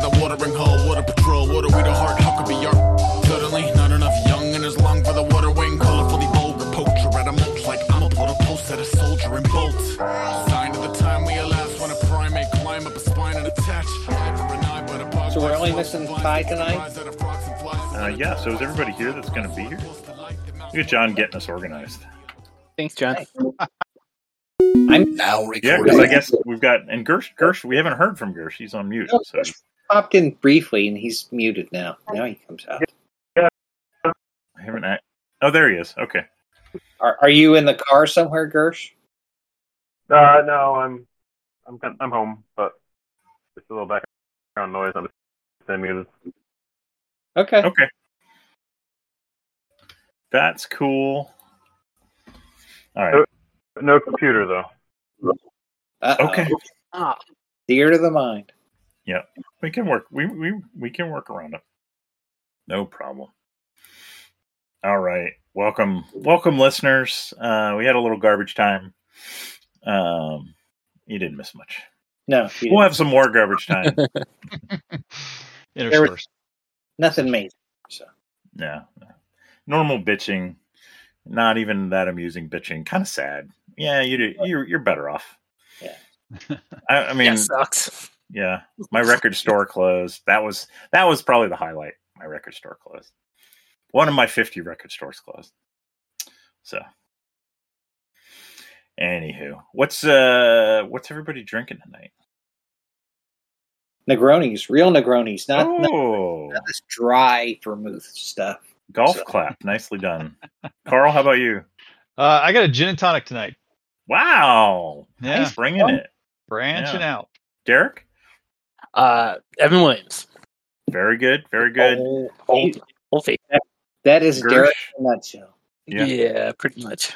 hole, water patrol, water we the heart, how could be our Cuddly, not enough young in his lung for the water wing, colorfully vulgar, poacher at a mulch like I'm a put a post at a soldier and bolt. Sign of the time we elapse when a primate climb up a spine and attach. Eye for an eye, but a bug So we're bites only flies missing and flies five that tonight? flies out of frogs and flies. Uh, yeah, so is everybody here that's going to be here? Look at John getting us organized. Thanks, John. Now Yeah, because recording. I guess we've got and Gersh. Gersh, we haven't heard from Gersh. He's on mute. So Popped in briefly and he's muted now. Now he comes out. I haven't. Act- oh, there he is. Okay. Are, are you in the car somewhere, Gersh? Uh, no, I'm, I'm, kin- I'm home, but it's a little background noise. I'm just muted. Okay. Okay. That's cool. All right. No computer though. Uh-oh. Okay. Ah, Theater of the mind. We can work. We we we can work around it. No problem. All right. Welcome, welcome, listeners. Uh, we had a little garbage time. Um, you didn't miss much. No, you We'll have some more garbage time. Interspersed. nothing major. yeah. Normal bitching. Not even that amusing bitching. Kind of sad. Yeah, you do. You're you're better off. Yeah. I, I mean, yeah, sucks. Yeah, my record store closed. That was that was probably the highlight. My record store closed. One of my fifty record stores closed. So, anywho, what's uh what's everybody drinking tonight? Negronis, real Negronis, not, not, oh, not this dry vermouth stuff. golf clap, nicely done, Carl. How about you? Uh, I got a gin and tonic tonight. Wow, Yeah, he's bringing it, branching out. Derek. Uh, Evan Williams. Very good, very good. Oh, Old, old faith. that is Gersh. Derek in a nutshell. Yeah. Yeah. pretty much.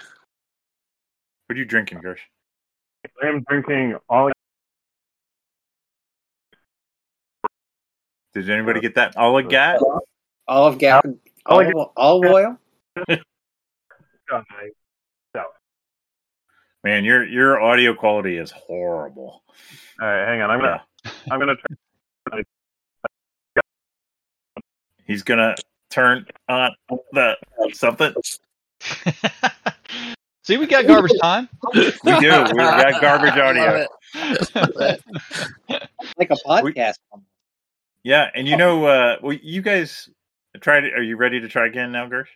What are you drinking, Gersh? I am drinking all Did anybody get that? All I got. Olive Garden, olive, olive oil. Man, your your audio quality is horrible. All right, hang on. I'm gonna, I'm gonna. Try. He's gonna turn on the something. See, we got garbage time. We do. We got garbage audio. like a podcast. Yeah, and you know, uh, well, you guys tried. Are you ready to try again now, Gersh?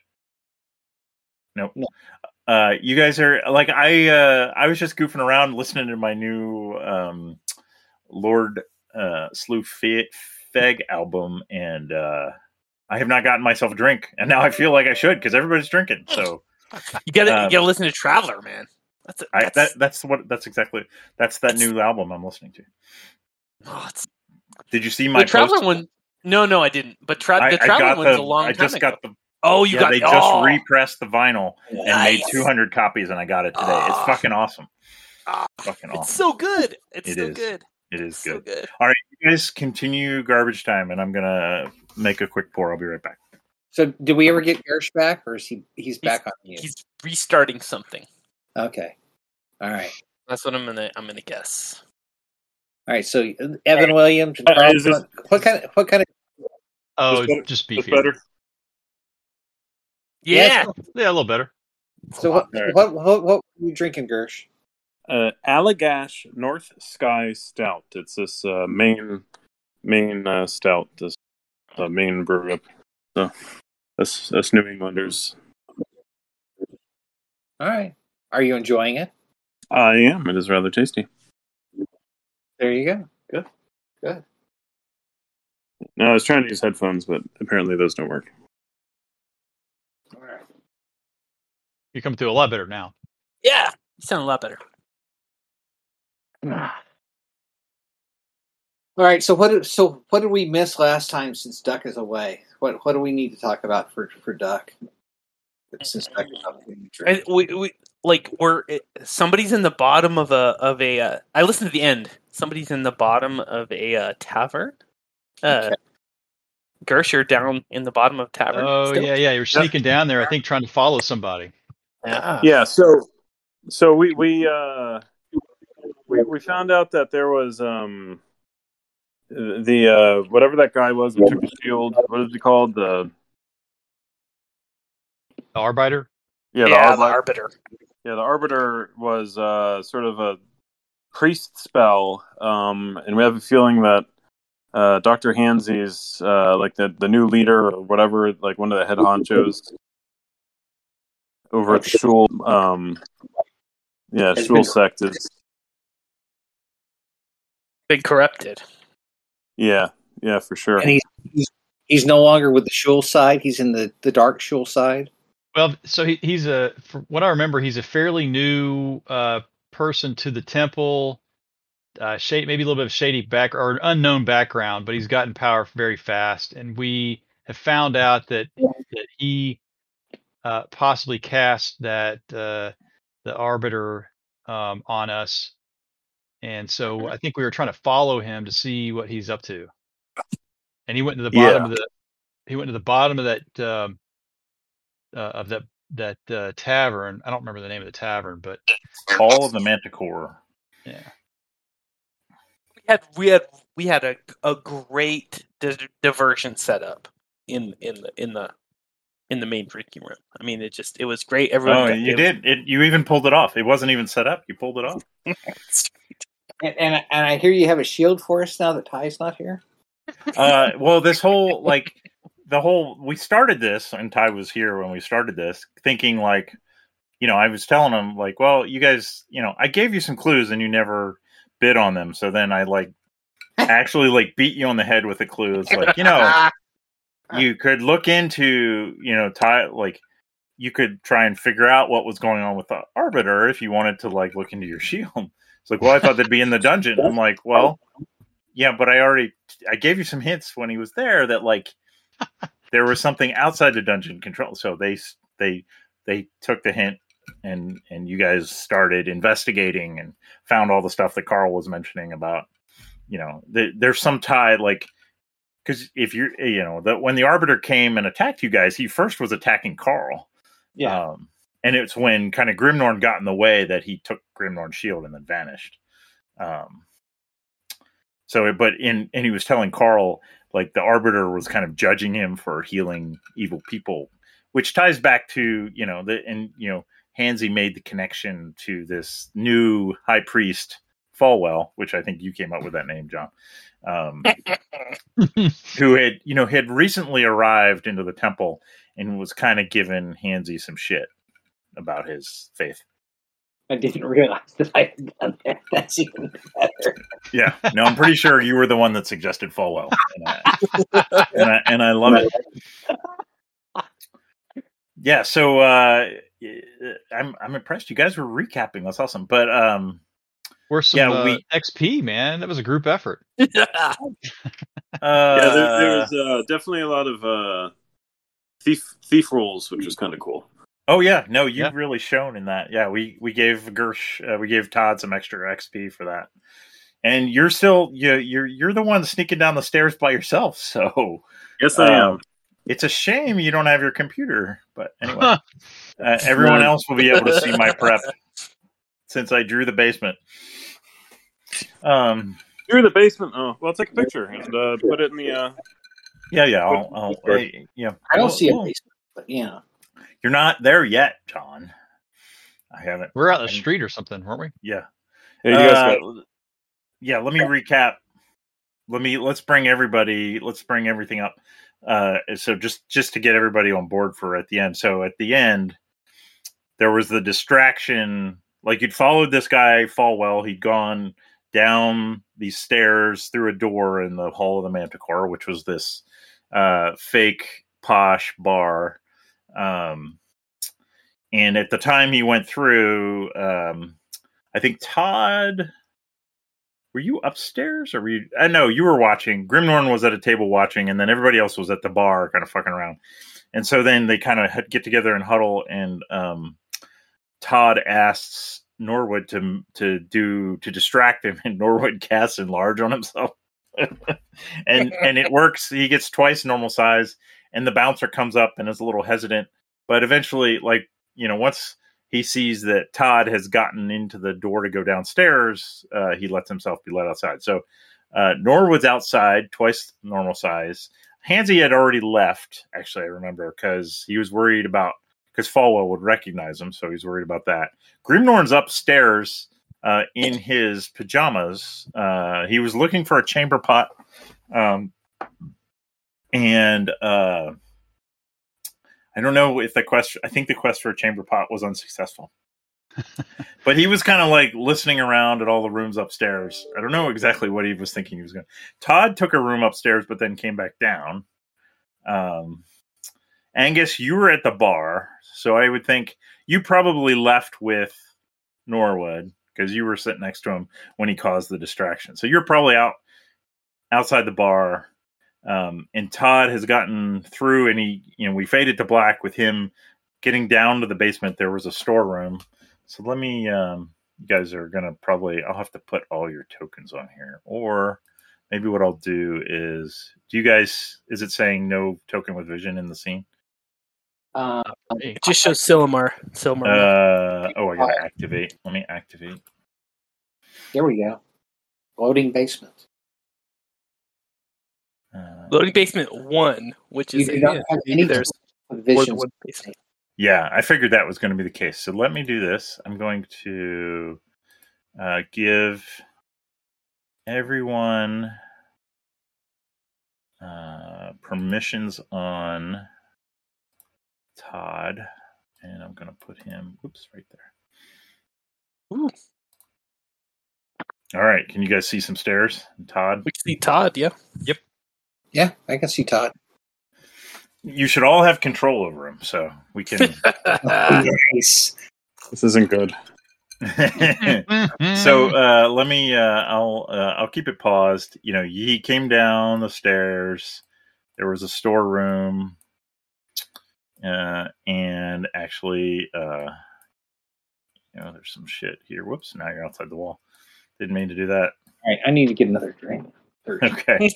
Nope. No. Uh, you guys are like I. Uh, I was just goofing around listening to my new um, Lord uh, Slew Fe- Feg album, and uh, I have not gotten myself a drink, and now I feel like I should because everybody's drinking. So. You gotta, Um, you gotta listen to Traveler, man. That's, a, I, that's, that that's what that's exactly that's that new album I'm listening to. oh, it's- Did you see my the Traveler post? one. No, no, I didn't. But tra- I, the I Traveler got one's the a long I time just ago. got the oh, you yeah, got they oh, just repressed the vinyl and made nice. 200 copies and I got it today. It's Ah. fucking awesome. Ah. It's fucking It's awesome. so good. It's It so is. good. It It's is so good. good. You guys continue garbage time and I'm gonna make a quick pour. I'll be right back. So, do we ever get Gersh back, or is he he's back on you? He's restarting something. Okay, all right, That's what I'm gonna. I'm gonna guess. all right. So, Evan Williams. and Uh, Carl is this- Blunt. what kind of what kind of Oh, That's better. just That's beefy. better. Yeah, Yeah, a little better. So what, There. what what what were you drinking, Gersh? Uh, Allagash North Sky Stout. It's this uh, main main uh, stout. This uh, main brew up. So that's that's New Englanders. All right. Are you enjoying it? I am. It is rather tasty. There you go. No, I was trying to use headphones, but apparently those don't work. All right. You come through a lot better now. yeah. You sound a lot better. All right. So what so what did we miss last time since Duck is away? What what do we need to talk about for for Duck? Since Duck is not getting a I, drink. we, we like we're it, somebody's in the bottom of a of a. Uh, I listened to the end. Somebody's in the bottom of a uh, tavern. Uh, Gersh, you're down in the bottom of tavern. Oh still? yeah, yeah. You're sneaking down there. I think trying to follow somebody. Ah. Yeah. So so we we uh, we we found out that there was um the uh, whatever that guy was that took the shield. What is he called? The The arbiter. yeah, the yeah, the Arbiter. arbiter. Yeah, the Arbiter was uh, sort of a priest spell, um, and we have a feeling that uh, Doctor Hansy's uh, like the the new leader or whatever, like one of the head honchos over at the Shul. Um, yeah, Has Shul been- sect is Been corrupted. yeah, yeah for sure. And he- He's no longer with the Shul side. He's in the, the dark Shul side. Well, so he, he's a, from what I remember, he's a fairly new uh, person to the temple. Uh, shade, maybe a little bit of shady back or an unknown background, but he's gotten power very fast. And we have found out that that he uh, possibly cast that uh, the arbiter um, on us. And so I think we were trying to follow him to see what he's up to. And he went to the bottom of the he went to the bottom of that um, uh, of that that uh, tavern. I don't remember the name of the tavern, but All of the Manticore. yeah, We had we had we had a a great di- diversion set up in in the in the in the main drinking room. I mean, it just it was great. Everyone, Oh, got- you it- did. It, you even pulled it off. It wasn't even set up. You pulled it off. And, and and I hear you have a shield for us now that Ty's not here. uh, well, this whole like the whole we started this, and Ty was here when we started this, thinking like, you know, I was telling him like, well, you guys, you know, I gave you some clues and you never bid on them, so then I like actually like beat you on the head with a clue. It's like, you know, you could look into, you know, Ty like. You could try and figure out what was going on with the arbiter if you wanted to like look into your shield. It's like, well, I thought they'd be in the dungeon. I'm like, well, yeah, but I already I gave you some hints when he was there that like there was something outside the dungeon control. So they they they took the hint and and you guys started investigating and found all the stuff that Carl was mentioning about you know the, there's some tie like because if you're eh, you know that when the arbiter came and attacked you guys he first was attacking Carl Yeah. um, and it's when kind of Grimnorn got in the way that he took Grimnorn's shield and then vanished um so, but in and he was telling Carl like the arbiter was kind of judging him for healing evil people, which ties back to you know the and you know Hansy made the connection to this new high priest Falwell, which I think you came up with that name, John. Um, who had you know had recently arrived into the temple and was kind of giving Hansy some shit about his faith. I didn't realize that I had done that. That's even better. Yeah, no, I'm pretty sure you were the one that suggested Falwell, and I, and I, and I love it. Yeah, so uh, I'm I'm impressed. You guys were recapping. That's awesome. But um, we're some Yeah, uh, we- XP man. That was a group effort. uh, yeah, there, there was uh, definitely a lot of uh, thief thief rules, which was kind of cool. oh yeah, no, you Yeah. have really shown in that. Yeah, we we gave Gersh, uh, we gave Todd some extra XP for that. And you're still you you're you're the one sneaking down the stairs by yourself. So Yes, I am. um, it's a shame you don't have your computer. But anyway, uh, everyone No. else will be able to see my prep since I drew the basement. Um. You're in the basement. Oh, well, take a picture and uh, put it in the. Uh, Yeah, yeah, I'll, I'll, I- yeah. I don't Well, see a well, basement, but yeah. You're not there yet, John. I haven't. We're out in the And- street or something, weren't we? Yeah, yeah, you guys Uh, got- yeah. Let me recap. Let me let's bring everybody. Let's bring everything up. Uh, so just just to get everybody on board for at the end. So at the end, there was the distraction. Like you'd followed this guy Falwell. He'd gone down these stairs through a door in the hall of the Manticore, which was this uh, fake posh bar. Um, and at the time he went through, um, I think Todd, were you upstairs or were you? I know you were watching. Grimnorn was at a table watching, and then everybody else was at the bar, kind of fucking around. And so then they kind of get together and huddle, and um, Todd asks Norwood to to do to distract him, and Norwood casts enlarge on himself, and and it works. He gets twice normal size, and the bouncer comes up and is a little hesitant, but eventually, like you know, once he sees that Todd has gotten into the door to go downstairs, uh, he lets himself be let outside. So Uh, Norwood's outside, twice the normal size. Hansy had already left, actually, I remember, because he was worried about, because Falwell would recognize him, so he's worried about that. Grimnorn's upstairs uh, in his pajamas. Uh, he was looking for a chamber pot. Um, and uh, I don't know if the quest, I think the quest for a chamber pot was unsuccessful. but he was kind of like listening around at all the rooms upstairs. I don't know exactly what he was thinking he was going to. Todd took a room upstairs, but then came back down. Um, Angus, you were at the bar. So I would think you probably left with Norwood because you were sitting next to him when he caused the distraction. So you're probably out outside the bar. Um, and Todd has gotten through, and he, you know, we faded to black with him getting down to the basement. There was a storeroom. So let me, um, you guys are going to probably, I'll have to put all your tokens on here. Or maybe what I'll do is, do you guys, is it saying no token with vision in the scene? Uh, Hey, It just shows Silmar. Silmar. Uh, oh, I got to activate. Let me activate. there we go. Loading basement. Uh, Loading basement one, which You is do not have any there's more than visions. one basement. Yeah, I figured that was going to be the case. So let me do this. I'm going to uh, give everyone uh, permissions on Todd, and I'm going to put him. Oops, right there. Ooh. All right, can you guys see some stairs? Todd, We can see Todd. Yeah. Yeah, I can see Todd. you should all have control over him, so we can. Ah. nice. This isn't good. so uh, let me uh, i'll uh, i'll keep it paused you know he came down the stairs there was a storeroom uh, and actually uh, you know there's some shit here whoops now you're outside the wall didn't mean to do that All right, I need to get another drink. okay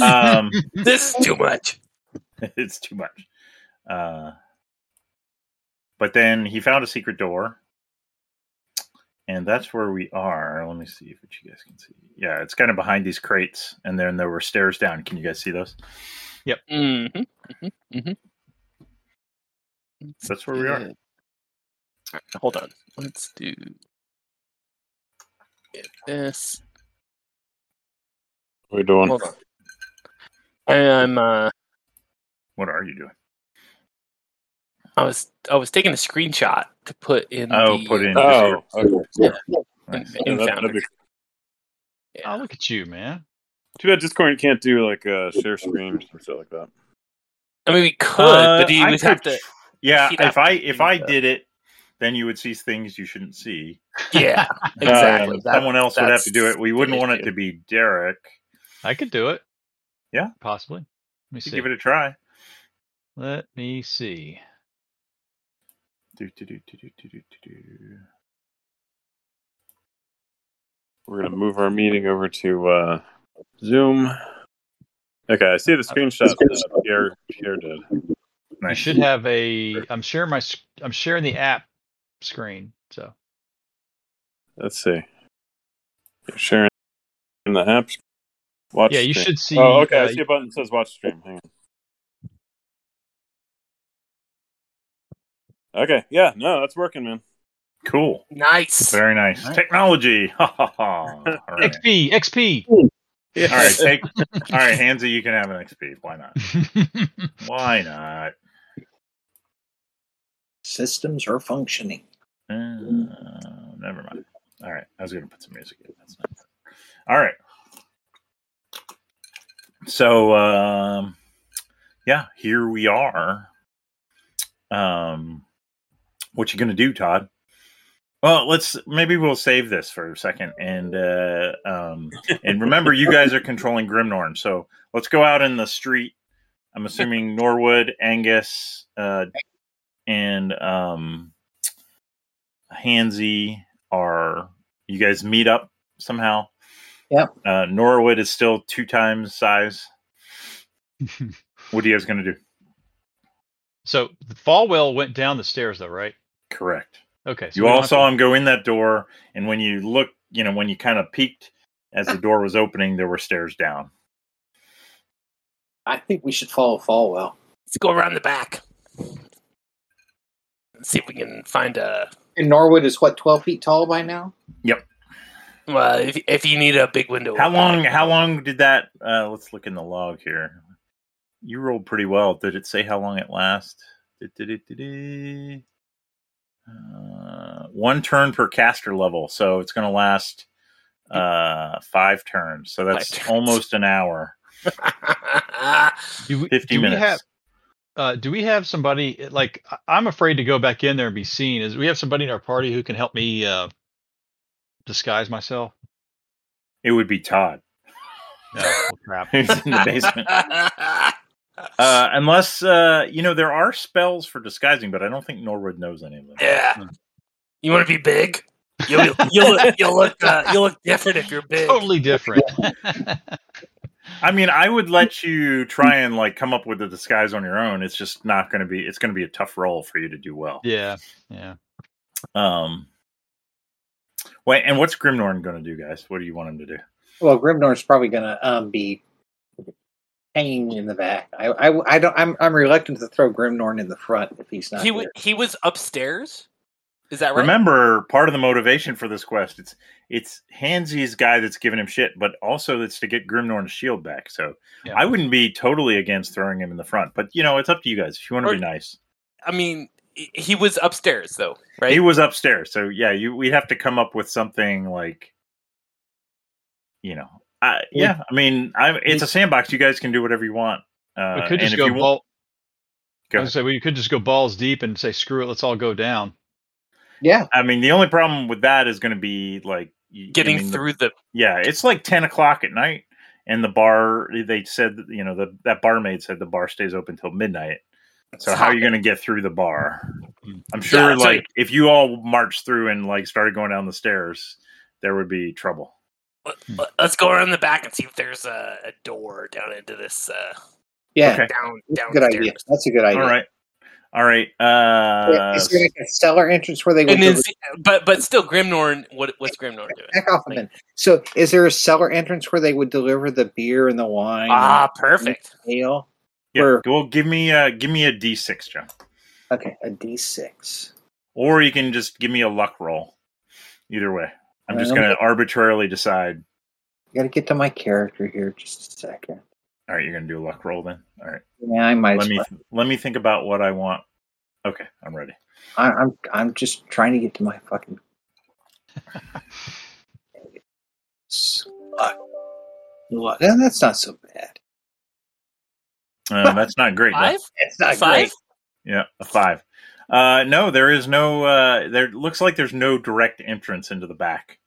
um, This is too much. it's too much uh, but then he found a secret door and that's where we are. Let me see if what you guys can see. Yeah, it's kind of behind these crates, and then there were stairs down. Can you guys see those? Mm-hmm. That's where we are. Hold on. Let's do get this. What are we doing? Hold on. I'm uh, What are you doing? I was I was taking a screenshot to put in. Oh, the, put in. Oh, okay. in- Nice. Yeah, in that- Founder. that'd be- Yeah. oh, look at you, man. Too bad Discord can't do like uh, share screens or shit like that. I mean, we could, Uh, but you I would have could to. tr- Yeah, he'd have if to I if do I that. did it, then you would see things you shouldn't see. Yeah, Um, exactly. That- someone else would have to do that's it. We wouldn't the want it issue. to be Derek. I could do it. Yeah. Possibly. Let me You see. give it a try. Let me see. Do, do, do, do, do, do, do, do. We're gonna move our meeting over to uh, Zoom. Okay, I see the screenshot that Pierre Pierre did. I Nice. should have a. I'm sharing my. sc- I'm sharing the app screen. So Let's see. You're sharing in the app. Watch. yeah, you stream. should see. Oh, okay. uh, I see a button that says watch stream. Hang on. Okay. Yeah. No, that's working, man. Cool. Nice. Very nice. All right. Technology. Ha ha ha. All right. XP, XP. All right. Take. All right, Hansi. You can have an XP. Why not? Why not? Systems are functioning. Uh, never mind. All right, I was going to put some music in. That's not. All right. So, um, yeah, here we are. Um, what you going to do, Todd? Well, let's maybe we'll save this for a second, and uh, um, and remember, you guys are controlling Grimnorn, so let's go out in the street. I'm assuming Norwood, Angus, uh, and um, Hansy are you guys meet up somehow? Yep. Uh, Norwood is still two times size. What are you guys gonna do? so Falwell went down the stairs, though, right? Correct. Okay. So You we don't all have saw to- him go in that door, and when you look, you know, when you kind of peeked As the door was opening, there were stairs down. I think we should follow Falwell. Let's go around the back. Let's see if we can find a. And Norwood is what twelve feet tall by now. Well, if, if you need a big window. How long? How long did that? Uh, let's look in the log here. You rolled pretty well. Did it say how long it lasts? Du-du-du-du-du. Uh, one turn per caster level, so it's going to last uh, five turns. So that's Five turns. almost an hour, Do we, fifty do minutes. We have, uh, do we have somebody like I- I'm afraid to go back in there and be seen? Is we have somebody in our party who can help me uh, disguise myself? It would be Todd, No, well, crap. who's in the basement. Uh, unless uh, you know, there are spells for disguising, but I don't think Norwood knows any of them. yeah. You want to be big? You'll you'll look you'll look, uh, you'll look different if you're big. totally different. I mean, I would let you try and like come up with a disguise on your own. It's just not going to be. It's going to be a tough role for you to do well. yeah, yeah. Um. Wait, and what's Grimnorn going to do, guys? What do you want him to do? Well, Grimnor's probably going to um, be hanging in the back. I, I, I don't. I'm, I'm reluctant to throw Grimnorn in the front if he's not. he there. w- he was upstairs. Is that right? Remember, part of the motivation for this quest it's it's Hansy's guy that's giving him shit, but also it's to get Grimnorn's shield back. So Yeah. I wouldn't be totally against throwing him in the front, but you know, it's up to you guys. If you want to Or- be nice, I mean, he- he was upstairs though, right? he was upstairs, so yeah, you we have to come up with something like, you know, I, yeah. I mean, I, it's a sandbox. You guys can do whatever you want. Uh, we could and just if go you want, ball. Go I was gonna say we could just go balls deep and say screw it. Let's all go down. yeah. I mean, the only problem with that is going to be like y- I Getting mean, the- through the yeah, it's like ten o'clock at night, and the bar they said that, you know the that barmaid said the bar stays open till midnight. So how are you going to get through the bar? Mm-hmm. I'm sure, that's like right. if you all marched through and like started going down the stairs, there would be trouble. Hmm. Let- Let's go around the back and see if there's a, a door down into this uh, Yeah. Okay. down That's a good downstairs. idea. That's a good idea. All right, all right. Uh, Is there like a cellar entrance where they would And then, but but still, Grimnorn. What what's Grimnorn doing? back off a minute? So, is there a cellar entrance where they would deliver the beer and the wine Ah, perfect. and the ale? yeah, Where- well, give me uh give me a d6, John, Okay, a D six. or you can just give me a luck roll. Either way, I'm just Well- going to arbitrarily decide. I gotta get to my character here just a second. All right, you're going to do a luck roll then. All right. Yeah, I might. let As me well. let me think about what I want. Okay, I'm ready. I, I'm I'm just trying to get to my fucking. Luck. Luck. No, that's not so bad. Uh, that's not great. no. Five, It's not five. great. Yeah, a five. Uh, no, there is no. Uh, there looks like there's no direct entrance into the back,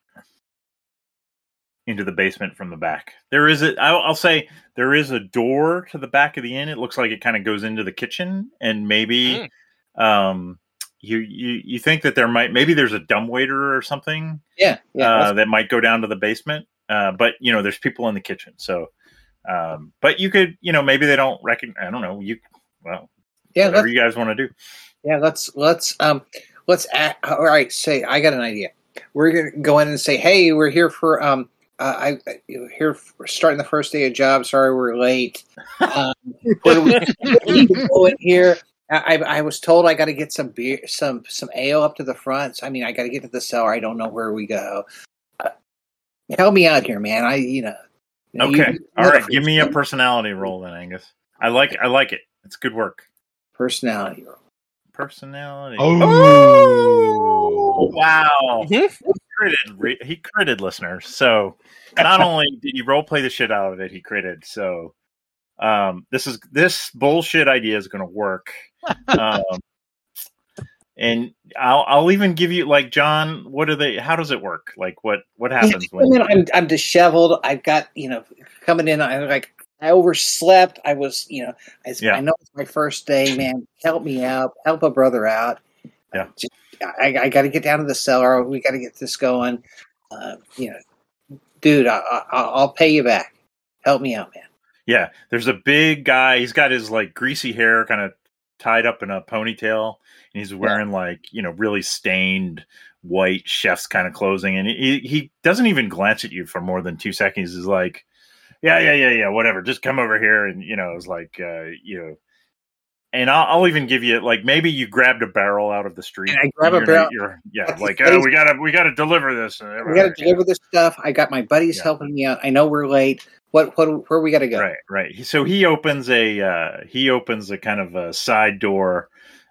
into the basement from the back. There is a. I'll, I'll say there is a door to the back of the inn. It looks like it kind of goes into the kitchen, and maybe, um, you you you think that there might maybe there's a dumbwaiter or something Yeah, yeah. uh, that might go down to the basement. Uh, but you know, there's people in the kitchen, so. Um, but you could, you know, maybe they don't reckon. I don't know. You, well, yeah, whatever let's, you guys want to do. yeah. Let's let's um let's act, all right. Say I got an idea. We're gonna go in and say, hey, we're here for um uh, I I- here for starting the first day of job. Sorry, we're late. Um, what do we we can go in here. I, I I was told I got to get some beer, some some ale up to the front. So, I mean, I got to get to the cellar. I don't know where we go. Uh, help me out here, man. I you know. you- Okay. you All know right. the Give me a personality roll then, Angus. I like. I like it. It's good work. personality. Personality. Oh. wow. Mm-hmm. Mhm. Critted. Re- he critted listeners. So not only did he role play the shit out of it, he critted. So um, this is this bullshit idea is going to work. Um, and I'll I'll even give you like John. What are they? How does it work? Like what what happens I when? mean, I'm I'm disheveled. I've got you know coming in. I'm like I overslept. I was you know I, Yeah. I know it's my first day, man. Help me out. Help a brother out. Yeah. Just- I, I got to get down to the cellar. We got to get this going. Uh, you know, dude, I, I, I'll pay you back. Help me out, man. Yeah, there's a big guy. He's got his like greasy hair kind of tied up in a ponytail, and he's wearing like you know really stained white chef's kind of clothing, and he he doesn't even glance at you for more than two seconds. Is like, yeah, yeah, yeah, yeah, whatever. Just come over here, and you know, it's like, uh, you know. And I'll, I'll even give you like maybe you grabbed a barrel out of the street. And I grab a you're- barrel- you're- yeah, That's like the oh, face. we gotta we gotta deliver this. and We got to everything. deliver this stuff. I got my buddies Yeah. helping me out. I know we're late. What? What? Where we got to go? Right, right. He- So he opens a uh, he opens a kind of a side door,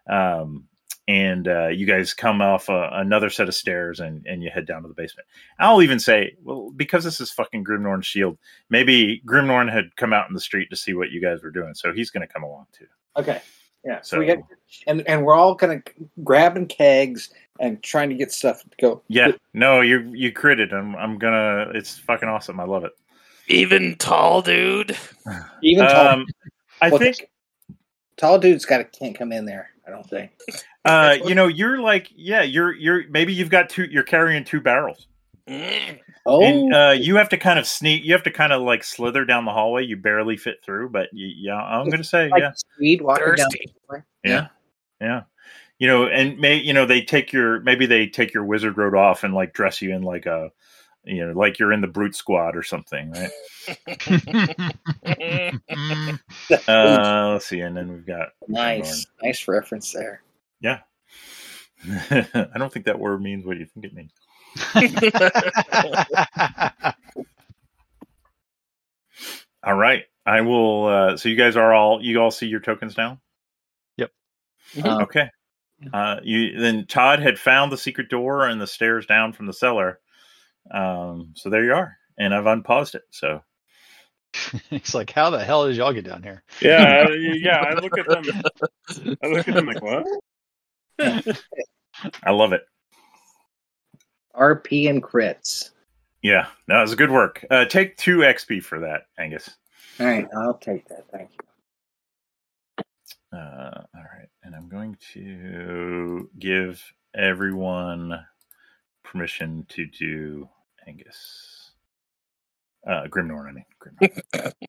um, and uh, you guys come off a, another set of stairs and and you head down to the basement. I'll even say, well, because this is fucking Grimnorn Shield, maybe Grimnorn had come out in the street to see what you guys were doing, so he's going to come along too. Okay. Yeah. So So we got and and we're all kind of grabbing kegs and trying to get stuff to go. yeah, no, you you critted. I'm I'm gonna. It's fucking awesome. I love it. Even tall dude. Even tall, Um, I Well, think tall dudes got to can't come in there. I don't think. uh, you know you're like yeah you're you're maybe you've got two you're carrying two barrels. Mm. Oh, And uh, you have to kind of sneak. You have to kind of like slither down the hallway. You barely fit through, but you, yeah, I'm going to say like yeah, speed walking Thirsty. down. yeah, yeah. You know, and may you know they take your maybe they take your wizard robe off and like dress you in like a you know like you're in the brute squad or something, right? uh, let's see, and then we've got Nice, nice reference there. yeah. I don't think that word means what you think it means. All right, I will. Uh, so you guys are all you all see your tokens now. Um, Okay. Uh, you then Todd had found the secret door and the stairs down from the cellar. Um, so there you are, and I've unpaused it. So it's like, how the hell did y'all get down here? Yeah, I- yeah. I look at them. I look at them like what? I love it. RP and crits. Yeah, no, it was good work. Uh, take two XP for that, Angus. All right, I'll take that. Thank you. Uh, all right, and I'm going to give everyone permission to do Angus. Uh, Grimnorn, I mean. Grimnorn.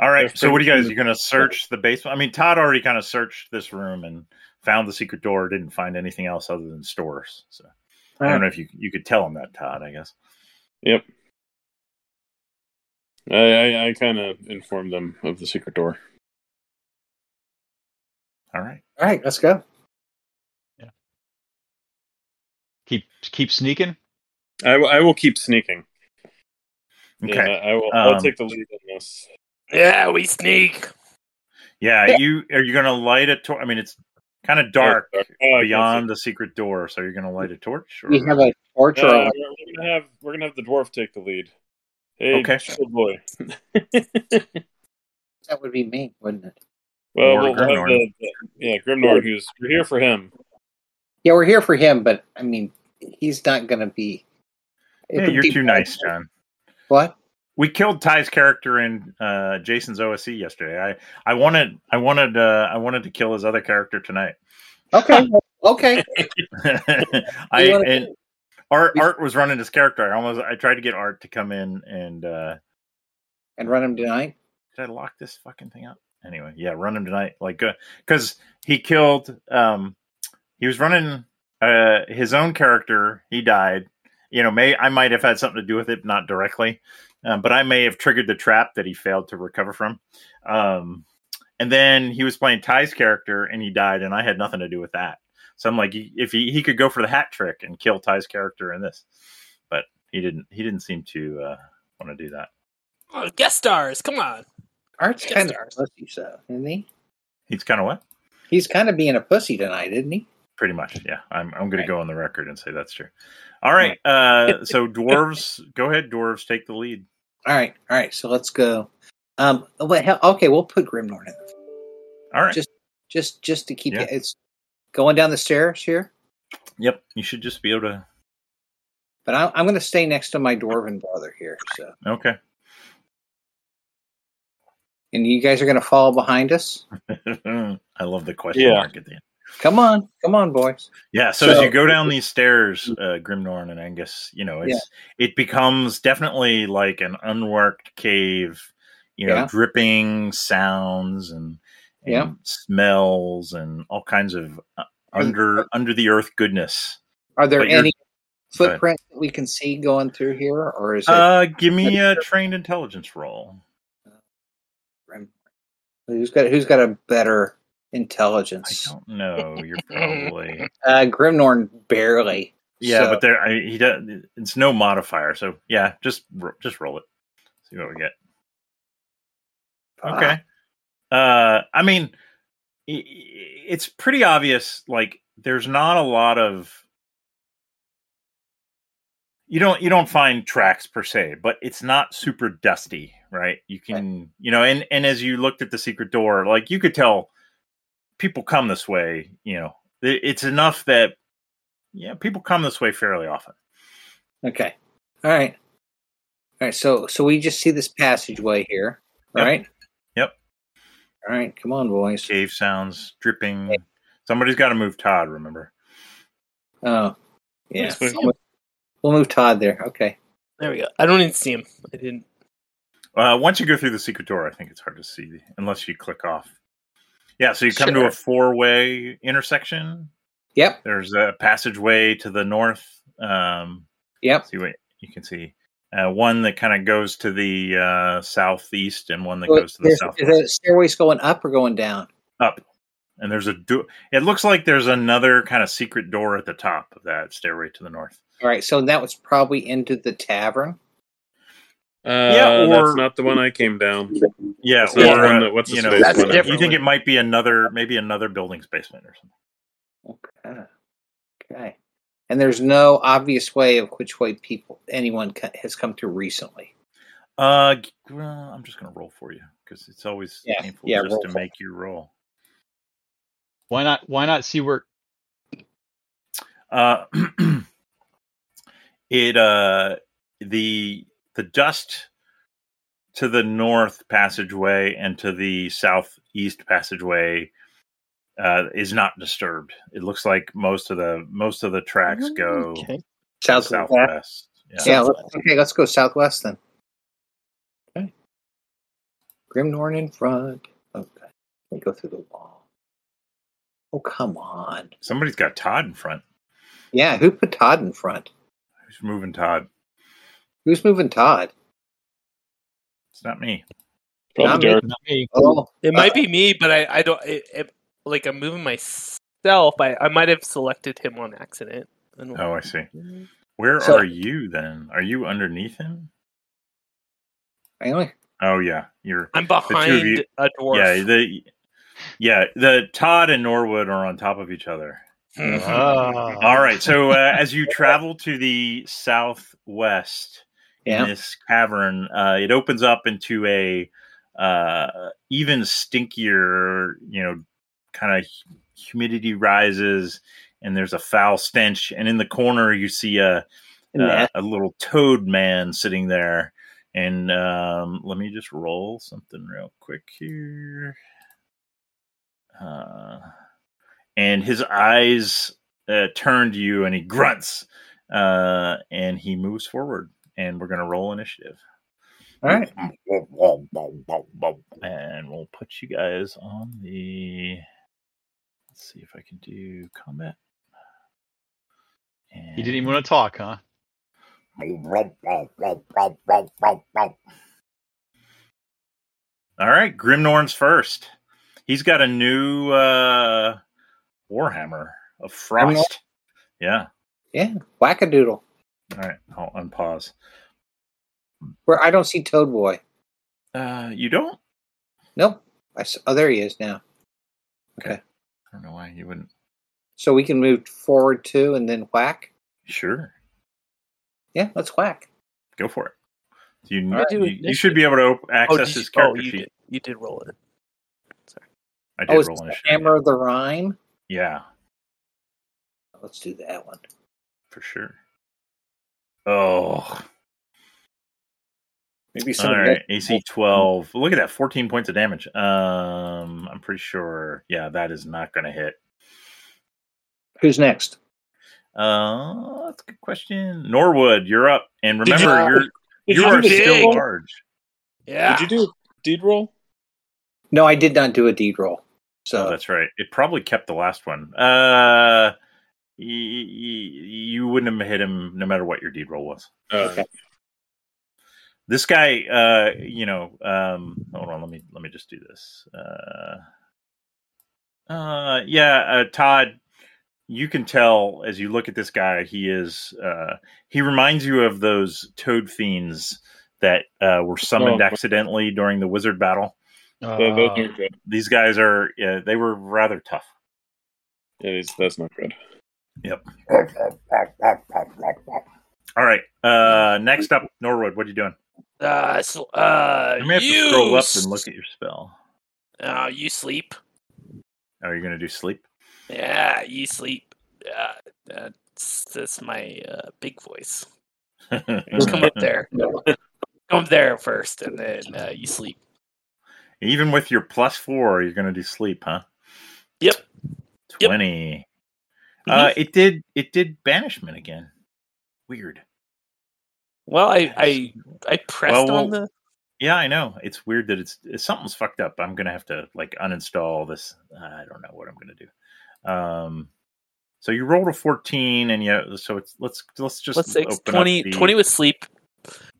all right, so what do you guys? You're going to search the basement? I mean, Todd already kind of searched this room and found the secret door, didn't find anything else other than stores. So I don't know if you you could tell him that, Todd, I guess. Yep. I I, I kind of informed them of the secret door. All right. All right, let's go. Keep keep sneaking. I, w- I will keep sneaking. Okay. Yeah, I will. I'll Um, take the lead on this. Yeah, we sneak. Yeah, you are you going to light a torch? I mean, it's kind of dark. Oh, I can't beyond the secret door. So you're going to light a torch? We have a torch see. or a No, we're, we're gonna have we're gonna have the dwarf take the lead. Hey, Okay. chill boy. That would be me, wouldn't it? Well, Or we'll have Grimnorn. the, the, yeah, Grimnorn, who's we're here for him. Yeah, we're here for him, but I mean, he's not going to be. it Yeah, would you're be- too nice, John. What? We killed Ty's character in uh, Jason's OSC yesterday. I, I wanted I wanted uh, I wanted to kill his other character tonight. Okay, okay. I You wanna- and Art We- Art was running his character. I almost I tried to get Art to come in and uh, and run him tonight. did I lock this fucking thing up? Anyway, yeah, run him tonight. Like, because he killed. Um, he was running uh his own character. He died. You know, may I might have had something to do with it, not directly, um, but I may have triggered the trap that he failed to recover from. Um, and then he was playing Ty's character, and he died, and I had nothing to do with that. So I'm like, if he he could go for the hat trick and kill Ty's character in this, but he didn't. He didn't seem to uh, want to do that. Oh, guest stars. Come on. Art's Yes, kind of Art. a pussy, so isn't he? He's kind of what? He's kind of being a pussy tonight, isn't he? pretty much yeah i'm, I'm going Right. to go on the record and say that's true all right uh so dwarves go ahead dwarves take the lead All right, all right. So let's go. Um, what? Hell, okay, we'll put Grimnorn in all right Just- just just to keep Yeah. it. It's going down the stairs here, yep you should just be able to but I, I'm going to stay next to my dwarven brother here. So, okay and you guys are going to follow behind us. i love the question Yeah. mark at the end Come on, come on, boys. yeah so, as So- you go down these stairs uh grimnorn and angus you know it's it becomes definitely like an unworked cave you know Yeah. dripping sounds and, and Yeah. Mm. smells and all kinds of uh, under under the earth goodness. Are there But you're- any Go ahead. footprints that we can see going through here, or is it Uh, give me a trained intelligence roll. who's got who's got a better I intelligence? don't know. You're probably Uh, Grimnorn barely. yeah, So- but there I, he does. It's no modifier, so yeah, just ro- just roll it. See what we get. Okay. Uh, I mean, i- i- it's pretty obvious. Like, there's not a lot of you don't you don't find tracks per se, but it's not super dusty, right? You can you know, and and as you looked at the secret door, like you could tell people come this way. You know, It- it's enough that yeah, people come this way fairly often. Okay. All right. All right. So so we just see this passageway here, Yep. right? Yep. All right. Come on, boys. Cave sounds dripping. Somebody's got to move Todd. Remember? Oh, yeah. Yes, we- We'll move Todd there. Okay. There we go. I don't even see him. I didn't. Uh, once you go through the secret door, I think it's hard to see unless you click off. Yeah, so you come to Sure. a four-way intersection. Yep. There's a passageway to the north. Um, Yep. see what you can see. Uh, one that kind of goes to the uh, southeast, and one that So goes to the there's- southwest. is the stairways going up or going down? up and there's a do- it looks like there's another kind of secret door at the top of that stairway to the north All right. So that was probably into the tavern. Uh, Yeah, or- that's not the one I came down. yeah That's not or, the one uh, that- what's you his know face That's went in. different. you think it might be another maybe another building's basement or something Okay. Okay. And there's no obvious way of which way people anyone co- has come through recently. uh g- well, i'm just gonna roll for you because it's always Yeah, painful yeah, just roll to for it. make you roll Why not? Why not see where? uh it uh the the dust to the north passageway and to the southeast passageway uh is not disturbed it looks like most of the most of the tracks go to Okay. the Southwest. southwest yeah. Yeah. Southwest. Let's, okay. Let's go southwest then. Okay. Grimnorn in front. Okay. Let me go through the wall. Oh come on. somebody's got todd in front Yeah. Who put Todd in front? who's moving todd Who's moving Todd? it's not me Not Probably me. Derek. Not me. Oh, It might be me, but I, I don't. It, it, like I'm moving myself. I, I might have selected him on accident. I don't- oh i see where Mm-hmm. So- are you then are you underneath him I only oh yeah you're I'm you- behind a yeah dwarf. the yeah the todd and norwood are on top of each other Mm-hmm. Mm-hmm. Ah. All right. So uh, as you travel to the southwest in yeah. this cavern, uh, it opens up into a uh, even stinkier, you know, kind of humidity rises, and there's a foul stench. And in the corner, you see a uh, a little toad man sitting there. And um, let me just roll something real quick here. Uh, and his eyes uh, turn to you and he grunts uh, and he moves forward. And we're going to roll initiative. All right. And we'll put you guys on the. Let's see if I can do combat. You didn't even want to talk, huh? All right, Grimnorn's first. He's got a new uh Warhammer of Frost. Yeah. Wackadoodle. All right, I'll unpause. Where I don't see Toad Boy. Uh you don't? Nope. I s oh, there he is now. I don't know why you wouldn't. So we can move forward two and then whack. Sure. Yeah, let's whack. Go for it. You, All right. you, you should be able to op- Oh, access did you, his character oh, you sheet. did. You did roll it. I did Oh, is roll this initiative. the Hammer of the Rhyme? Yeah, Let's do that one. for sure. Oh, Maybe some. all right. AC 12. Look at that. 14 points of damage. Um, I'm pretty sure. Yeah, that is not going to hit. Who's next? Uh, that's a good question. Norwood, you're up, and Did you- remember, you're you, you are do the still dig? large. Yeah. Did you do deed roll? No, I did not do a deed roll. So Oh, that's right. It probably kept the last one. Uh, y- y- you wouldn't have hit him no matter what your deed roll was. Uh, This guy, uh, you know, um, hold on. Let me let me just do this. Uh, uh, yeah, uh, Todd, you can tell as you look at this guy. He is. Uh, he reminds you of those toad fiends that uh, were summoned Oh. accidentally during the wizard battle. Uh, tho- those are good. These guys are. Yeah, they were rather tough. Yeah, these- that's not good. All right. Uh, next up, Norwood. What are you doing? Uh, so, uh, I may have you to scroll up s- and look at your spell. Uh, you sleep. Are you going to do sleep? Yeah, you sleep. Uh, that's that's my uh, big voice. Come up there. Come up there first, and then uh, you sleep. Even with your plus four, you're going to do sleep, huh? Yep. Yep. Mm-hmm. Twenty. Uh, it did. It did banishment again. Weird. Mm-hmm. Well, I I I pressed Well, on well- the. Yeah, I know. It's weird that it's something's fucked up. I'm gonna have to like uninstall this. I don't know what I'm gonna do. Um, so you rolled a 14, and yeah, so it's let's let's just Let's say it's open up 20, the- 20 with sleep.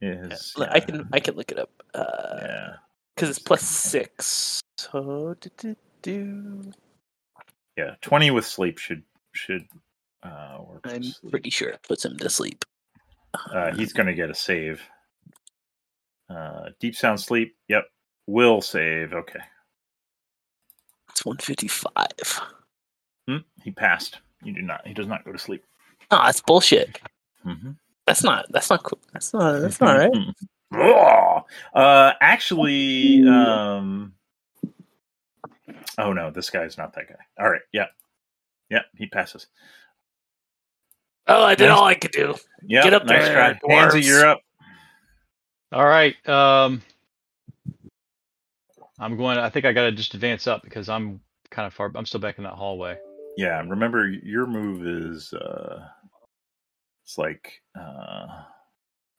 is- I yeah, can I can look it up. Uh, yeah. because it's plus six. So do, do, do. yeah 20 with sleep should should uh work for I'm sleep. pretty sure it puts him to sleep. uh he's gonna get a save uh deep sound sleep yep will save okay It's one fifty five. Hmm, he passed you do not he does not go to sleep Ah, that's bullshit. mm-hmm. That's not. That's not cool. That's not. That's not right. Mm-hmm. uh actually um oh no this guy's not that guy all right yeah yeah he passes Oh, I did Nice. all I could do. yeah Get up nice there, try Nancy, dwarves. you're up All right. Um, I'm going. I think I got to just advance up because I'm kind of far. I'm still back in that hallway. Yeah, and remember your move is uh it's like uh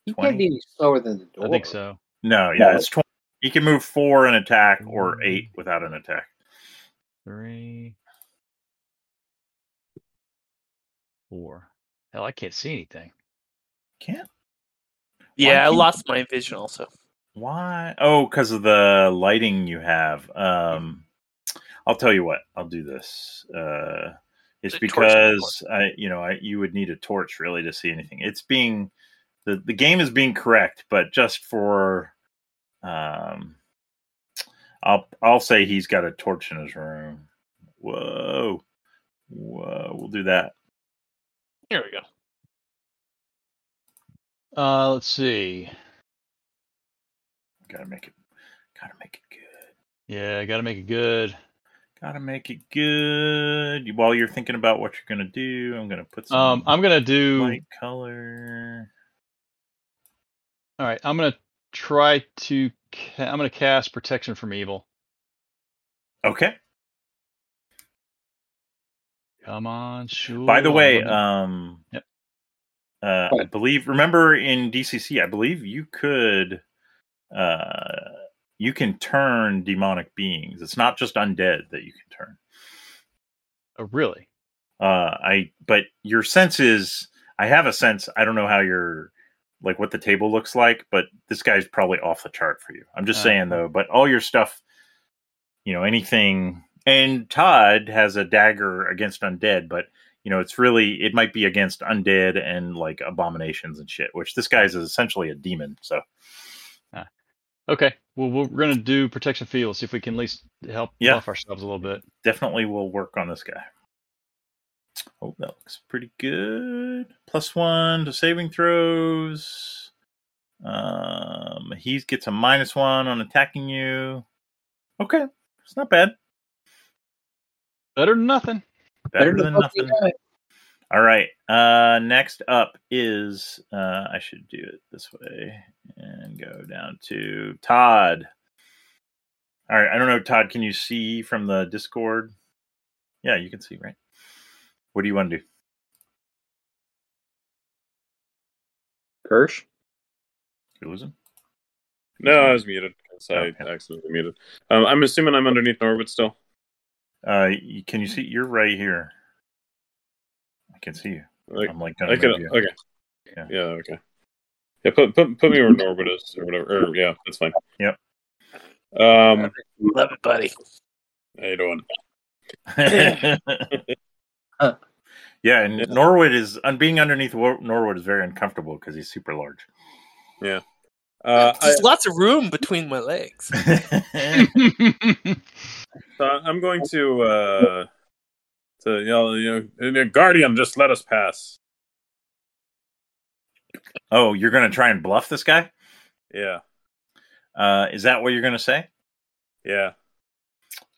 you 20? can't be any slower than the door. I think so. no, Mm. yeah, it's 20. You can move 4 and attack or 8 without an attack. Three, four. Hell, I can't see anything. Can't. Yeah, I can't- lost my vision also. Why? Oh, cuz of the lighting you have. Um I'll tell you what. I'll do this. Uh it's The torch- because I you know, I you would need a torch really to see anything. It's being the the game is being correct, but just for um I'll I'll say he's got a torch in his room. Whoa. Whoa, we'll do that. Here we go. Uh, let's see. Gotta make it gotta make it good. Yeah, I got to make it good. Gotta make it good. While you're thinking about what you're gonna do, I'm gonna put some Um, I'm gonna do. light color. All right, I'm gonna try to. Ca- I'm gonna cast protection from evil. Okay. Come on, sure. By the way, I'm gonna- um, Yep. uh, I What? believe. Remember in DCC, I believe you could, uh, you can turn demonic beings. It's not just undead that you can turn. oh, really? Uh, I but your sense is. I have a sense. I don't know how your like what the table looks like, but this guy's probably off the chart for you. I'm just Uh, saying though. But all your stuff, you know, anything. And Todd has a dagger against undead, but you know, it's really it might be against undead and like abominations and shit. Which this guy's is essentially a demon. So Okay. Well, we're gonna do protection from evil. See if we can at least help Yeah. buff ourselves a little bit. definitely we'll work on this guy. Oh, that looks pretty good. Plus one to saving throws. Um, he gets a minus one on attacking you. Okay, it's not bad. Better than nothing. Better, than fucking nothing. die. All right. Uh, next up is uh, I should do it this way and go down to Todd. All right. I don't know, Todd. Can you see from the Discord? Yeah, you can see, right? What do you want to do? Kirsch. You lose him? No, I was muted. 'cause I Okay. accidentally muted. Um, I'm assuming I'm underneath Norwood still. Uh, you, can you see? You're right here. I can see you. Like, I'm like, I gonna can, move you. okay. Yeah. Yeah. okay. Yeah, put put put me where Norbert is or whatever. Or, yeah, that's fine. Yep. Um, Love it, buddy. how you doing? Huh. yeah, and Yeah. Norwood is on being underneath Wor- Norwood is very uncomfortable because he's super large. Uh, I, There's lots of room between my legs. so I'm going to uh to yell, you know, Guardian, just let us pass. oh, you're gonna try and bluff this guy? Yeah, Uh, is that what you're gonna say? yeah.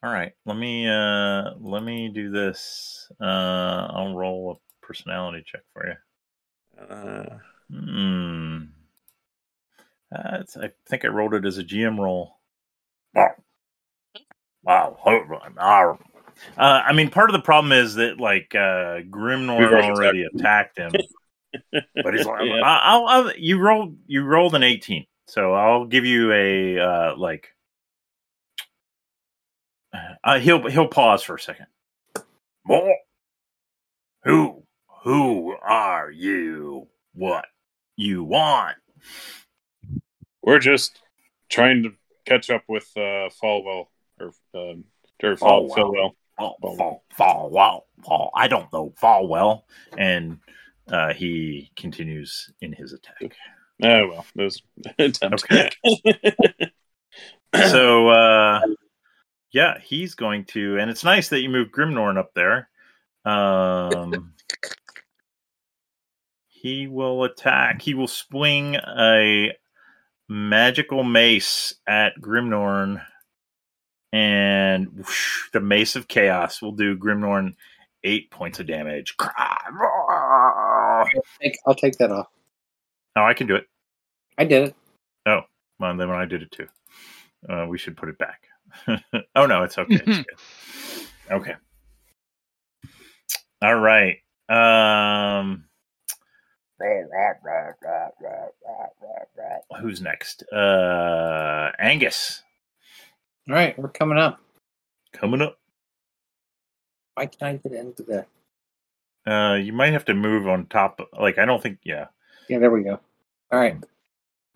All right, let me uh, let me do this. Uh, I'll roll a personality check for you. Uh, Hmm. Uh, it's- I think I rolled it as a GM roll. Wow. Wow. Uh, I mean, part of the problem is that like uh, We've Grimnor already already attacked him, but he's like, Yeah. I- I'll, I'll, you rolled you rolled an eighteen, so I'll give you a uh, like. Uh, he'll he'll pause for a second. Well, Who who are you? What you want? we're just trying to catch up with uh, Falwell or um, or Fall, Falwell. Falwell. fall, fall, fall, fall, fall. I don't know. Fall well. And uh, he continues in his attack. Oh well, that was an attempt. Okay. so, uh, yeah, he's going to. And it's nice that you moved Grimnorn up there. Um, he will attack. He will swing a magical mace at Grimnorn. And whoosh, the Mace of Chaos will do Grimnorn eight points of damage. Cry. Take- I'll take that off. Oh, I can do it. I did it. Well, then when I did it too, uh, we should put it back. oh no, it's okay. It's good. Okay. All right. Um, who's next? Uh, Angus All right, we're coming up. coming up. Why can't I get into that? Uh, you might have to move on top. Like I don't think. Yeah. Yeah, there we go. All right,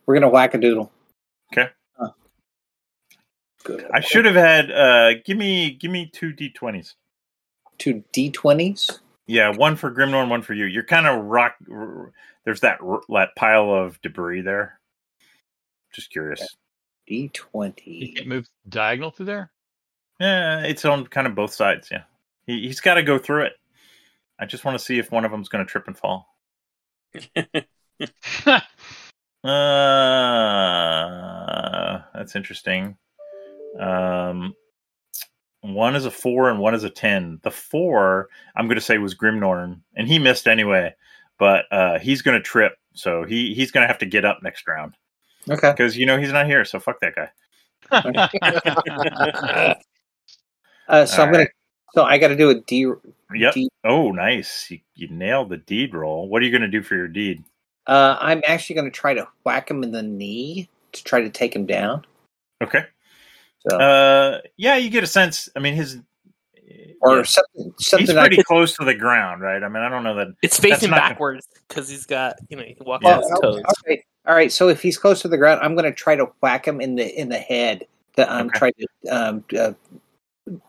we're gonna whack a doodle. Okay. Huh. Good. I should have had. Uh, give me give me two d twenties. two d twenties. Yeah, one for Grimnorn, one for you. You're kind of rock. r- There's that r- that pile of debris there. Just curious. D you twenty. can't move diagonal through there. Yeah, it's on kind of both sides. Yeah, he, he's got to go through it. I just want to see if one of them's going to trip and fall. Uh, that's interesting. Um, one is a four and one is a ten. The four, I'm going to say, was Grimnorn, and he missed anyway. But uh, he's going to trip, so he he's going to have to get up next round Okay. because you know he's not here. So fuck that guy. Uh, so All I'm gonna. So I got to do a D. uh, Yep. D- Oh, nice. You, you nailed the deed roll. What are you going to do for your deed? Uh, I'm actually gonna try to whack him in the knee to try to take him down. Okay. So Uh, yeah, you get a sense. I mean, his or yeah. something. he's Something. I pretty could, close to the ground, right? I mean, I don't know that It's facing not- backwards because he's got, you know, he can walk Yeah. on his toes. Oh, okay. All right. So if he's close to the ground, I'm gonna try to whack him in the in the head. That I'm Okay. trying to um, uh,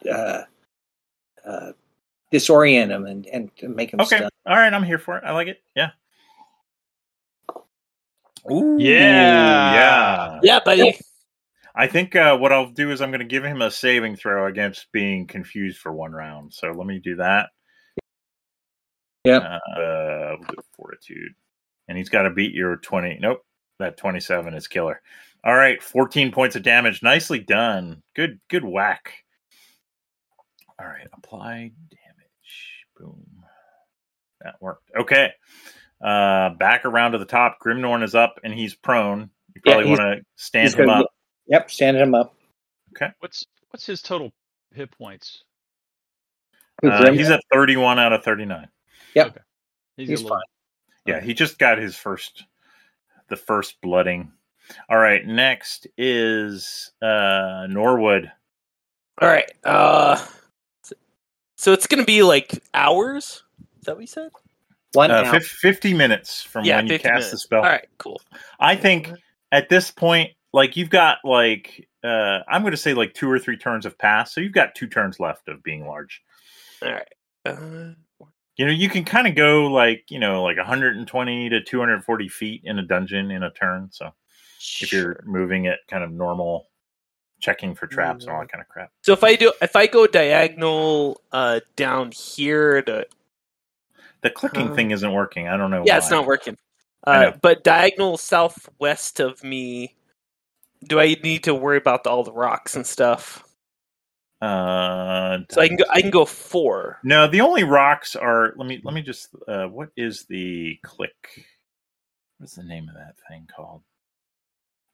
uh, uh, disorient him and and to make him Okay. stunned. All right. I'm here for it. I like it. Yeah. Ooh, Yeah. Yeah. Yeah, buddy. I think uh, what I'll do is I'm going to give him a saving throw against being confused for one round. So let me do that. Yep. Uh, we'll do fortitude. And he's got to beat your 20. Nope. That 27 is killer. All right. 14 points of damage. Nicely done. Good, good whack. All right. Apply damage. Boom. That worked. Okay. Uh, back around to the top. Grimnorn is up and he's prone. You Yeah, probably he's- want to stand he's him gonna up. be- Yep. Standing him up. what's what's his total hit points? Uh, he's at 31 out of 39. got He's a little- fine. Yeah, he just got his first, the first blooding. All right, next is uh Norwood. All right. Uh, So it's going to be like hours. Is that what you said? One Uh, hour. fif- 50 minutes from Yeah, when you 50 cast the minutes. spell. All right, cool. I think at this point, like you've got like uh, I'm going to say like two or three turns have passed, so you've got two turns left of being large. All right. Uh, You know, you can kind of go like you know like 120 to 240 feet in a dungeon in a turn. So if you're moving at kind of normal, checking for traps and all Mm. that kind of crap. so if I do, if I go diagonal uh, down here to The clicking Uh, thing isn't working. I don't know. yeah, it's why. not working. I Uh, know. but diagonal southwest of me, do I need to worry about the, all the rocks and stuff? Uh, So I can go. I can go four. No, the only rocks are. Let me let me just. Uh, what is the click? What's the name of that thing called?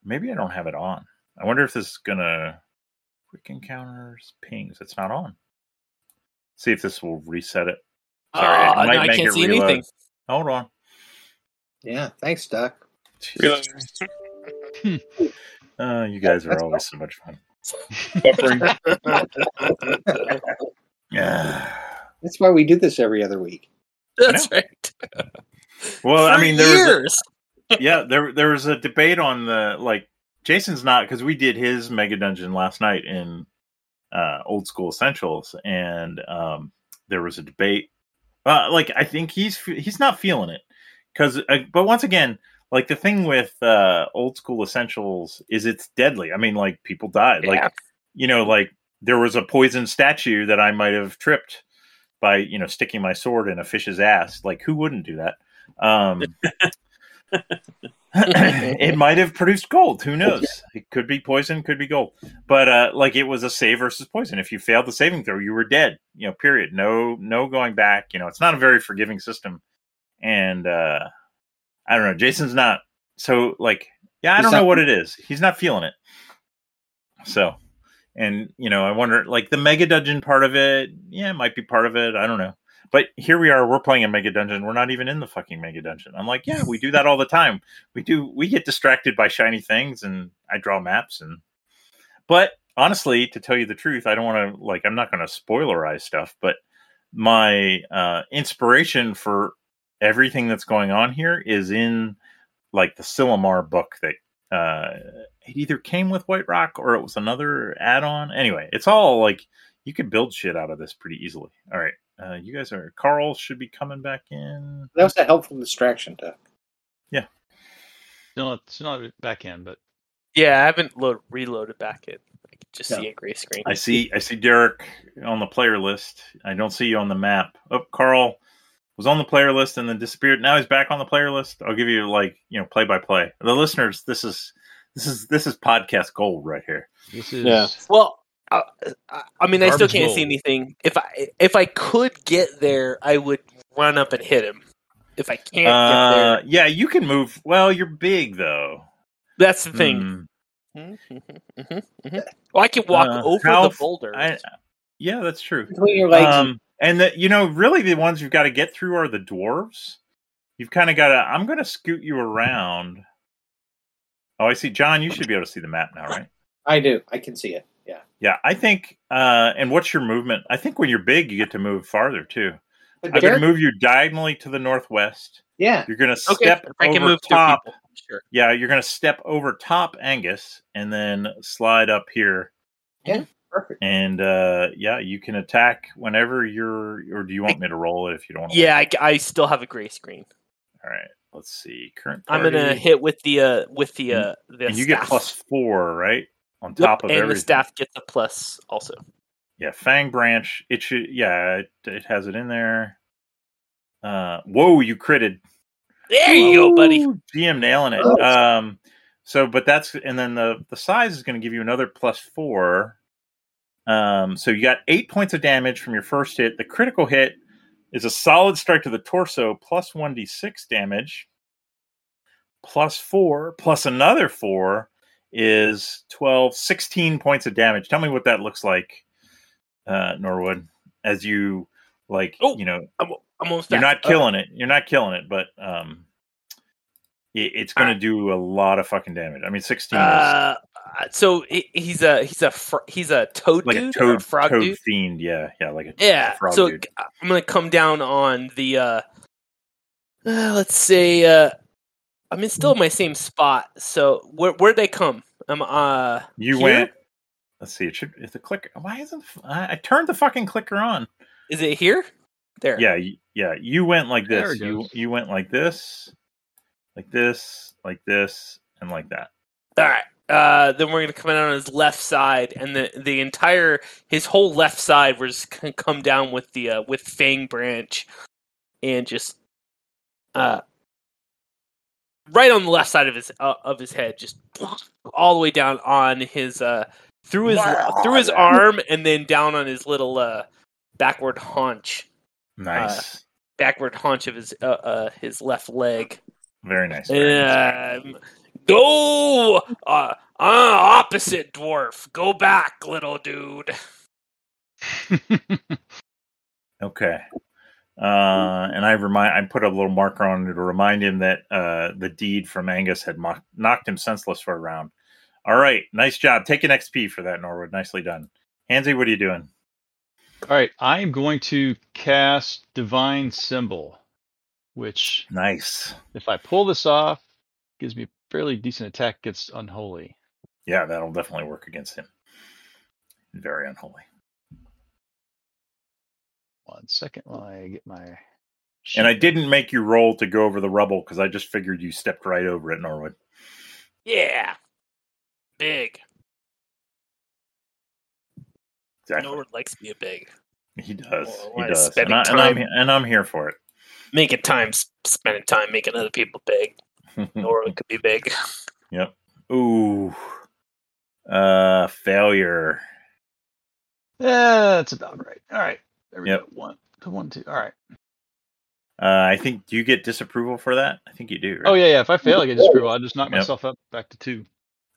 Maybe I don't have it on. I wonder if this is gonna quick encounters pings. It's not on. See if this will reset it. Sorry, it Ah, might no, I make can't it see reload. anything. Hold on. yeah, thanks, Doc. Uh, you guys are always so much fun. Buffering. Yeah. That's why we do this every other week. That's right. Well, I For mean, there was a- years. yeah, there there was a debate on the like Jason's not because we did his mega dungeon last night in uh, old school essentials, and um, there was a debate. Uh, like I think he's f- he's not feeling it because, uh, but once again, like the thing with uh, old school essentials is it's deadly. I mean, like people died. Yeah. Like you know, like there was a poison statue that I might have tripped by you know sticking my sword in a fish's ass. Like who wouldn't do that? Um, it might have produced gold. Who knows? It could be poison, could be gold. But uh, like it was a save versus poison. If you failed the saving throw, you were dead. You know, period. No, no going back. You know, it's not a very forgiving system. And uh, I don't know. Jason's not so like. Yeah, I He's don't not- know what it is. He's not feeling it. So, and you know, I wonder like the mega dungeon part of it. Yeah, it might be part of it. I don't know. But here we are. We're playing a mega dungeon. We're not even in the fucking mega dungeon. I'm like, yeah, we do that all the time we do we get distracted by shiny things and i draw maps and but honestly to tell you the truth i don't want to like i'm not going to spoilerize stuff but my uh inspiration for everything that's going on here is in like the Silomar book that uh it either came with white rock or it was another add-on anyway it's all like you could build shit out of this pretty easily all right uh, you guys are carl should be coming back in That was a helpful distraction, Doc. Still not, still not back in, but Yeah, I haven't load, reloaded back it. I can just Yeah. see a gray screen. I see. I see Derek on the player list. I don't see you on the map. Oh, Carl was on the player list and then disappeared. Now he's back on the player list. I'll give you like you know play by play. The listeners, this is this is this is podcast gold right here. this is Yeah. Well, I, I I mean, I still Garbage can't roll. see anything. If I if I could get there, I would run up and hit him. If I can't get there, Uh, yeah, you can move. Well, you're big though. that's the thing. Hmm. Mhm, mhm, mhm, mhm. Well, I can walk Uh, over Ralph, the boulder. I, yeah, that's true. Between your legs, um, and the, you know, really, the ones you've got to get through are the dwarves. You've kind of got to. I'm going to scoot you around. Oh, I see, John. You should be able to see the map now, right? I do. I can see it. Yeah. Yeah, I think. Uh, and what's your movement? I think when you're big, you get to move farther too. But I'm going to Derek, move you diagonally to the northwest. yeah. You're going to okay, step if I over can move two top. people. Sure. Yeah, you're going to step over top Angus and then slide up here. Perfect. And uh, yeah, you can attack whenever you're. Or do you want me to roll it if you don't? Want to Yeah, I, I still have a gray screen. All right. Let's see. Current. I'm gonna party. hit with the uh with the uh the And you get staff. plus four, right? On Yep, top of and everything. the staff gets a plus also. Yeah, Fang Branch. It should. Yeah, it, it has it in there. Uh, whoa! You critted. There you go, buddy. Woo! GM nailing it. Um, so, but that's and then the the size is going to give you another plus four. Um, so you got eight points of damage from your first hit. The critical hit is a solid strike to the torso, plus one d six damage, plus four, plus another four is 12, 16 points of damage. Tell me what that looks like, uh, Norwood, as you like, Oh, you know, I'm, I'm almost. you're back. not killing it. You're not killing it, but um, it, it's going to do a lot of fucking damage. I mean, sixteen. is- Uh, uh, so he, he's a he's a fr- he's a toad like a dude, or toad, a frog toad dude. fiend. Yeah, yeah, like a Yeah. frog so dude. I'm gonna come down on the uh, uh let's say uh I'm in still in my same spot. So where where'd they come? I'm uh You here? went. Let's see. It should. It's a clicker. Why isn't I, I turned the fucking clicker on? is it here? There. Yeah, y- yeah. You went like There this. it You goes. you went like this, like this, like this, and like that. All right. Uh, then we're gonna come down on his left side, and the the entire his whole left side we're just gonna come down with the uh, with Fang branch, and just uh, right on the left side of his uh, of his head, just all the way down on his uh through his through his arm, and then down on his little uh backward haunch, Uh, Nice. backward haunch of his uh, uh his left leg. very nice. very nice. Um, go uh, uh, opposite dwarf. Go back, little dude. Okay. Uh, and I remind I put a little marker on it to remind him that uh, the deed from Angus had mock- knocked him senseless for a round. All right, nice job. Take an XP for that, Norwood. Nicely done. Hansy, what are you doing? All right, I am going to cast Divine Symbol, which, Nice. if I pull this off, gives me a fairly decent attack against Unholy. Yeah, that'll definitely work against him. Very unholy. One second while I get my. And I didn't make you roll to go over the rubble because I just figured you stepped right over it, Norwood. Yeah, big. Exactly. Norwood likes being big. He does. Well, He why does. And, spending I, and, I'm, time- and I'm here for it. Making time, s- spending time making other people big. Norwood could be big. Ooh. Uh, failure. Yeah, Eh, that's about right. All right, there we Yep. go. One, two, one, two. All right. Uh, I think do you get disapproval for that? I think you do. Right? Oh yeah, yeah. If I fail, I get disapproval. I just knock Yep. myself up back to two.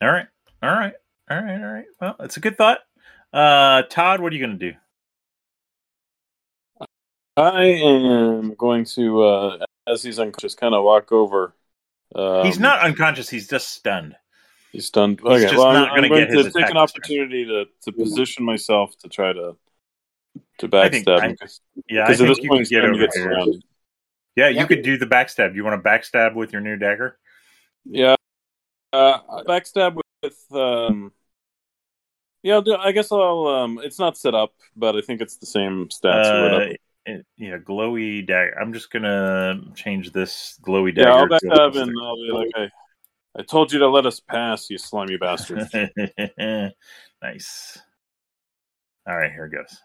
All right. All right. All right. All right. Well, it's a good thought. Uh, Todd, what are you gonna do? I am going to, uh, as he's unconscious, kind of walk over. Um, he's not unconscious. He's just stunned. He's done. Okay, just well, not I'm, gonna I'm going get his to take attack an this opportunity to, to position myself to try to to I think backstab I- him because Yeah, I at think this you point can he's get trying to over get here. surrounded. Yeah, you could do the backstab. You want to backstab with your new dagger? Yeah, uh, backstab with, with um. Yeah, I'll do, I guess I'll. Um, it's not set up, but I think it's the same stats. or Uh, whatever. it- yeah, glowy dagger. I'm just gonna change this glowy Yeah, I'll dagger. backstab and I'll be like, I, I told you to let us pass, you slimy bastard. nice. All right, here goes.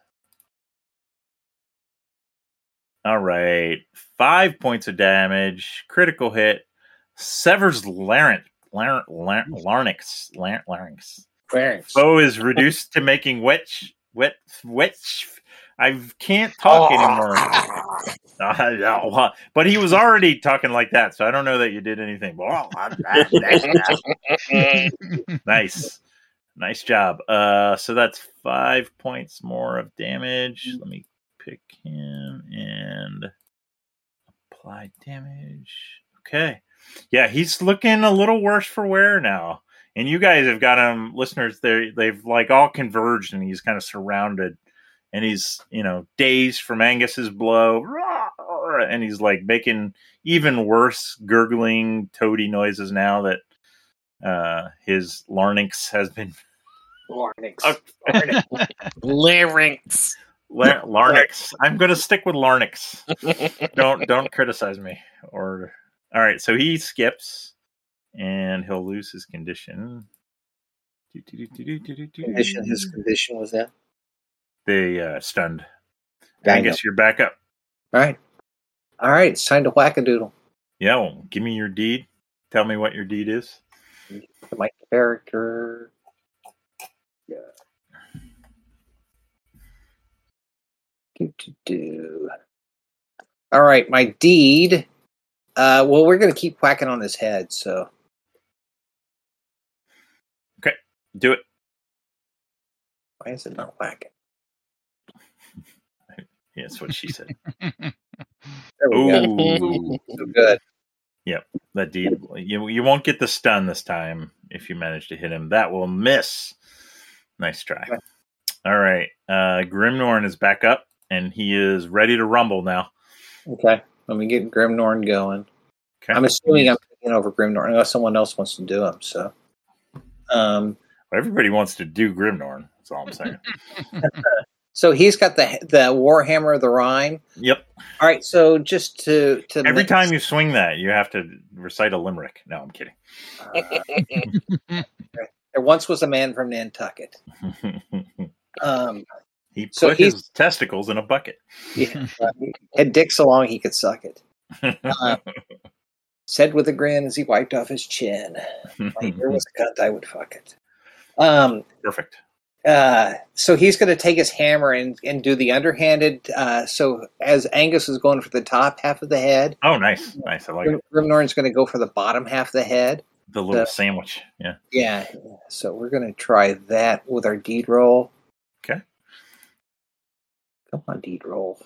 All right, five points of damage, critical hit, severs larynx, lar- lar- larynx, lar- larynx. Larynx. Foe is reduced to making witch, wet, witch. I can't talk anymore. but he was already talking like that, so I don't know that you did anything. nice nice job uh so that's five points more of damage let me pick him and apply damage okay yeah he's looking a little worse for wear now and you guys have got him listeners they they've like all converged and he's kind of surrounded and he's you know dazed from angus's blow Roar! and he's like making even worse gurgling toady noises now that uh, his larynx has been Larynx. Oh. Larynx. Larynx. La- larynx. I'm going to stick with larynx. Don't don't criticize me. Or all right, so he skips, and he'll lose his condition. Do, do, do, do, do, do, do, Condition, do. his condition was that. They uh, stunned. Bang Angus, you're back up. All right. All right. It's time to whack a doodle. Yeah, well, give me your deed. Tell me what your deed is. My character. Yeah. Do, do, do. All right. My deed. Uh, well, we're going to keep whacking on his head. So Do it. why is it not whacking? Yeah, that's what she said. There we go. Ooh, So good. that deed. You you won't get the stun this time. if you manage to hit him. That will miss. Nice try. All right. Uh, Grimnorn is back up and he is ready to rumble now. Okay, let me get Grimnorn going. Okay. I'm assuming I'm taking over Grimnorn unless someone else wants to do him. So, um, Everybody wants to do Grimnorn. That's all I'm saying. so he's got the the Warhammer of the Rhine. yep. All right, so just to to Every time you swing that, you have to recite a limerick. No, I'm kidding. there once was a man from Nantucket. Um, he put So he's- his testicles in a bucket. yeah, had dick so long he could suck it. Said with a grin as he wiped off his chin. Like, Mm-hmm. there was a cunt I would fuck it. Um, Perfect. Uh, so he's going to take his hammer and, and do the underhanded. Uh, so as Angus is going for the top half of the head, Oh, nice, nice. I like it. Grim- Grimnorn's going to go for the bottom half of the head. the little the- sandwich. Yeah. Yeah. So we're going to try that with our deed roll. Okay. Come on, deed roll.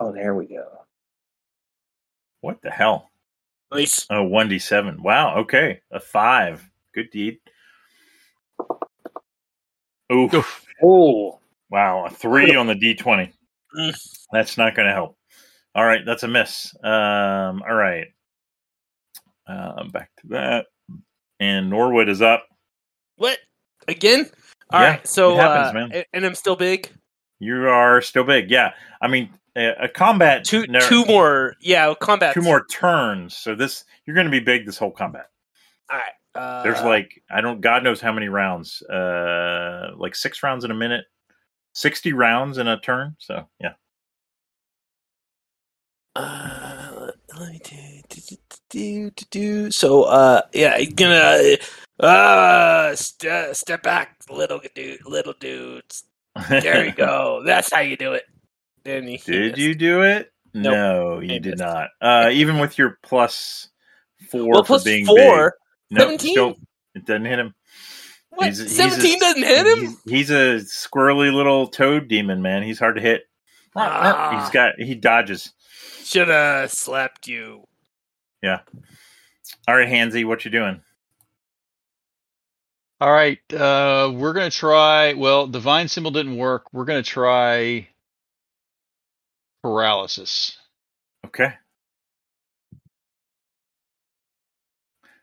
Oh, there we go. What the hell? Nice. Oh, 1d7. Wow. Okay. A five. Good deed. Oof. Oh, Wow. A three on the d20. That's not going to help. All right. That's a miss. Um, all right. Uh, back to that. And Norwood is up. What? Again? All Yeah, right. So, it happens, uh, man. a- and I'm still big. You are still big. Yeah. I mean, a, a combat. Two, ner- two more. Yeah, combat. Two more turns. So this, you're going to be big this whole combat. All right. Uh, There's like I don't God knows how many rounds. Uh like 6 rounds in a minute. 60 rounds in a turn. So, yeah. Uh, let me do, do, do, do, do, do. So, uh, yeah, he's gonna uh, st- step back, little dude, little dudes. There you go. That's how you do it. Then he, he did missed. you do it? Nope. No, you I did missed. not. Uh even with your plus 4 Well, for plus being four. big. No, 17? still it doesn't hit him. What? He's- he's a- Seventeen doesn't hit him. He's, he's a squirrely little toad demon, man. He's hard to hit. Ah. He's got he dodges. Should have slapped you. All right, Hansy, what you doing? All right, uh, we're gonna try. Well, divine symbol didn't work. We're gonna try paralysis. Okay.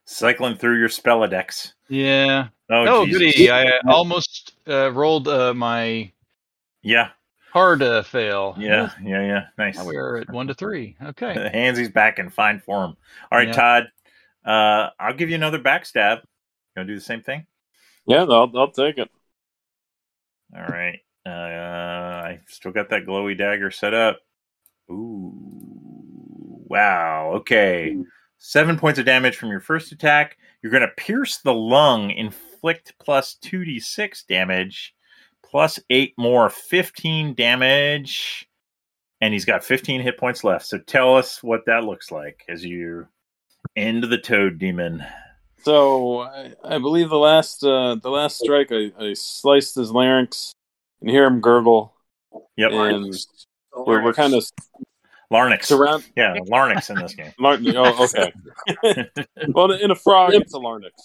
Cycling through your spellodex. Yeah. Oh, Oh, Jesus. goody! I uh, almost uh, rolled uh, my Yeah, hard uh, fail. yeah, yeah, yeah. Nice. Now we are at one to three. Okay. Hansy's back in fine form. All right, Yeah. Todd. Uh, I'll give you another backstab. You want to do the same thing? Yeah, I'll, I'll take it. All right. Uh, I still got that glowy dagger set up. Ooh. Wow. Okay. Seven points of damage from your first attack. You're going to pierce the lung, inflict plus 2d6 damage, plus eight more, 15 damage. And he's got 15 hit points left. So tell us what that looks like as you end the toad demon. So I, I believe the last uh, the last strike, I, I sliced his larynx and hear him gurgle, Yep. and we're, we're kind of Larynx. surround. yeah, Larynx in this game. Martin, oh, okay. well, in a frog, it's a larynx.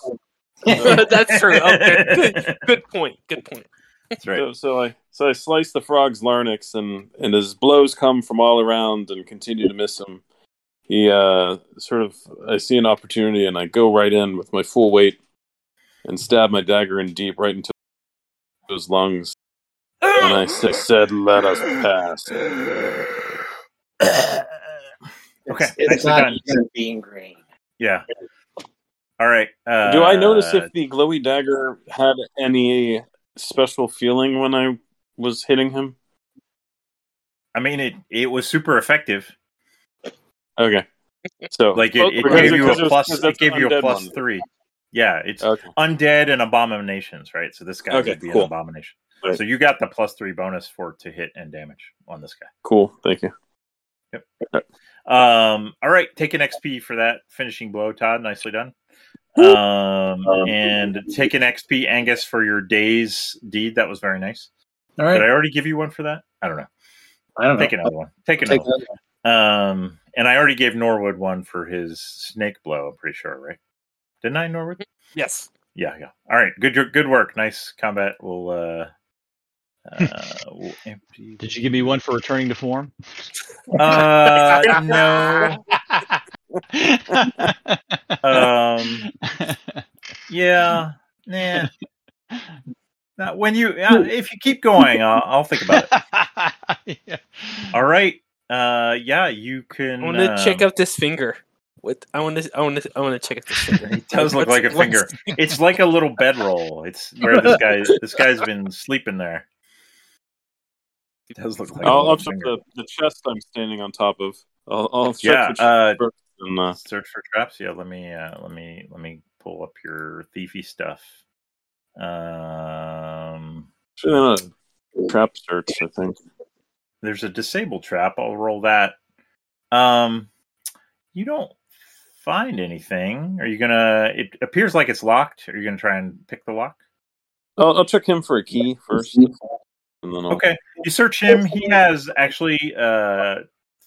That's true. Okay. Good, good point. Good point. That's right. So, so I so I slice the frog's larynx, and and as blows come from all around and continue to miss him, he uh, sort of I see an opportunity, and I go right in with my full weight and stab my dagger in deep right into his lungs. And I s- said, "Let us pass." Okay, it's, nicely not done. even being green. Yeah. All right. Uh, Do I notice if the glowy dagger had any special feeling when I was hitting him? I mean it? It was super effective. Okay, so Like it, it Because- gave you because it a was- plus. because It that's gave you undead a plus one. three. Yeah, it's okay, undead and abominations, right? So this guy Okay, would be cool. an abomination. Right. So you got the plus three bonus for to hit and damage on this guy. cool, thank you. Um, all right, take an XP for that finishing blow, Todd. Nicely done. Um, and take an XP, Angus, for your day's deed. That was very nice. All Did I right. already give you one for that? I don't know. I, don't know. Take another one. Take another. Take one. another one. Um, and I already gave Norwood one for his snake blow. I'm pretty sure, right? Didn't I, Norwood? Yes. Yeah, yeah. All right, good, good work. Nice combat. We'll uh, uh we'll empty. Did you give me one for returning to form? Uh, no. Um, yeah. Nah. Not when you. Uh, if you keep going, I'll, I'll think about it. Yeah. All right. Uh, yeah, you can. I want to um, check out this finger. What I want to I want to I want to check out this finger. It does look like a finger. It's like a little bedroll. It's where this guy. This guy's been sleeping there. It does look like. a I'll, little I'll check finger. the, the chest I'm standing on top of. I'll, I'll check Yeah, the chest uh, first and, uh, search for traps. Yeah, let me uh, let me let me pull up your thiefy stuff. Um, should have done a uh, trap search, I think. there's a disable trap. I'll roll that. Um, you don't find anything. Are you gonna? It appears like it's locked. Are you gonna try and pick the lock? I'll, I'll check him for a key first, and then I'll, Okay, you search him. He has actually uh,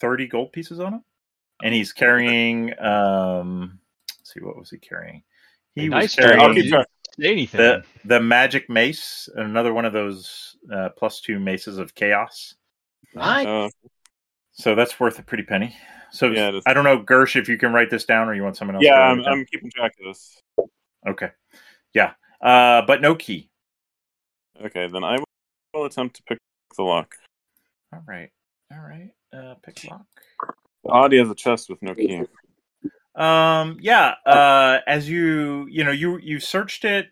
thirty gold pieces on him, and he's carrying. Um, let's see, what was he carrying? He Nice was try. I'll carrying. keep track. Say anything. the the magic mace another one of those uh, plus two maces of chaos Nice. Uh, so that's worth a pretty penny so Yeah, it is. i don't know gersh if you can write this down or you want someone else yeah, to write I'm, it down. I'm keeping track of this. okay yeah uh, but no key Okay, then I will attempt to pick the lock. all right all right uh, pick lock Audi has a chest with no key. um yeah uh as you you know you you searched it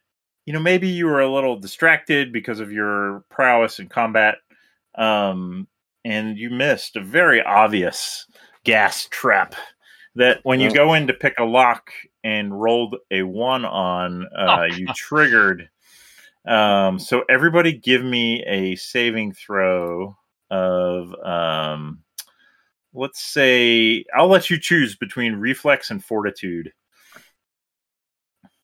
you know maybe you were a little distracted because of your prowess in combat um and you missed a very obvious gas trap that when you Yeah. go in to pick a lock and rolled a one on uh you triggered um so everybody give me a saving throw of um let's say I'll let you choose between reflex and fortitude.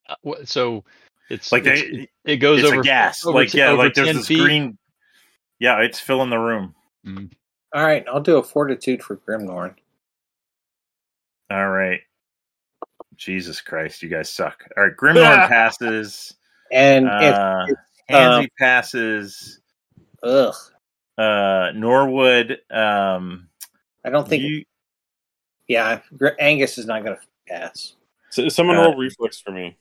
Uh, Wha- so it's Like it's- they- it goes it's over a gas. over like t- yeah, over like there's 10 this feet. green. Yeah, it's filling the room. Mm. All right, I'll do a fortitude for Grimnorn. All right. Jesus Christ, you guys suck. All right, Grimnorn passes. And Uh, it's- um, Hansy passes. it's ugh. Uh, Norwood. Um, I don't think. you, yeah, Gr- Angus is not going to pass. So, someone Uh, roll reflex for me.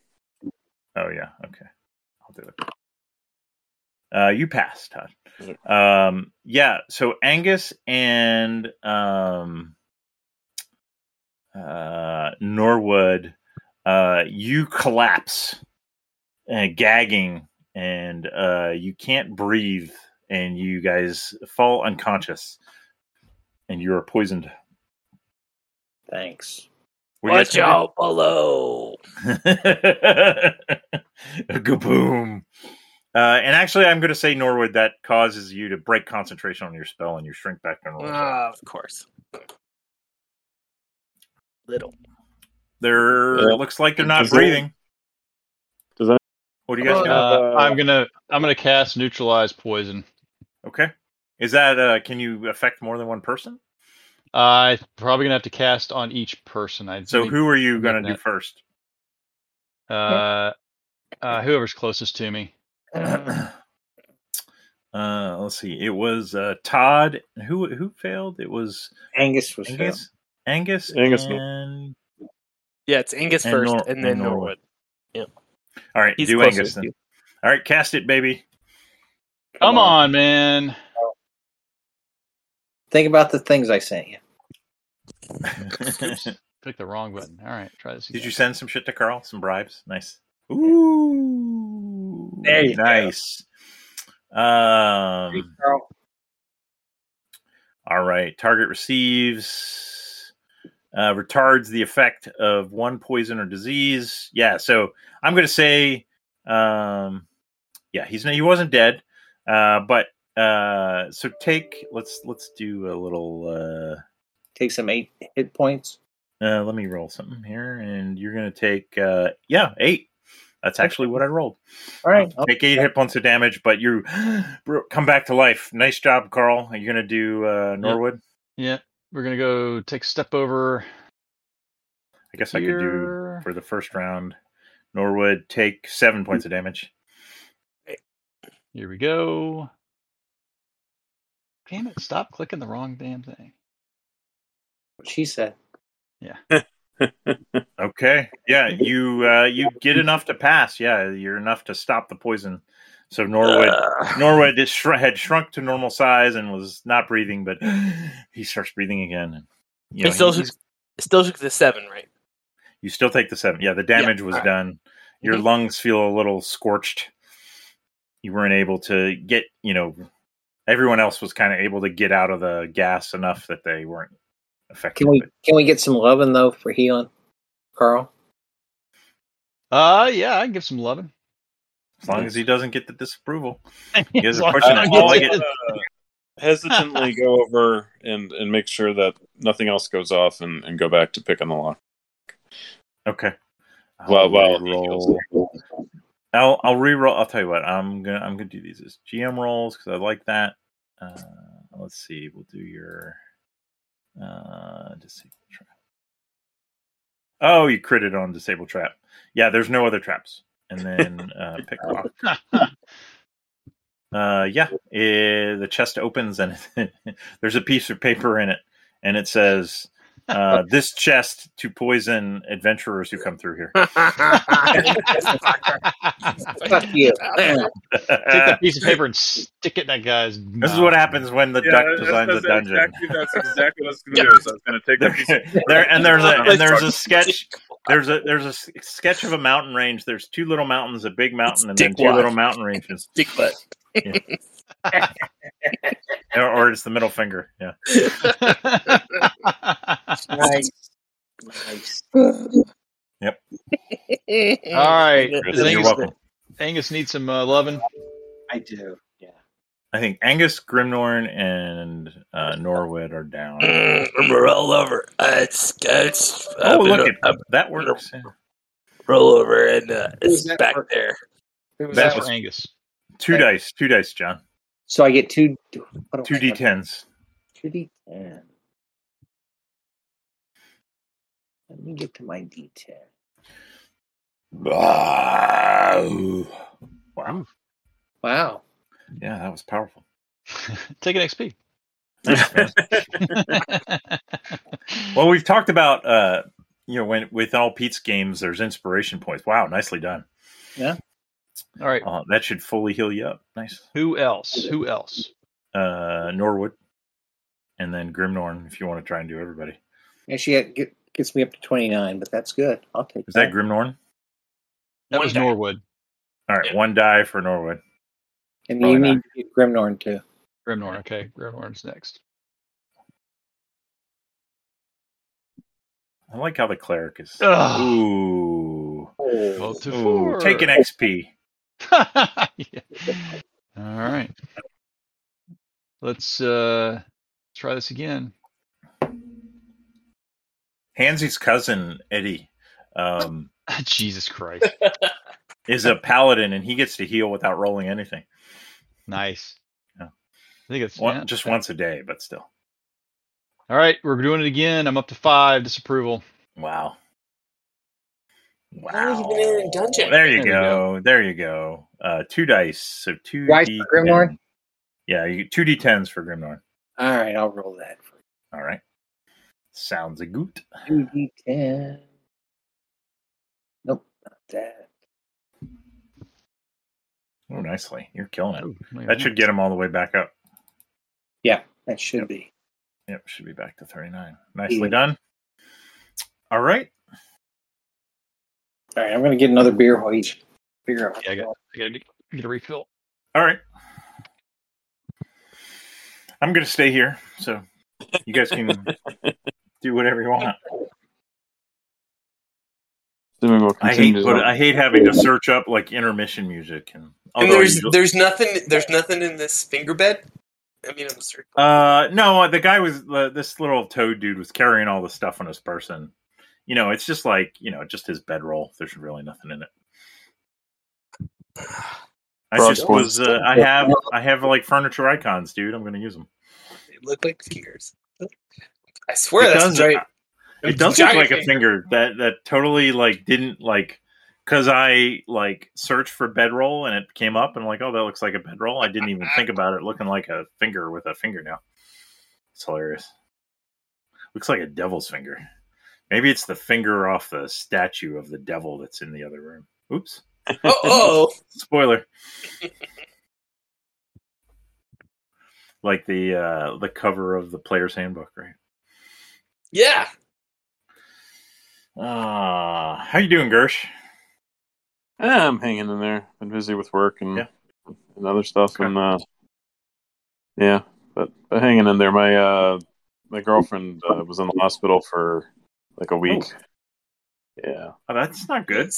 oh yeah, okay, I'll do it. Uh, you passed, Todd. Okay. Um, yeah. So Angus and um, uh, Norwood, uh, you collapse, uh, gagging, and uh, you can't breathe, and you guys fall unconscious, and you are poisoned. Thanks. What do you Watch guys gonna out below. do? Kaboom! Uh, and actually, I'm going to say Norwood that causes you to break concentration on your spell, and you shrink back and roll. Ah, of course. Little. They're Yeah. it looks like they're not Does that- breathing. does that- What do you guys Uh, doing? Uh, I'm gonna I'm gonna cast neutralize poison. Okay, is that uh, can you affect more than one person? I probably gonna have to cast on each person. I So think, who are you I'm going to do looking at- first? uh, uh, whoever's closest to me. uh, let's see. It was uh, Todd. Who who failed? It was Angus was failed. Angus. Angus. Angus. And... Yeah, it's Angus And first, Nor- and then and Norwood. Norwood. All right, He's do closer Angus to then. you. All right, cast it, baby. Come, on. man. Think about the things I sent you. Oops. Did Click the wrong button. All right, try this. Again. you send some shit to Carl? Some bribes? Nice. Ooh, There you go. nice. Um, Carl. All right. Target receives uh, retards the effect of one poison or disease. Yeah. So I'm going to say, um, yeah, he's he wasn't dead, uh, but uh, so take let's let's do a little. Take some eight hit points. Uh, uh, let me roll something here, and you're going to take uh, yeah eight. That's actually what I rolled. All right. Uh, take eight hit points of damage, but you bro- come back to life. Nice job, Carl. Are you going to do uh, Norwood? Yeah, we're gonna go take a step over I guess I could do here. for the first round. Norwood, take seven points of damage. Here we go. Damn it! Stop clicking the wrong damn thing. What she said. Okay. Yeah, you uh, you get enough to pass. Yeah, you're enough to stop the poison. So Norwood Ugh. Norwood is shr- had shrunk to normal size and was not breathing, but he starts breathing again. And, you, know, it still he- took, it still took the seven, right? you still take the seven. Yeah, the damage was alright. done. Your Mhm. lungs feel a little scorched. You weren't able to get, you know, everyone else was kind of able to get out of the gas enough that they weren't affected. Can we but- can we get some loving though for healing, Carl? Uh, yeah, I can give some loving. as long as he doesn't get the disapproval. You guys are pushing it all I get. hesitantly go over and, and make sure that nothing else goes off and, and go back to pick on the lock. Okay. Wow, wow. Roll. I'll I'll re-roll. I'll tell you what. I'm gonna I'm gonna do these as GM rolls because I like that. Uh, let's see. We'll do your. Uh, disable trap. Oh, you critted on disable trap. Yeah, there's no other traps. And then uh, pick lock. Uh, yeah, eh, the chest opens and there's a piece of paper in it, and it says, uh, "This chest to poison adventurers who come through here." Fuck you. Ah, Take that piece of paper and stick it in that guy's. This is what happens when the duck designs a dungeon. Exactly, that's exactly what I was going to do. So I was going to take that piece of there and there's a and there's a sketch. Dick- There's a there's a s- sketch of a mountain range. There's two little mountains, a big mountain, and then dick two wide. little mountain ranges, Dick butt. or, or it's the middle finger. Yeah. Nice. Nice. Yep. All right, does You're Angus, welcome. Angus need some uh, loving? I do. Yeah. I think Angus Grimnorn and uh, Norwood are down. Mm, roll over. Uh, it's it's Oh, up in look a- at up, that works. yeah. roll over and uh, Who's it's that back for? there. Who was That that? That's was- for Angus. Two dice, two dice, John. So I get two. What do Two I- d10s. Two D ten. Let me get to my D ten. Ah. Wow. Wow. Yeah, that was powerful. Take an XP. Thanks, man. Well, we've talked about uh, you know when with all Pete's games, there's inspiration points. Wow, nicely done. All right. Uh, that should fully heal you up. Nice. Who else? Who else? Uh, Norwood, and then Grimnorn. If you want to try and do everybody, Actually, it get, gets me up to twenty nine, but that's good. I'll take is Oh. that Grimnorn? That One was guy. Norwood. All right, one die for Norwood. And Probably you not. need to get Grimnorn too. Grimnorn. Okay, Grimnorn's next. I like how the cleric is. Ugh. Ooh, Vote to Ooh, four. take an XP. Yeah. All right. Let's uh try this again. Hansy's cousin Eddie um, Jesus Christ. is a paladin, and he gets to heal without rolling anything. Nice. Yeah. I think it's yeah. One, just once a day, but still. All right, we're doing it again. I'm up to five disapproval. Wow. Wow. don't even know in dungeon. There you There we go. There you go. Uh, two dice. So two Dice for D10. Grimnorn? Yeah, you, two d10s for Grimnorn. All right, I'll roll that for All right. Sounds a goot. two D ten. Nope, not that. Oh, nicely. You're killing it. Oh, look at That should get him all the way back up. That should be. Yep, should be back to 39. Nicely Yeah. done. All right. All right, I'm gonna get another beer while each figure out. Yeah, I got- I gotta get, get a refill. All right. I'm going to stay here. So you guys can do whatever you want. Assuming we'll I hate continue put, on. I hate having to search up like intermission music and, And although there's usually- there's nothing there's nothing in this finger bed. I mean, I'm sorry. Uh, no, the guy was uh, this little toad dude was carrying all the stuff on his person. You know, it's just like you know, just his bedroll. There's really nothing in it. I Frog suppose uh, I have I have like furniture icons, dude. I'm gonna use them. It looked like fingers. I swear It that's does- right. It does look like a finger that that totally like didn't like because I like searched for bedroll and it came up and I'm like, oh, that looks like a bedroll. I didn't even think about it looking like a finger with a fingernail. It's hilarious. Looks like a devil's finger. Maybe it's the finger off the statue of the devil that's in the other room. Oops. Oh, Spoiler. like the uh the cover of the player's handbook, right? Yeah. Ah, how you doing, Gersh? Yeah, Eh, I'm hanging in there. Been busy with work and Yeah. and other stuff, Okay. and uh, yeah, but but hanging in there. My uh, my girlfriend uh, was in the hospital for like a week. Yeah, Oh, that's not good.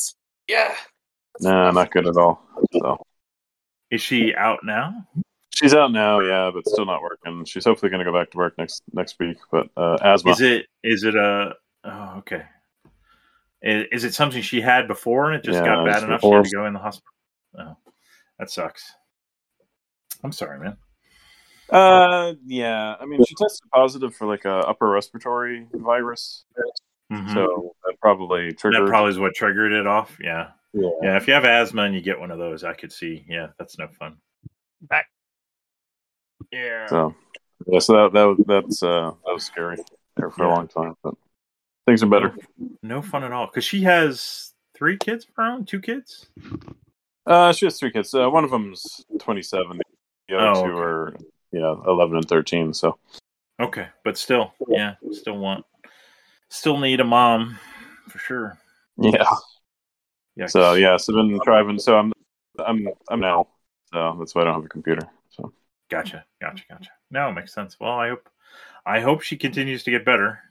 Yeah. no, not good at all. So Is she out now? she's out now, yeah, but still not working. She's hopefully going to go back to work next next week, but uh, asthma. Is it is it a oh okay. Is, is it something she had before and it just Yeah, got bad it's enough she had to before. go in the hospital? Oh, that sucks. I'm sorry, man. Uh, yeah. I mean, she tested positive for like a upper respiratory virus, Mhm. so that probably triggered. that probably is what triggered it off. Yeah. yeah. Yeah. If you have asthma and you get one of those, I could see. Yeah. That's no fun. Back. Yeah. So yeah, so that that was- that's uh that was scary there for Yeah. a long time, but things are better. No fun at all. Because she has three kids of her own, two kids. Uh, she has three kids. Uh, one of them's twenty seven. The other Oh, two okay. are you know eleven and thirteen. So Okay. But still, yeah. Still want, still need a mom for sure. yeah. Yeah. So yeah. So been driving. So I'm I'm I'm now. So that's why I don't have a computer. So Gotcha. Gotcha. Gotcha. No, it makes sense. Well, I hope, I hope she continues to get better.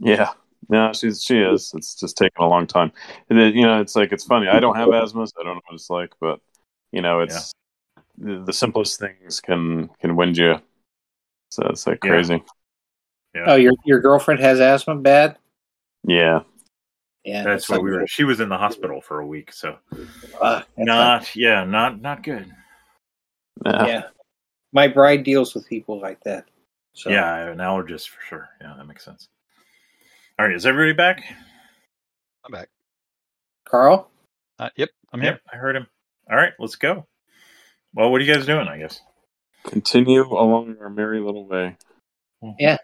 yeah. No, she's she is. It's just taking a long time. And it, you know, it's like it's funny. I don't have asthma, so I don't know what it's like. But you know, it's the, the simplest things can can wind you. So it's like Yeah. crazy. Yeah. oh, your your girlfriend has asthma bad. Yeah. Yeah, that's what what we were. She was in the hospital for a week. So Uh, not, yeah, not, not good. Nah. yeah, my bride deals with people like that. So Yeah, I have an allergist for sure. Yeah, that makes sense. All right, is everybody back? I'm back. Carl, Uh, yep, I'm here. I heard him. All right, let's go. Well, what are you guys doing? I guess. Continue along our merry little way. uh,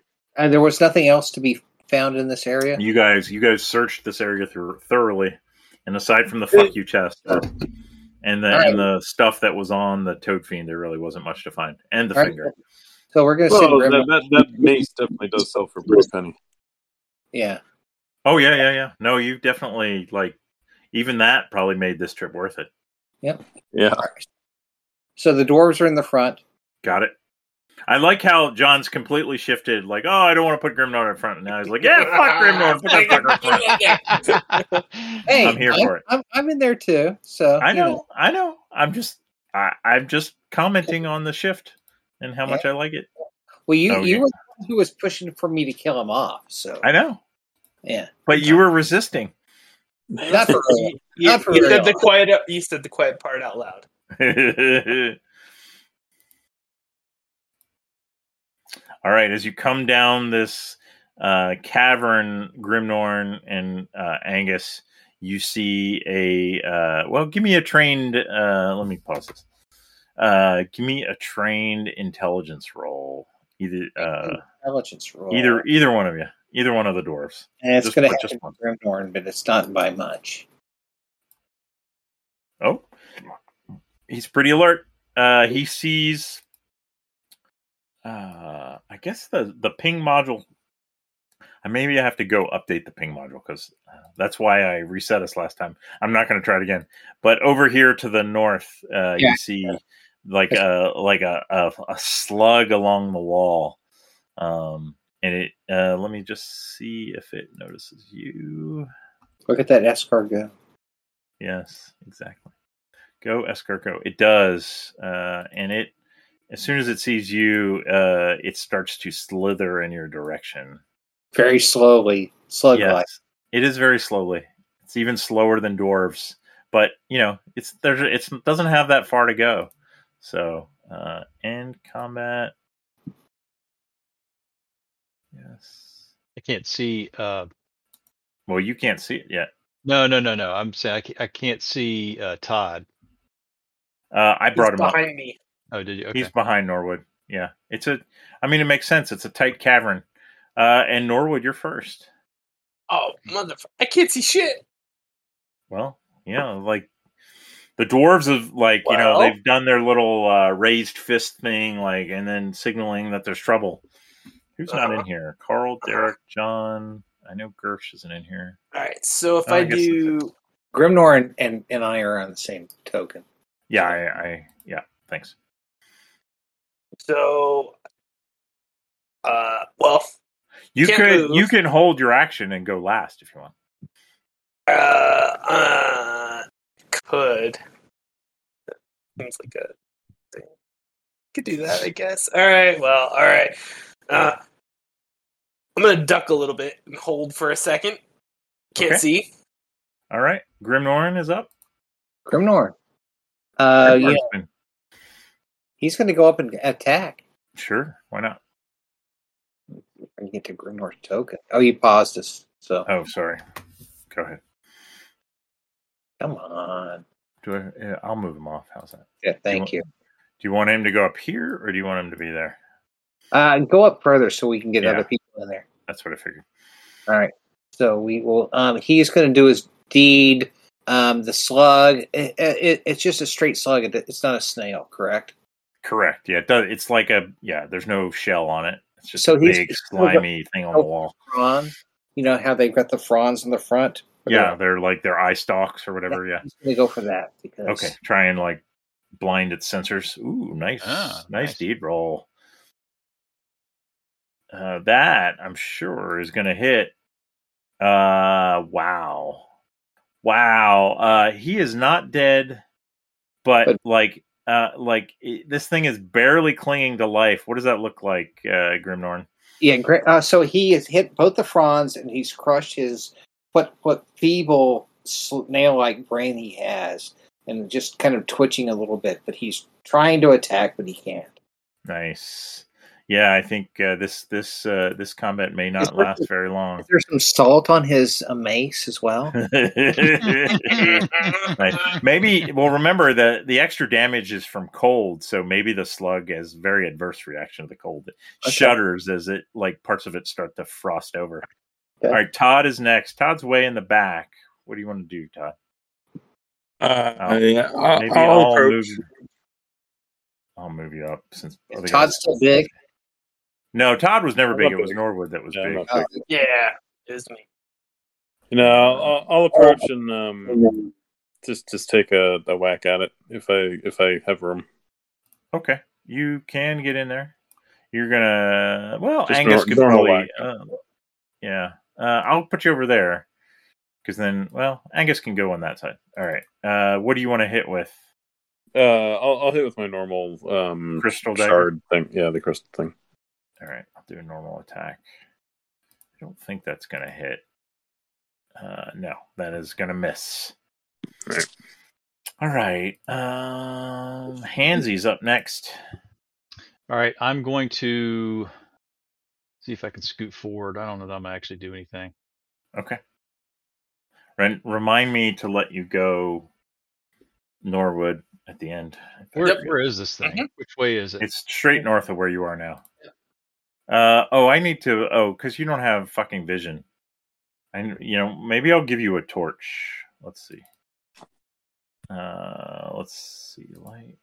there was nothing else to be found in this area. You guys, you guys searched this area through thoroughly, and aside from the fuck you chest and the All right. and the stuff that was on the toad fiend, there really wasn't much to find, and the All right. finger. So we're gonna send Well, Grim. that, that, that mace definitely does sell for a pretty penny. yeah, Oh yeah, yeah, yeah. No, you definitely like even that probably made this trip worth it. Yeah. so the dwarves are in the front. Got it. I like how John's completely shifted. Like, oh, I don't want to put Grimnor in front, and now he's like, yeah, fuck Grimnor, put that fucker in Oh, front. Hey, I'm here for it. I'm, I'm in there too. So I you know, I know. I'm just, I, I'm just commenting on the shift and how much I like it. Well, you Oh, you yeah. were the one who was pushing for me to kill him off. So I know, yeah, but you were resisting. not for real. You, you- Not for you said real. the quiet. You said the quiet part out loud. All right, as you come down this uh, cavern, Grimnorn and uh, Angus, you see a uh, well. Give me a trained. Uh, let me pause this. Uh, give me a trained intelligence roll. Either uh, intelligence roll. either either one of you, either one of the dwarves. and it's just going to one, just happen to Grimnorn, but it's not by much. Oh, he's pretty alert. Uh, he sees. Uh, I guess the the ping module. Uh, Maybe I have to go update the ping module because uh, that's why I reset us last time. I'm not going to try it again. But over here to the north, uh, Yeah. you see like a like a, a a slug along the wall, um, and it. Uh, let me just see if it notices you. Look at that escargot. Yes, exactly. Go Escarco. It does, uh, and it as soon as it sees you, uh, it starts to slither in your direction. Very slowly, slug like. yes, it is very slowly. It's even slower than dwarves, but you know, it's there's it's it doesn't have that far to go. So uh, end combat. Yes. I can't see. Uh, Well, you can't see it yet. No, no, no, no. I'm saying I can't, I can't see uh, Todd. Uh, I brought him up. behind me. Oh, did you? Okay. He's behind Norwood. Yeah, it's a. I mean, it makes sense. It's a tight cavern. Uh, and Norwood, you're first. Oh, motherfucker! I can't see shit. Well, yeah, like the dwarves have like you know Well. they've done their little uh, raised fist thing, like and then signaling that there's trouble. Who's not Uh-huh. in here? Carl, Derek, John. I know Gersh isn't in here. All right, so if Oh, I I, guess that's do, Grimnor and, and, and I are on the same token. Yeah, I, I yeah. Thanks. so, uh, well, You Can't could move. you can hold your action and go last if you want. uh, uh could seems like a thing. Could do that, I guess. All right, well, all right. Uh, I'm gonna duck a little bit and hold for a second. Can't Okay. see. All right, Grimnorn is up. Grimnor. Uh, Grimnorn's yeah, been- he's going to go up and attack. Sure, why not? I get to Grimnor's token. Oh, you paused us. So Oh, sorry. Go ahead. come on. Do I? yeah, I'll move him off. How's that? Yeah, thank you. Do you want him to go up here or do you want him to be there? Uh, go up further so we can get Yeah. other people in there. That's what I figured. All right. So we will. Um, he's going to do his deed. Um, the slug. It, it, it's just a straight slug. It, it's not a snail, correct? Correct. Yeah, it does. It's like a yeah. There's no shell on it. It's just So a he's- big slimy thing on the wall. Prawn. You know how they've got the fronds in the front. Yeah, they're like their eye stalks or whatever. Yeah. He's going to go for that because Okay. Try and like blind its sensors. Ooh, nice, Ah, nice nice. deed roll. Uh, that I'm sure is going to hit. Uh, wow, wow. Uh, he is not dead, but, But- like, uh, like it, this thing is barely clinging to life. What does that look like, uh, Grimnorn? Yeah, great. Uh, so he has hit both the fronds, and he's crushed his what what feeble snail like brain he has, and just kind of twitching a little bit. But he's trying to attack, but he can't. Nice. Yeah, I think uh, this this uh, this combat may not there- last very long. Is there some salt on his uh, mace as well? Mm-hmm. Right. Maybe well remember the the extra damage is from cold, so maybe the slug has very adverse reaction to the cold. It Okay. shudders as it like parts of it start to frost over. Okay. All right, Todd is next. Todd's way in the back. What do you want to do, Todd? Uh, Oh, yeah, I'll, Maybe I'll I'll, approach. move. I'll move you up since Is other guys- Todd still big? No, Todd was never I'm big. not It was big. Norwood that was Yeah, I'm big. not Uh, big. Yeah, it was me. You know, I'll, I'll approach and um, just just take a, a whack at it if I if I have room. Okay, you can get in there. You're gonna well, Just Angus nor- could normal probably. whack. Uh, yeah, uh, I'll put you over there because then, well, Angus can go on that side. All right. Uh, what do you want to hit with Uh, I'll, I'll hit with my normal um, crystal dagger? shard thing. Yeah, the crystal thing. All right, I'll do a normal attack. I don't think that's gonna hit. Uh, no, that is gonna miss. Right. All right. Um, Hansy's up next. All right, I'm going to see if I can scoot forward. I don't know that I'm gonna actually do anything. Okay. Ren, remind me to let you go, Norwood, at the end. Where, where is this thing? Which way is it? Mm-hmm. It's straight north of where you are now. Uh, oh, I need to. Oh, because you don't have fucking vision. And you know, maybe I'll give you a torch. Let's see. Uh, let's see light.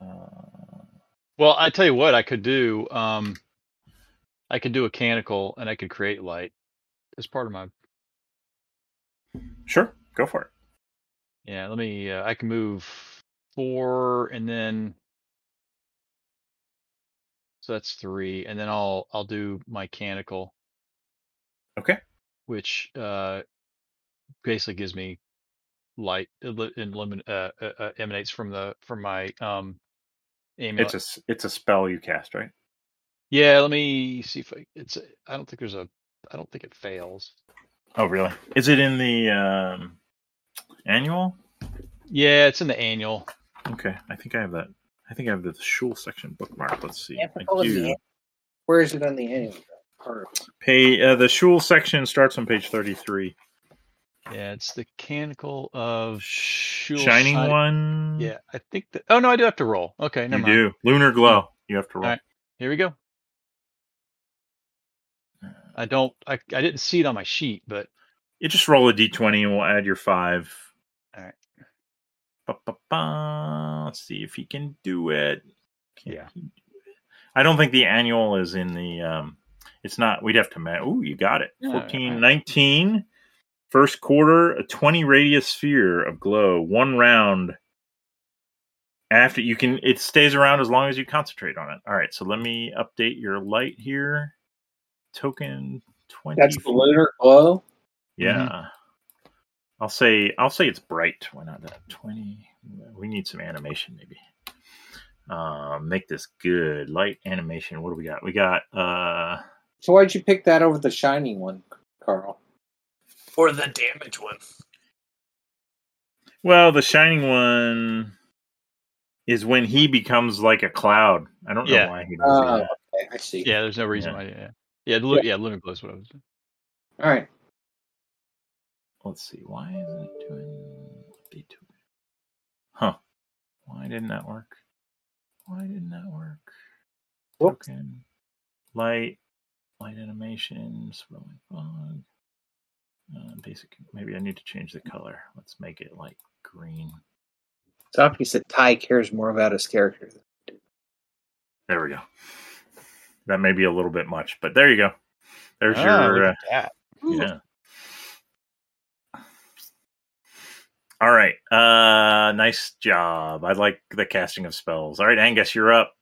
Uh, Well, I tell you what, I could do. Um, I could do a canticle, and I could create light as part of my. sure, go for it. Yeah, let me. Uh, I can move four, and then so that's three, and then I'll I'll do my canticle, Okay. which uh, basically gives me light. It, li- it elimin- uh, uh, uh, emanates from the from my um. It's Amulet. a s- it's a spell you cast, right? Yeah, let me see if I, it's. a- I don't think there's a. I don't think it fails. Oh, really? Is it in the um, annual? Yeah, it's in the annual. Okay, I think I have that. I think I have the Shul section bookmark. Let's see. I Oh, is it- do. Where is it on the annual? Or- Pay, uh, the Shul section starts on page 33. Yeah, it's the canticle of Shul Shining Side- one. Yeah, I think that. Oh no, I do have to roll. Okay, You never mind. do. Lunar glow. You have to roll. All right. Here we go. I don't. I, I didn't see it on my sheet, but You just roll a d20 and we'll add your five. All right. Ba-ba-ba. Let's see if he can do it. Can Yeah. he do it? I don't think the annual is in the. um It's not. We'd have to. Ma- oh, you got it. Yeah, 14, uh, I- 19. First quarter, a 20 radius sphere of glow. One round. After you can, it stays around as long as you concentrate on it. All right. So let me update your light here. Token 20. That's the Mm-hmm. lunar glow. Yeah. I'll say I'll say it's bright. Why not that? Twenty. We need some animation, maybe. Uh, make this good light animation. What do we got? We got uh, So why'd you pick that over the shining one, Carl? Or the damage one. well, the shining one is when he becomes like a cloud. I don't Yeah. know why he does Oh, that. okay, I see. yeah, there's no reason Yeah. why. Yeah, yeah, the, lu- yeah. Lunar glow is what I was. Doing. All right. Let's see. Why isn't it doing update to it? Huh? Why didn't that work? Why didn't that work? Whoops. Token. Light. Light animation. Swirling fog. Uh, basic. Maybe I need to change the color. Let's make it like green. It's obvious that Ty cares more about his character. There we go. That may be a little bit much, but there you go. There's Ah, your. look Uh, at that. Yeah. All right. Uh nice job. I like the casting of spells. All right, Angus, you're up.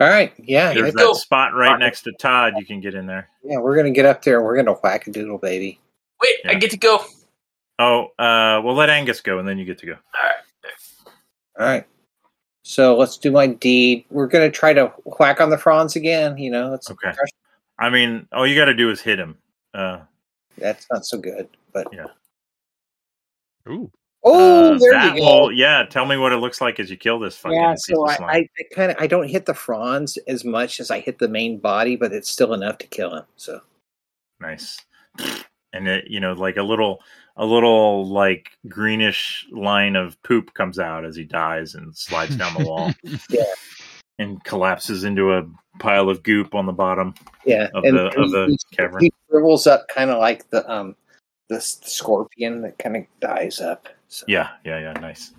All right. Yeah. There's Yeah, that spot right next to Todd. You can get in there. yeah, we're gonna get up there. We're gonna whack a doodle, baby. Wait, I Yeah. get to go. Oh, uh we'll let Angus go and then you get to go. All right. So let's do my deed. We're gonna try to whack on the fronds again. You know, it's, Okay. I mean, all you gotta do is hit him. Uh that's not so good. But Yeah. Ooh, oh, uh, there that you go. will- yeah, tell me what it looks like as you kill this fucking yeah. piece So of I, slime. I, I kind of I don't hit the fronds as much as I hit the main body, but it's still enough to kill him. So Nice. And it, you know, like a little, a little like greenish line of poop comes out as he dies and slides down the wall Yeah. and collapses into a pile of goop on the bottom yeah, of the of the he- cavern. he shrivels up kind of like the um the s- scorpion that kind of dies up. So. Yeah, yeah, yeah. Nice.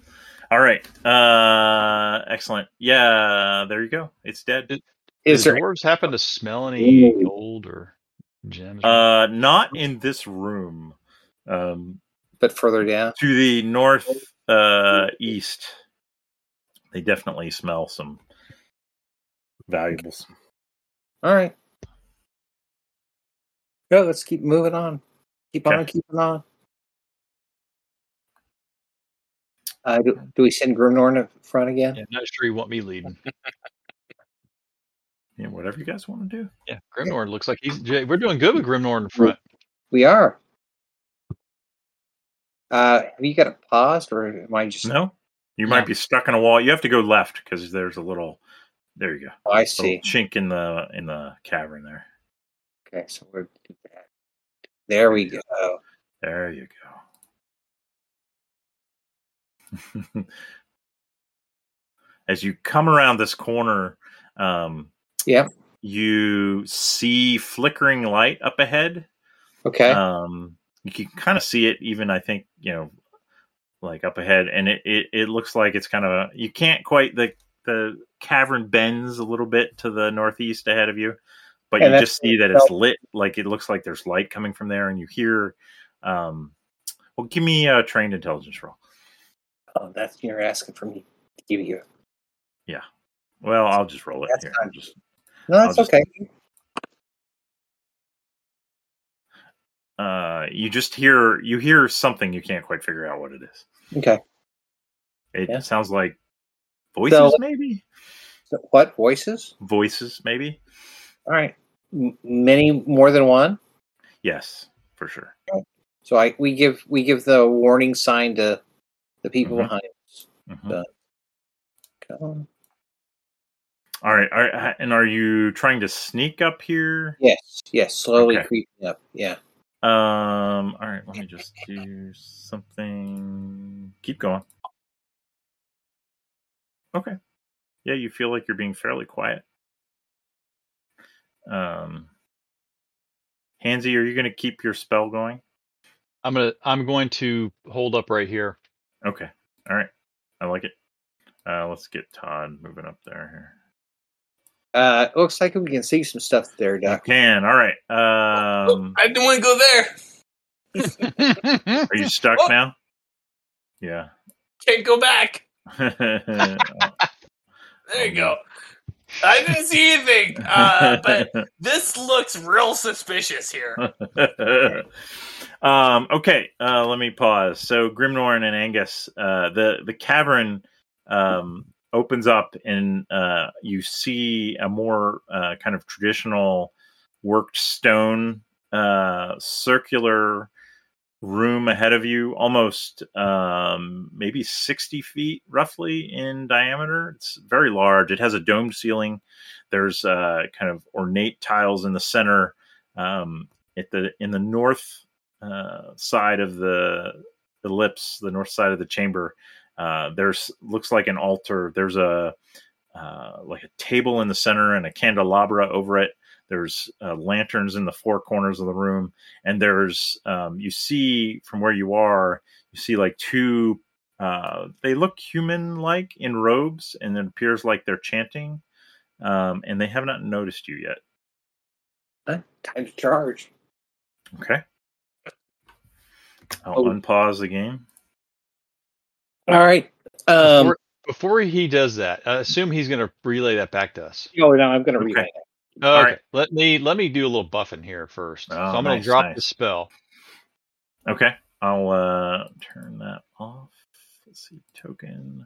All right. Uh, excellent. Yeah, there you go. It's dead. Is do there dwarves happen to smell any Ooh. gold or gems? or- Uh, not in this room. Um, but further down? to the north uh, east, they definitely smell some valuables. All right. Go. Let's keep moving on. Keep on Okay. keeping on. Uh, do, do we send Grimnorn up front again? yeah, I'm not sure you want me leading. Yeah, whatever you guys want to do. Yeah, Grimnorn looks like he's. Jay, We're doing good with Grimnorn in front. We are. Uh, have you got it paused, or am I just? No, you No. might be stuck in a wall. You have to go left because there's a little. There you go. Oh, I Little see. chink in the in the cavern there. Okay, so we're there. We go. There you go. As you come around this corner, um, Yep. you see flickering light up ahead. Okay. Um, you can kind of see it even, I think, you know, like up ahead, and it, it, it looks like it's kind of a, you can't quite the the cavern bends a little bit to the northeast ahead of you, but Yeah, you that's just see that it's lit. Like it looks like there's light coming from there, and you hear. Um, well, give me a trained intelligence roll. oh, that's you're asking for me to give you. Well, I'll just roll it That's here. fine. I'll just- No, that's I'll just- okay. uh, you just hear you hear something you can't quite figure out what it is. Okay. It Yeah. sounds like voices, So- maybe So what voices? voices, maybe All right. M- many more than one. yes, for sure. So I we give we give the warning sign to the people Mhm. behind Um, us. Mhm. But- Come. All right, are, and are you trying to sneak up here? Yes, yes, slowly Okay. creeping up. Yeah. Um. All right. Let me just do something. Keep going. Okay. Yeah, you feel like you're being fairly quiet. Um. Hansy, are you going to keep your spell going? I'm gonna I'm going to hold up right here. Okay. All right. I like it. Uh, let's get Todd moving up there. Uh, it looks like we can see some stuff there, You Doc. can. All right. Um, I didn't want to go there. I are you stuck Oh. now? Yeah. Can't go back. Uh, There um, you go. I didn't see anything, uh, but this looks real suspicious here. um, okay, uh, let me pause. So Grimnorn and Angus, uh, the the cavern um, opens up, and uh, you see a more uh, kind of traditional worked stone uh, circular room ahead of you, almost um, maybe sixty feet roughly in diameter. It's very large. It has a domed ceiling. There's uh, kind of ornate tiles in the center. Um, at the in the north uh, side of the ellipse, the north side of the chamber, uh, there's looks like an altar. There's a uh, like a table in the center and a candelabra over it. There's uh, lanterns in the four corners of the room, and there's um, you see from where you are, you see like two. Uh, they look human-like in robes, and it appears like they're chanting, um, and they have not noticed you yet. Time to charge. Okay. I'll Oh. unpause the game. All right. Um, Before- Before he does that, I assume he's going to relay that back to us. oh, no, I'm going to Okay. read it. Okay, right. let me let me do a little buffing here first. Oh, so I'm going nice, to drop nice. the spell. Okay. I'll uh, turn that off. Let's see. Token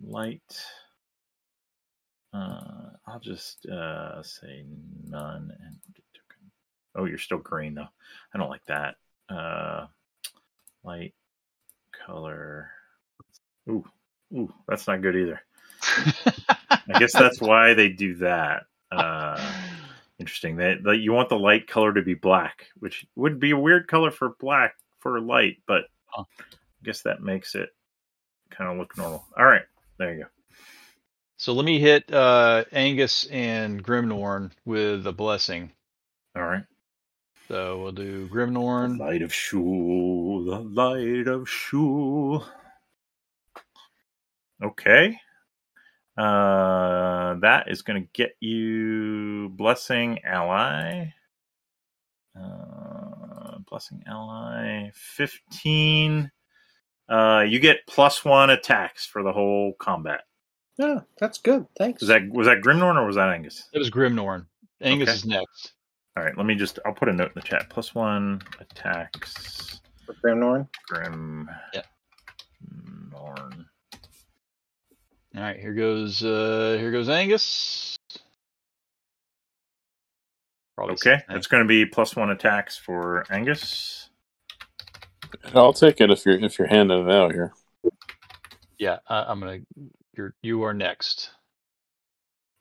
light. Uh, I'll just uh, say none and get token. Oh, you're still green though. I don't like that. Uh, light color. Ooh, ooh, that's not good either. I guess that's why they do that. Uh, interesting. That that you want the light color to be black, which would be a weird color for black for light, but I Huh. guess that makes it kind of look normal. All right, there you go. so let me hit uh, Angus and Grimnorn with a blessing. All right, So we'll do The Grimnorn. light of Shul, the light of Shul. Okay, uh, that is going to get you blessing ally. Uh, blessing ally 15 uh you get plus one attacks for the whole combat No, Oh, that's good. Thanks. Is that was that Grimnorn or was that Angus? It was Grimnorn. Angus Okay. is next. All right, let me just. I'll put a note in the chat. Plus one attacks For Graham Norton. Grim. Yeah. Norn. All right, here goes uh, here goes Angus. Probably Okay, says that's going to be plus one attacks for Angus. I'll take it if you're if you're handing it out here. Yeah, I, I'm gonna. You're you are next.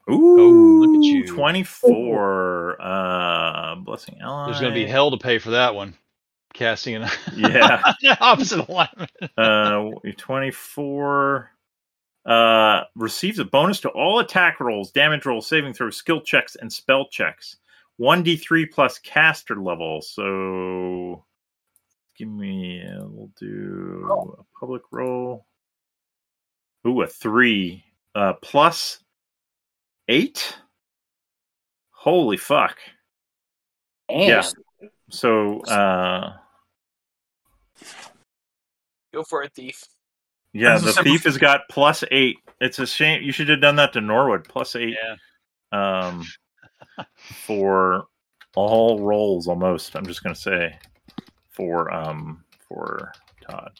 Ooh, Oh, look at you. Twenty-four. Uh, blessing ally. There's gonna be hell to pay for that one. Casting an Yeah. opposite alignment. uh, 24 uh, receives a bonus to all attack rolls, damage rolls, saving throws, skill checks, and spell checks. 1d3 plus caster level. So give me, uh, we'll do a public roll. Ooh, a three uh, plus eight. Holy fuck. And Yeah. So, uh, Go for it, thief. yeah, That's a the simple- thief has got plus eight. It's a shame. You should have done that to Norwood. Plus eight. Yeah. um, for all roles almost. I'm just gonna say for um for Todd.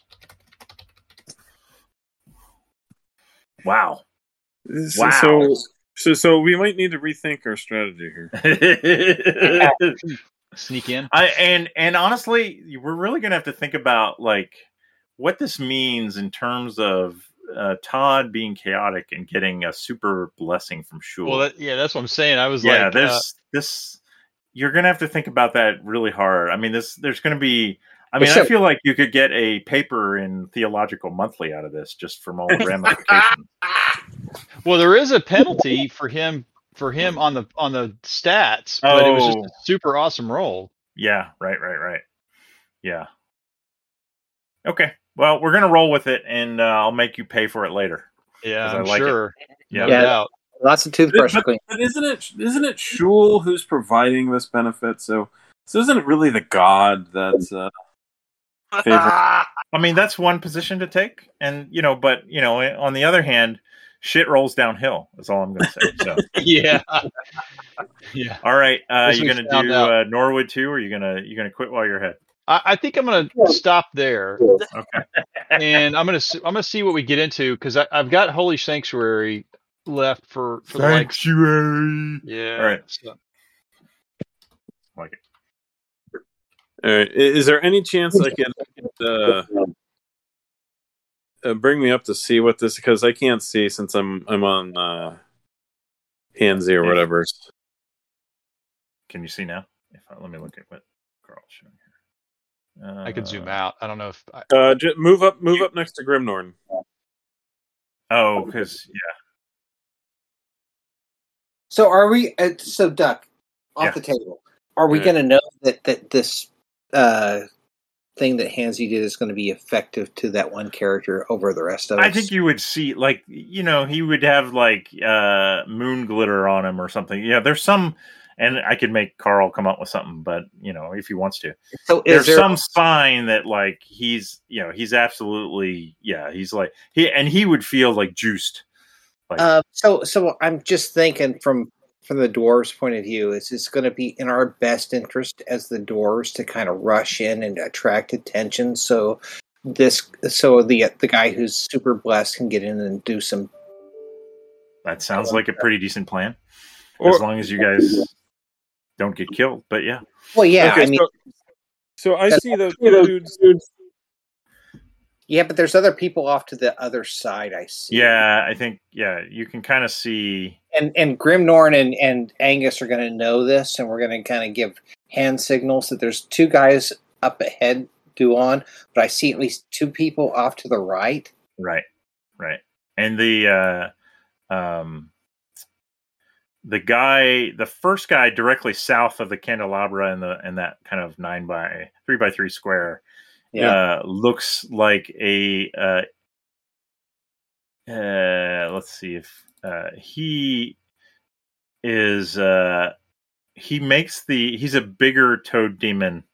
Wow. Wow. So, so so we might need to rethink our strategy here. I Sneak in. and and honestly, we're really gonna have to think about like what this means in terms of uh, Todd being chaotic and getting a super blessing from Shul. Well, that, yeah, that's what I'm saying. I was yeah, like, this uh, this you're gonna have to think about that really hard. I mean, this there's gonna be. I mean, So- I feel like you could get a paper in Theological Monthly out of this just from all the ramifications. Well, there is a penalty for him for him on the on the stats, but it was just Oh. a super awesome roll. yeah, right, right, right. Yeah. Okay. Well, we're gonna roll with it, and uh, I'll make you pay for it later. Yeah, 'Cause I I'm like it. sure. Yeah. No Yeah. doubt. Lots of toothbrush But- clean. But isn't it isn't it Shul who's providing this benefit? So so isn't it really the god that's uh, Favorite. I mean, that's one position to take, and you know, but you know, on the other hand, shit rolls downhill. Is all I'm gonna say. So, Yeah. yeah. all right, uh, Guess you we gonna found do out. uh, Norwood too, or you gonna you gonna quit while you're ahead? I, I think I'm gonna stop there. Okay. and I'm gonna s- I'm gonna see what we get into because I've got Holy Sanctuary left for for the like Sanctuary. yeah. All right. so- All right. I- Is there any chance I can uh, uh, bring me up to see what this? Because I can't see since I'm I'm on uh, Pansy or whatever. Can you see now? If I, let me look at what Carl's showing here. Uh, I could zoom out. I don't know if I, Uh, ju- move up, move up next to Grimnorn. Oh, because yeah, So are we? Uh, so duck off Yeah. Mm-hmm. the table. Are we Yeah. going to know that that this uh, thing that Hansy did is going to be effective to that one character over the rest of us? I think you would see like you know he would have like uh, moon glitter on him or something. Yeah, there's some, and I could make Carl come up with something, but you know if he wants to. so. Is there's there some sign that like he's you know he's absolutely yeah he's like he and he would feel like juiced like Uh, so, so I'm just thinking from from the dwarves' point of view, is it's going to be in our best interest as the dwarves to kind of rush in and attract attention, so this, so the the guy who's super blessed can get in and do some. that sounds like a pretty decent plan Or as long as you guys don't get killed but yeah Well, yeah, okay, I mean, so, so I see those dudes. yeah, but there's other people off to the other side. I see. yeah i think yeah you can kind of see and and Grimnorn and and Angus are going to know this, and we're going to kind of give hand signals that there's two guys up ahead due on, but I see at least two people off to the right. right right and the uh um the guy the first guy directly south of the candelabra and the and that kind of nine by three by three square uh, looks like a. Uh, uh, let's see if uh, he is. Uh, he makes the. He's a bigger toad demon.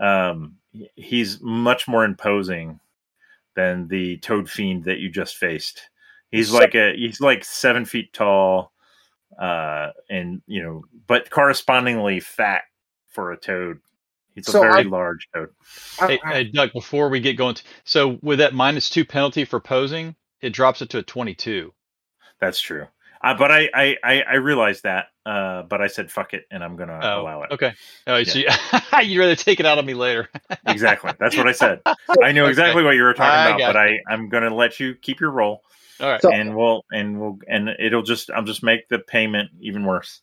Um, he- he's much more imposing than the toad fiend that you just faced. He's So- like a. He's like seven feet tall, uh, and you know, but correspondingly fat for a toad. He's a So very I- large toad. hey, hey, Doug, before we get going, t- so with that minus two penalty for posing, it drops it to a twenty-two. That's true. Uh, but I, I, I, I realized that. Uh, but I said fuck it, and I'm gonna Oh, allow it. Okay. Oh, so you, you'd rather take it out on me later. exactly. That's what I said. I knew Okay. exactly what you were talking I about, got but I, I'm gonna let you keep your role, All right. So- and we'll, and we'll, and it'll just, I'll just make the payment even worse.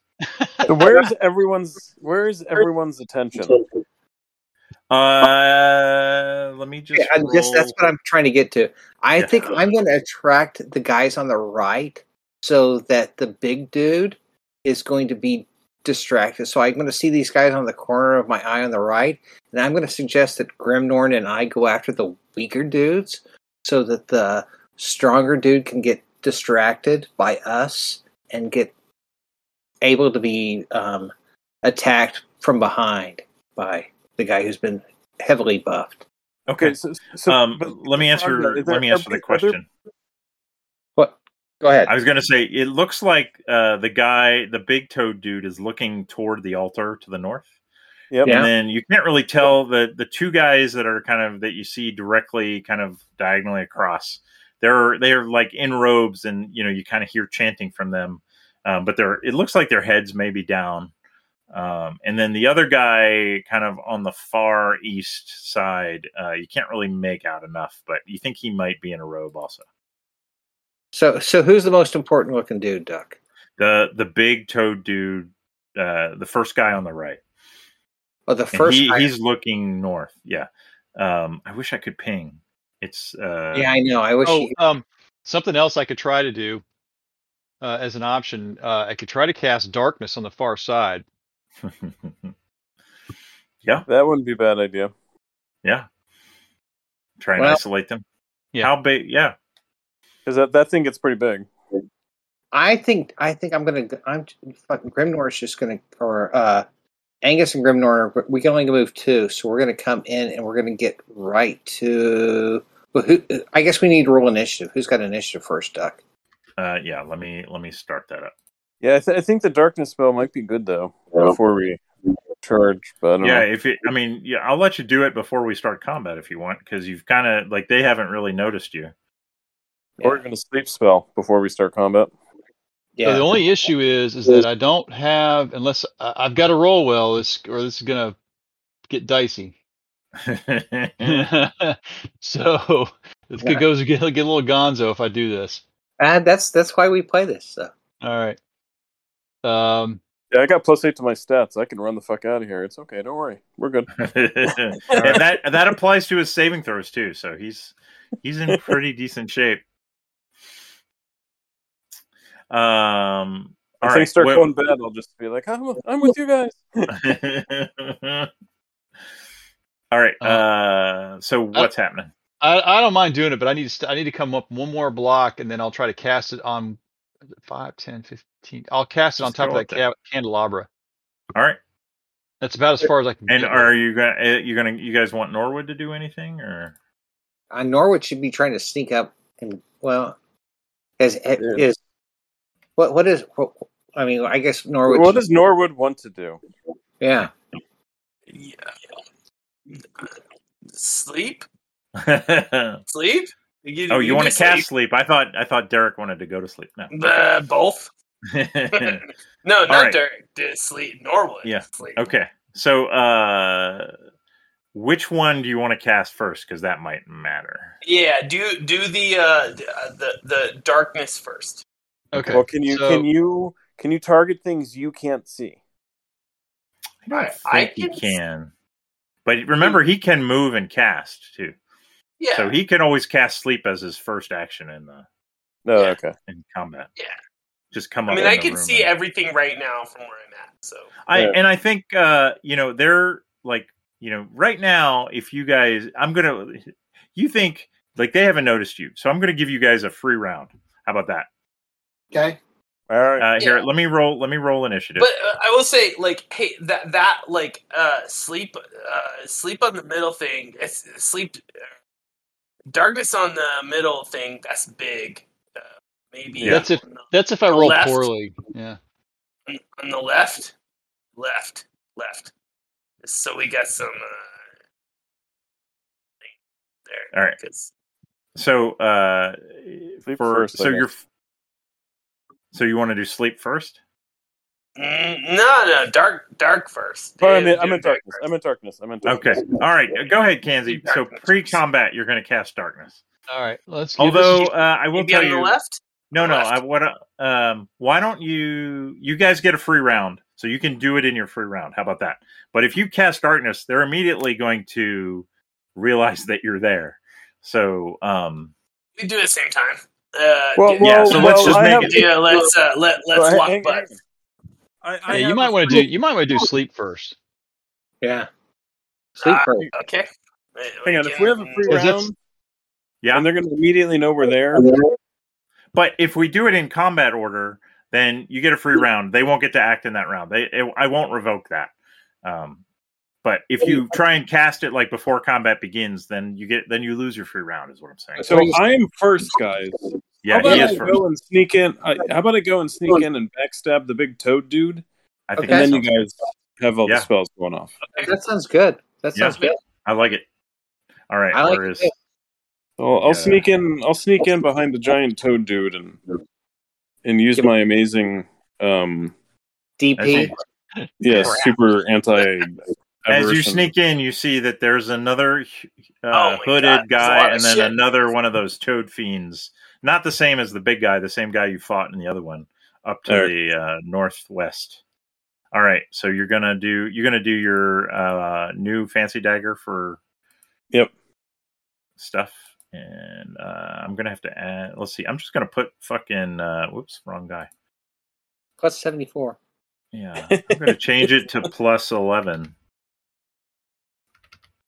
So where's everyone's? Where's everyone's attention? Uh, let me just. Yeah, I'm just that's what I'm trying to get to. I Yeah. think I'm going to attract the guys on the right so that the big dude is going to be distracted. So I'm going to see these guys on the corner of my eye on the right, and I'm going to suggest that Grimnorn and I go after the weaker dudes so that the stronger dude can get distracted by us and get able to be um, attacked from behind by the guy who's been heavily buffed. okay. so, so um, but- let me Ragnar, answer. is there- let me are answer the there- are there- question. What? Go ahead. I was gonna say it looks like uh, the guy, the big toad dude, is looking toward the altar to the north. Yep. Yeah. and then you can't really tell the the two guys that are kind of that you see directly kind of diagonally across they're they're like in robes and you know you kind of hear chanting from them um, but they're it looks like their heads may be down um, and then the other guy kind of on the far east side uh, you can't really make out enough but you think he might be in a robe also So, so who's the most important looking dude, Duck? the the big toad dude uh, the first guy on the right. Well, Oh, the And first he, guy- he's looking north. Yeah. Um, I wish I could ping. It's uh, yeah, I know. I wish. Oh, he, um, something else I could try to do uh, as an option. Uh, I could try to cast darkness on the far side. That wouldn't be a bad idea. yeah. Try and Well- isolate them. Yeah. How big? Yeah. Because that, that thing gets pretty big. I think. I think I'm gonna. I'm fucking Grimnor is just gonna or uh, Angus and Grimnor. are- We can only move two, so we're gonna come in and we're gonna get right to. Well, who, I guess we need to roll initiative. Who's got initiative first, Duck? Uh, yeah. Let me let me start that up. Yeah, I, th- I think the darkness spell might be good though before we charge. But I don't Yeah. know. If it, I mean, yeah, I'll let you do it before we start combat if you want, because you've kind of like they haven't really noticed you. or even a sleep spell before we start combat. So the only issue is is that I don't have unless I, I've got to roll well, this or this is gonna get dicey. so this Yeah. could goes get, get a little gonzo if I do this. And Uh, that's that's why we play this. So. All right. Um, Yeah, I got plus eight to my stats. I can run the fuck out of here. It's okay. Don't worry. We're good. and that that applies to his saving throws too. So he's he's in pretty decent shape. Um. All If right. things start well- going bad, I'll just be like, I'm, I'm with you guys. all right. Uh, Uh. So what's happening? I, I don't mind doing it, but I need to st- I need to come up one more block and then I'll try to cast it on 5, 10, 15. I'll cast it on Just top of go that with it. ca- candelabra. All right. That's about as far as I can. And get are you gonna you gonna you guys want Norwood to do anything or? Uh, Norwood should be trying to sneak up and well, as is, Yeah. what what is what, I mean? I guess Norwood. What does Norwood want to do? yeah, Yeah. Sleep? oh, Sleep? you, want to just cast sleep? I thought I thought Derek wanted to go to sleep. No. sleep. Uh, both? Okay. No, not right. Derek. Did sleep. Norwood. Yeah. Sleep. okay. So, uh, which one do you want to cast first? Because that might matter. Yeah, do do the uh the the darkness first. Okay. Well, can you so- can you can you target things you can't see? I don't Right, I think he can- can. But remember, he can move and cast too, Yeah. so he can always cast sleep as his first action in the No, Yeah. okay. in combat. Yeah. Just come up. I mean, in I the can room see and- everything right now from where I'm at. So I Yeah. and I think uh, you know they're like you know right now if you guys I'm gonna you think like they haven't noticed you so I'm gonna give you guys a free round how about that okay. All right. uh, here Yeah. let me roll let me roll initiative But uh, I will say, like, hey, that that like uh, sleep, uh, sleep on the middle thing, it's, sleep, uh, darkness on the middle thing. That's big. Uh, maybe Yeah. That's it. on the, That's if I roll Left. poorly. Yeah. on the left, left, left. So we got some uh, there. All right. 'Cause- so uh Sleep for first, I so guess. you're so you want to do sleep first Mm, no, no, dark, dark first. But I'm Yeah, in, I'm do dark in darkness. first. I'm in darkness. I'm in okay darkness. all right go ahead Kanzi so Darkness. pre combat you're gonna cast darkness All right. Let's. give this- although uh, I will Maybe tell on the you left. No, no. left. I what? uh, Um, why don't you? You guys get a free round, so you can do it in your free round. How about that? But if you cast darkness, they're immediately going to realize that you're there. So, um, We do it at the same time. Uh, Well, do- yeah. well, So let's well, just I make have- it. Yeah, let's uh, let let's Well, hang- lock hang- butts. hang on. I, I yeah, you have might a want to free- do. You might want to do sleep first. Yeah, sleep Ah, first. Okay. Wait, Hang on. If we have a free Because that's- round, Yeah. and they're going to immediately know we're there. But if we do it in combat order, then you get a free round. They won't get to act in that round. They, it, I won't revoke that. Um, but if you try and cast it like before combat begins, then you get then you lose your free round. Is what I'm saying. So I am first, guys. Yeah, how he about is I first. go and sneak in? I, how about I go and sneak in and backstab the big toad dude, I think and Okay. that then you sounds good. guys have all Yeah. the spells going off. That sounds good. That Yeah. sounds good. I like it. All right, I like where it is- too. I'll, I'll Yeah. sneak in. I'll sneak in behind the giant toad dude and and use my amazing, um, DP. Okay. yeah, Crap. super anti. As you aversion. sneak in, you see that there's another Oh my uh, God, hooded there's a lot guy of and then shit. another one of those toad fiends. Not the same as the big guy, the same guy you fought in the other one, up to There. the uh, northwest. All right, so you're gonna do you're gonna do your uh, new fancy dagger for Yep. stuff, and uh, I'm gonna have to add. Let's see, I'm just gonna put fucking uh, whoops, wrong guy. Plus 74. Yeah, I'm gonna change it to plus eleven,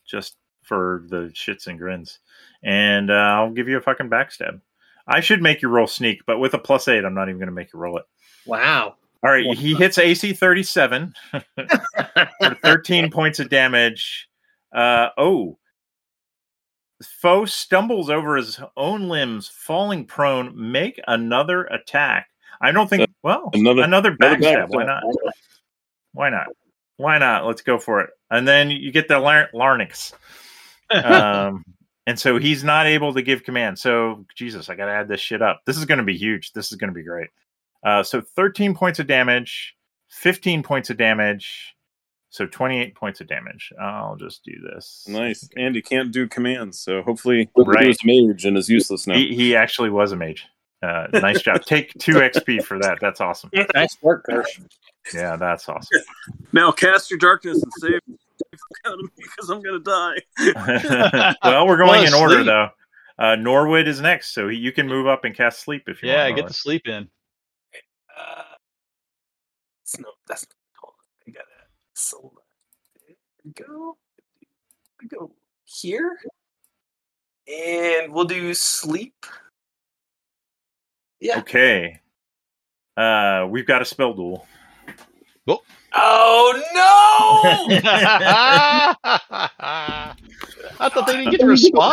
just for the shits and grins, and uh, I'll give you a fucking backstab. I should make you roll sneak, but with a plus eight, I'm not even gonna make you roll it. Wow. All right, he hits AC 37 for 13 points of damage. Uh, oh. Foe stumbles over his own limbs, falling prone. Make another attack. I don't think, well, another, Uh, Another- another backstab. Why not? Why not? Why not? Let's go for it. And then you get the lar- larynx. Um, and so he's not able to give command. So, Jesus, I got to add this shit up. This is going to be huge. This is going to be great. Uh, so 13 points of damage, 15 points of damage, so 28 points of damage. I'll just do this. Nice. And he can't do commands, so hopefully Right. he was mage and is useless now. He, he actually was a mage. Uh, nice job. Take two XP for that. That's awesome. Nice work, Gersh. Yeah, that's awesome. Now cast your darkness and save because I'm gonna die. well, we're going in Well, order sleep. though. Uh, Norwood is next, so you can move up and cast sleep if you Yeah, want. get the sleep in. Uh, that's no, that's not cool. I gotta select. There we go. We go here, and we'll do sleep. Yeah. Okay. Uh, we've got a spell duel. Oh no! I thought they didn't get to respond.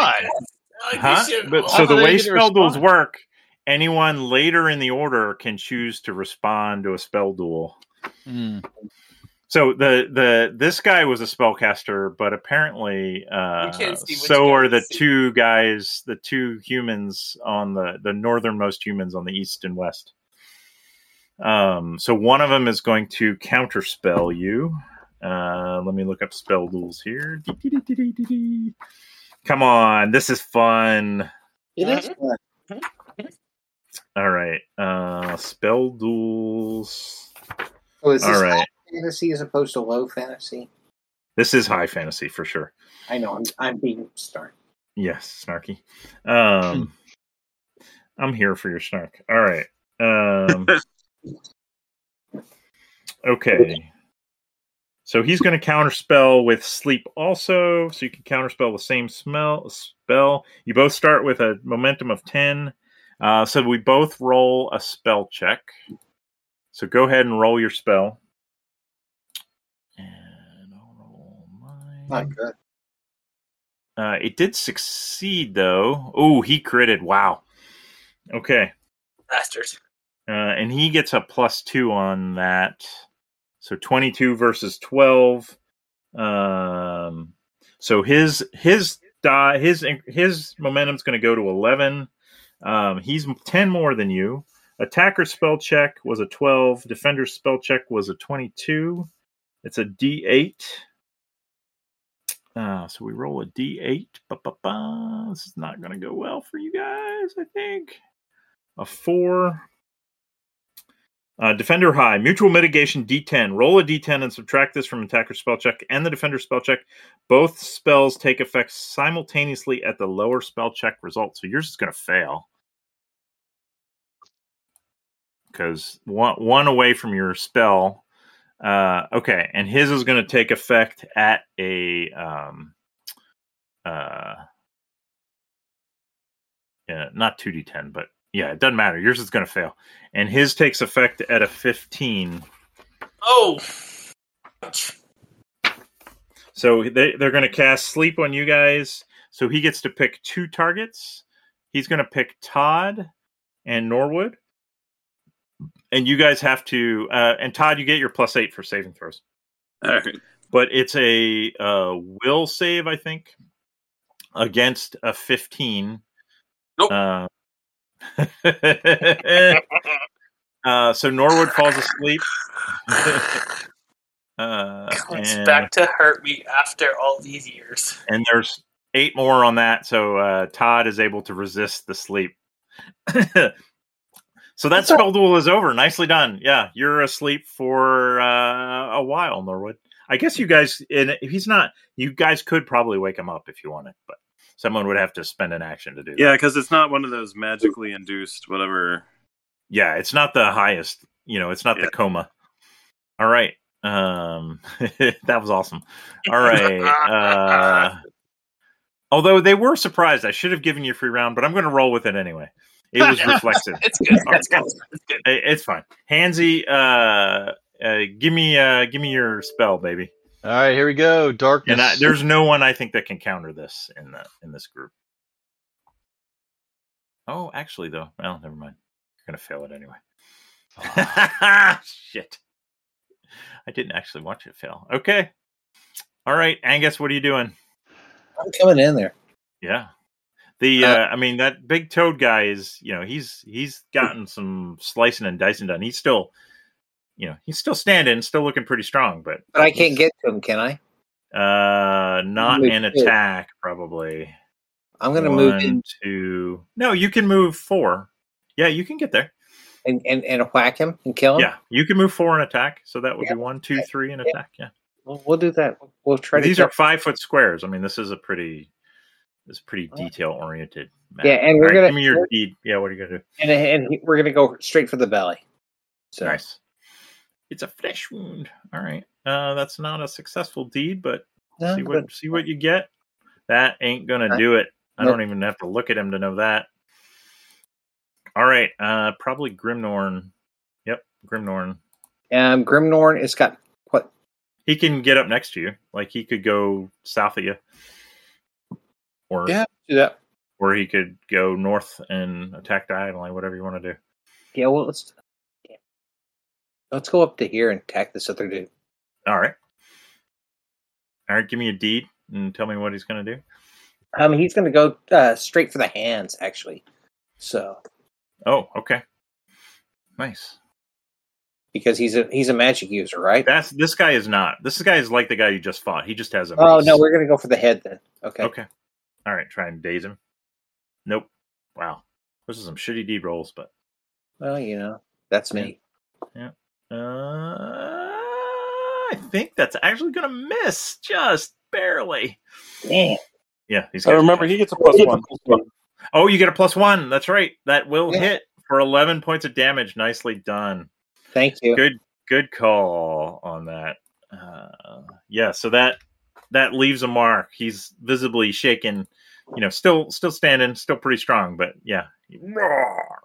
Like, Huh? this shit- But I so thought the they way did a spell duels response. work, anyone later in the order can choose to respond to a spell duel. Hmm. So the the this guy was a spellcaster, but apparently, uh, can't see which so guy are we the see. two guys, the two humans on the the northernmost humans on the east and west. Um, so one of them is going to counterspell you. Uh, let me look up spell duels here. Dee-dee-dee-dee-dee-dee. Come on, this is fun. It is. All right. Uh spell duels. So Oh, is this All right. high fantasy as opposed to low fantasy? This is high fantasy for sure. I know. I'm, I'm being stark. Yes, snarky. Um I'm here for your snark. All right. Um Okay. So he's going to counterspell with sleep also, so you can counterspell the same smell spell. You both start with a momentum of 10. Uh, so we both roll a spell check. So go ahead and roll your spell. And I'll roll mine. Not good. Uh, it did succeed though. Oh, he critted. Wow. Okay. Bastard. Uh, and he gets a plus two on that. So 22 versus 12. Um, so his, his, die, his, his momentum's going to go to 11. Um, he's 10 more than you. Attacker spell check was a 12. Defender spell check was a 22. It's a D8. Uh, so we roll a D8. Ba-ba-ba. This is not going to go well for you guys, I think. A 4. Uh, defender high, mutual mitigation D10. Roll a D10 and subtract this from attacker spell check and the defender spell check. Both spells take effect simultaneously at the lower spell check result. So yours is going to fail because one one away from your spell. Uh, okay, and his is going to take effect at a um, uh, yeah, not two D10, but yeah, it doesn't matter. Yours is going to fail and his takes effect at a 15 Oh. so they, they're going to cast sleep on you guys so he gets to pick two targets he's going to pick todd and norwood and you guys have to uh, and todd you get your plus eight for saving throws All right. but it's a uh, will save, I think, against a 15. Nope. Uh, uh, so Norwood falls asleep. uh, It's and, back to hurt me after all these years. and there's eight more on that, so uh, Todd is able to resist the sleep. So that spell duel is over. Nicely done. Yeah, you're asleep for uh, a while, Norwood. I guess you guys, and if he's not, you guys could probably wake him up if you wanted, but someone would have to spend an action to do Yeah, that. because it's not one of those magically induced whatever. Yeah, it's not the highest, you know, it's not Yeah. the coma. All right. Um, that was awesome. All right. Uh, although they were surprised. I should have given you a free round, but I'm going to roll with it anyway. It was reflexive. It's good. It's good. It's good. It- it's fine. Hansy, uh, uh, give me, uh, give me your spell, baby. All right, here we go. Darkness. And I, there's no one I think that can counter this in the in this group. Oh, actually, though, well, never mind. You're gonna fail it anyway. Shit, I didn't actually watch it fail. Okay, all right, Angus, what are you doing? I'm coming in there. Yeah, the uh, Uh, I mean that big toad guy is you know he's he's gotten some slicing and dicing done. He's still you know he's still standing, still looking pretty strong, but But I can't get to him, can I? uh, not Move an it. attack probably. I'm going to One, move in two- No, you can move four. Yeah, you can get there. and, and, and whack him and kill him. Yeah, you can move four and attack. So that would Oh. Yeah. be one, two, three, and Yeah. attack. Yeah, We'll, we'll do that. We'll try these to. are five foot squares. I mean, this is a pretty, this is pretty detail oriented. Oh. Yeah, and we're gonna- give me your deed. Yeah, what are you gonna do? and, and he- we're going to go straight for the belly. So Nice. It's a flesh wound. All right, uh, that's not a successful deed, but No, see but what see what you get. That ain't gonna Okay. do it. I Nope. don't even have to look at him to know that. All right, uh, probably Grimnorn. Yep, Grimnorn. um, Grimnorn has got what? He can get up next to you. Like he could go south of you, or Yeah, do that. or he could go north and attack diagonally. Whatever you want to do. Yeah, well, let's yeah. let's go up to here and attack this other dude. All right. All right, give me a deed and tell me what he's gonna do. Um, he's going to go uh, straight for the hands, actually. So Oh, okay. Nice. because he's a he's a magic user, right? That's this guy is not. This guy is like the guy you just fought. He just has a. oh mace. no, we're going to go for the head then. Okay. okay. All right, try and daze him. Nope. Wow, those are some shitty D rolls, but Well, you know, that's me. uh, I think that's actually gonna miss just barely. Damn. Yeah, these I guys are remember tough. he gets a plus one. Oh, you get a plus one. That's right. That will Yeah. hit for eleven points of damage. Nicely done. Thank you. Good, good call on that. Uh, yeah, so that that leaves a mark. He's visibly shaken. You know, still still standing, still pretty strong, but yeah. Roar.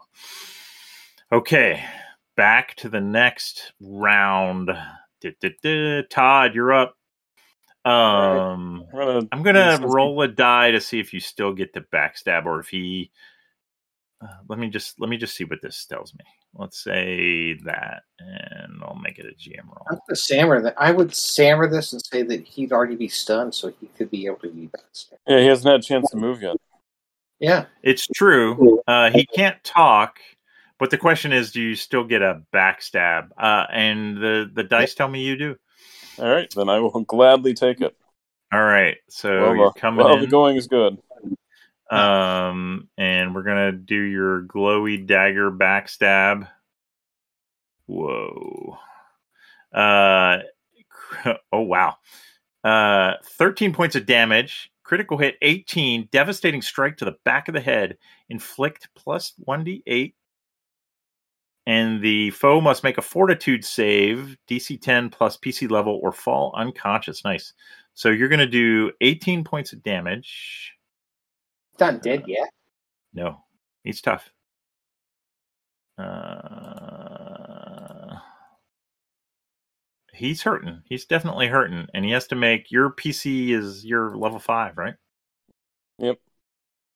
Okay, back to the next round. Du-du-du. Todd, you're up. Um, I'm gonna I'm gonna Yes, let's- roll a die to see if you still get to backstab or if he. Uh, let me just let me just see what this tells me. Let's say that, and I'll make it a GM I'm roll. the sammer that I would sammer this and say that he'd already be stunned, so he could be able to be backstabbed. Yeah, he hasn't had a chance to move yet. Yeah, It's true. Uh, he can't talk, but the question is, do you still get a backstab? Uh, and the the dice tell me you do. All right, then I will gladly take it. All right, so well, you're the- coming well, the in, going is good. um, and we're gonna do your glowy dagger backstab. Whoa. Uh, oh wow. Uh, 13 points of damage, critical hit 18, devastating strike to the back of the head, inflict plus 1d8. And the foe must make a fortitude save, DC 10 plus PC level, or fall unconscious. Nice. So you're going to do 18 points of damage. not Uh, dead yet. No, he's tough. Uh, he's hurting. He's definitely hurting, and he has to make your PC is your level five, right? Yep.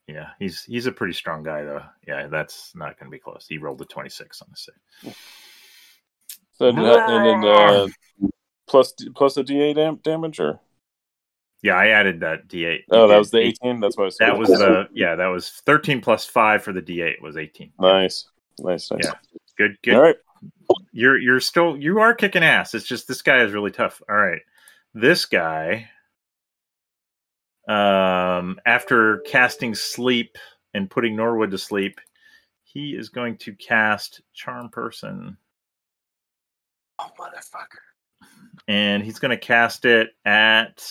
Yeah, he's he's a pretty strong guy though. Yeah, that's not going to be close. He rolled a twenty six on the save. So did that, and then, uh, plus plus a DA dam- damage or Yeah, I added that D eight. oh that was the eighteen. That's why I That was uh, the yeah. That was thirteen plus five for the D eight was eighteen. nice, nice, nice. Yeah. Good, good, All right, you're you're still you are kicking ass. It's just this guy is really tough. All right. This guy um after casting sleep and putting Norwood to sleep, He is going to cast Charm Person, Oh motherfucker! and he's going to cast it at.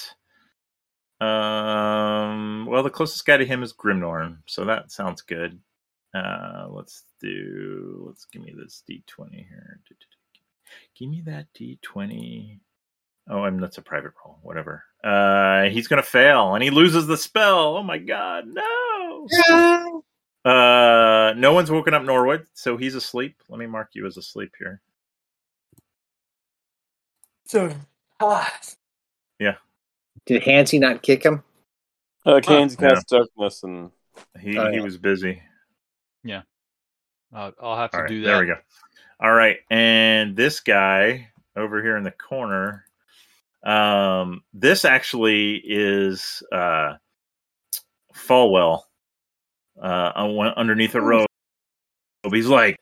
Um. Well, the closest guy to him is Grimnorn, so that sounds good. Uh, let's do. Let's give me this D20 here. Give me that D20. Oh, I'm that's a private roll. Whatever. Uh, he's gonna fail, and he loses the spell. Oh my god, no! Uh, no one's woken up Norwood, so he's asleep. Let me mark you as asleep here. So, ah, Did Hansy not kick him? Uh, Kane's Yeah. cast darkness and He Oh, he yeah. was busy. I'll, I'll have to All right, do that. there we go. All right, and this guy over here in the corner, um, this actually is uh, Falwell uh, un- underneath a robe. He's like,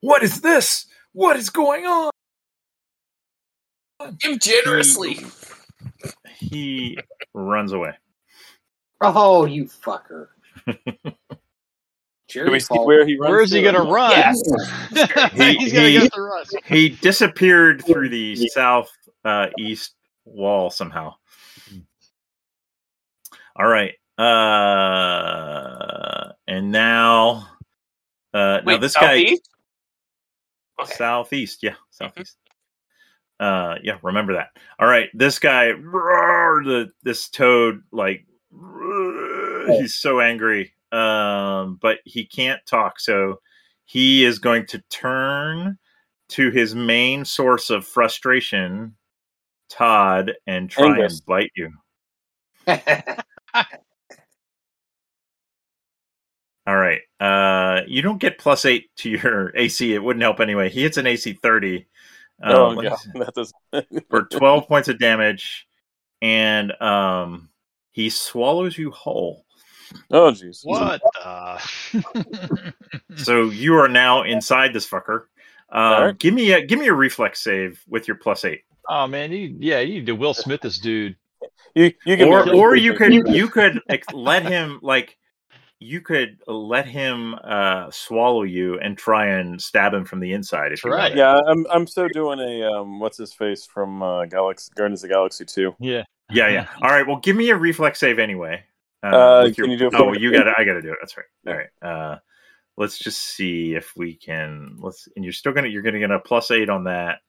"What is this? What is going on?" him generously. He runs away. Oh, you fucker. Jerry do we see Falwell. where he runs? Where is he to? going to run? Yes. He- He's going to he- get the rust. He disappeared through the south uh, east wall somehow. All right. Uh, and now, uh, now Wait, this Southeast? guy Okay. southeast, yeah, Mm-hmm. southeast. Uh, yeah, remember that. All right, this guy, roar, the this toad, like roar, Oh. he's so angry, um, but he can't talk, so he is going to turn to his main source of frustration, Todd, and try Angus. and bite you. All right. Uh, you don't get plus eight to your AC. It wouldn't help anyway. He hits an AC thirty. Um, Oh, let me God. see. That does... for 12 points of damage and um he swallows you whole oh, jeez. What the? so you are now inside this fucker um, Alright. give me a give me a reflex save with your plus eight oh man, you yeah, you need to Will Smith this dude. You, you can or make- or you could you could ex- let him like you could let him uh swallow you and try and stab him from the inside if you Right. wanted. Yeah, I'm I'm so doing a um, what's his face from uh, Galaxy Guardians of the Galaxy two. Yeah. yeah yeah all right well give me a reflex save anyway uh, Uh, with can you do it for oh me? you gotta i gotta do it that's right all right uh let's just see if we can let's and you're still gonna you're gonna get a plus eight on that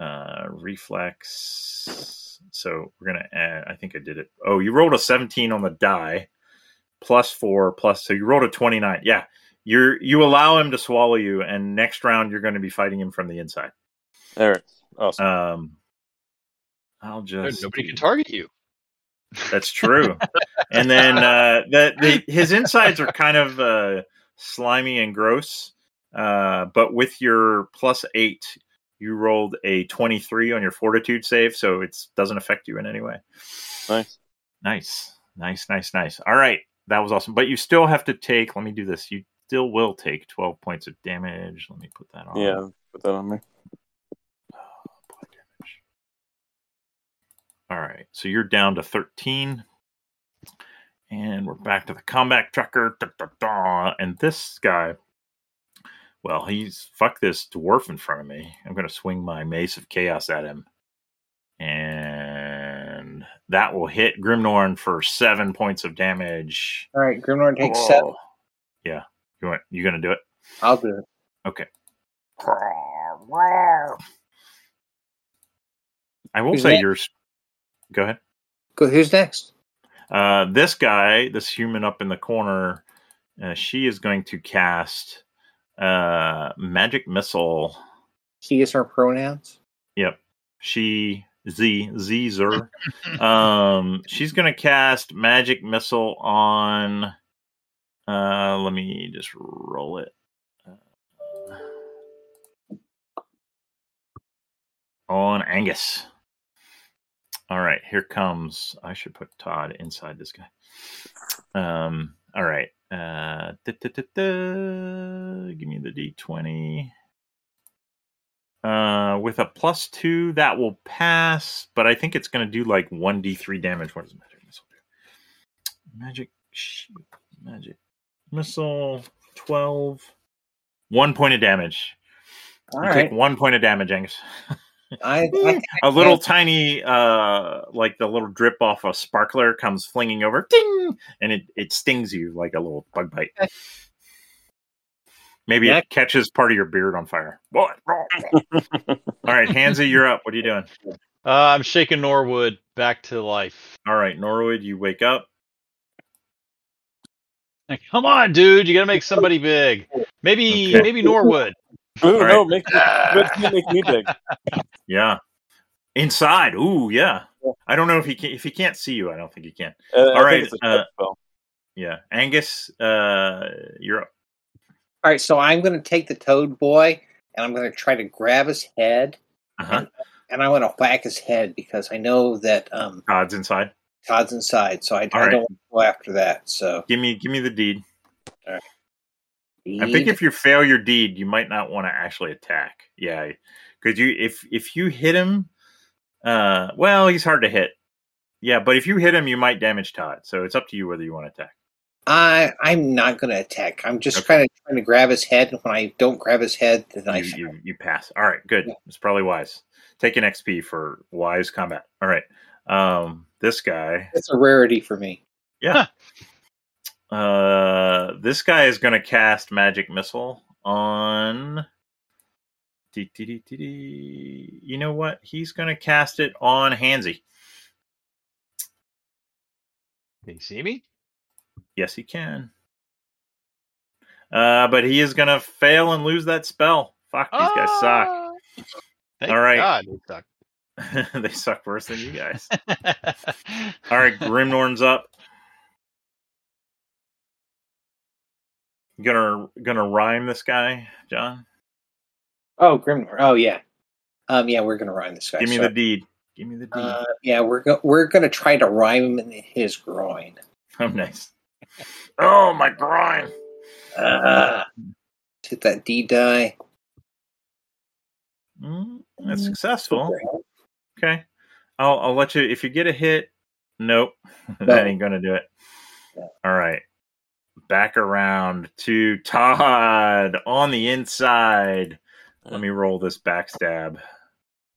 uh reflex so we're gonna add i think i did it oh you rolled a 17 on the die plus four plus so you rolled a 29 yeah you're you allow him to swallow you and next round you're going to be fighting him from the inside All right, awesome. um i'll Dude, just Nobody do- can target you. that's true. and then uh, that the, his insides are kind of uh, slimy and gross. Uh, but with your plus eight, you rolled a twenty-three on your fortitude save, so it doesn't affect you in any way. Nice. nice, nice, nice, nice. All right, that was awesome. But you still have to take. Let me do this. You still will take twelve points of damage. Let me put that on. yeah, put that on me. All right, so you're down to 13. And we're back to the combat tracker. Da, da, da. And this guy, well, he's fuck this dwarf in front of me. I'm going to swing my Mace of Chaos at him. And that will hit Grimnorn for seven points of damage. All right, Grimnorn takes seven. Whoa. Yeah. You want you gonna do it? I'll do it. I will Who's next? say you're go ahead. Go. Who's next? Uh, this guy, this human up in the corner, uh, she is going to cast uh, magic missile. She is her pronouns. Yep, she z z zer. um, she's going to cast magic missile on. Uh, let me just roll it. Uh, On Angus. All right, here comes. I should put Todd inside this guy. Um. All right. Uh. da, da, da, da. Give me the D twenty. Uh, with a plus two, that will pass. But I think it's going to do like one D three damage. What does magic missile do? Magic shield. Magic missile. 12, one point of damage. All you right. take one point of damage, Angus. I, I think A little tiny, uh, like the little drip off a sparkler comes flinging over, ding, and it, it stings you like a little bug bite. Maybe Yeah. it catches part of your beard on fire. All right, Hansa, you're up. What are you doing? Uh, I'm shaking Norwood back to life. All right, Norwood, you wake up. Like, come on, dude, you gotta make somebody big. Maybe, Okay. maybe Norwood. Ooh, All no, right. make, Uh, but can't make me big. Yeah, inside. Ooh, yeah. I don't know if he can. If he can't see you, I don't think he can. Uh, I think right, it's a uh, touch spell. Yeah, Angus, uh, you're up. All right, so I'm going to take the Toad Boy and I'm going to try to grab his head Uh-huh. and I want to whack his head because I know that um, God's inside. Todd's inside, so I, I All right. don't want to go after that. So Give me, give me the deed. I think if you fail your deed, you might not want to actually attack. Yeah, because you if if you hit him, uh, well, he's hard to hit. Yeah, but if you hit him, you might damage Todd. So it's up to you whether you want to attack. I I'm not going to attack. I'm just Okay. kind of trying to grab his head. And when I don't grab his head, then I You, you you pass. All right, good. It's probably wise. Take an XP for wise combat. All right. Um, this guy, it's a rarity for me. uh, this guy is going to cast magic missile on. Dee, dee, dee, dee, dee. You know what? He's going to cast it on Hansy. Can you see me? Yes, he can. Uh, but he is gonna fail and lose that spell. Fuck, these guys suck. Ah. Thank All right. God, they suck. they suck worse than you guys. All right, Grimnorn's up. Gonna gonna rhyme this guy, John. Oh, Grimnor. Oh yeah, um, yeah, we're going to rhyme this guy. Give me sorry. the deed. Give me the deed. Uh, yeah, we're go- we're going to try to rhyme him in his groin. oh, nice. Oh my groin. Uh, hit that D die. Mm, that's successful. Okay. I'll I'll let you if you get a hit. Nope. that ain't gonna do it. No. All right. Back around to Todd on the inside. Let me roll this backstab.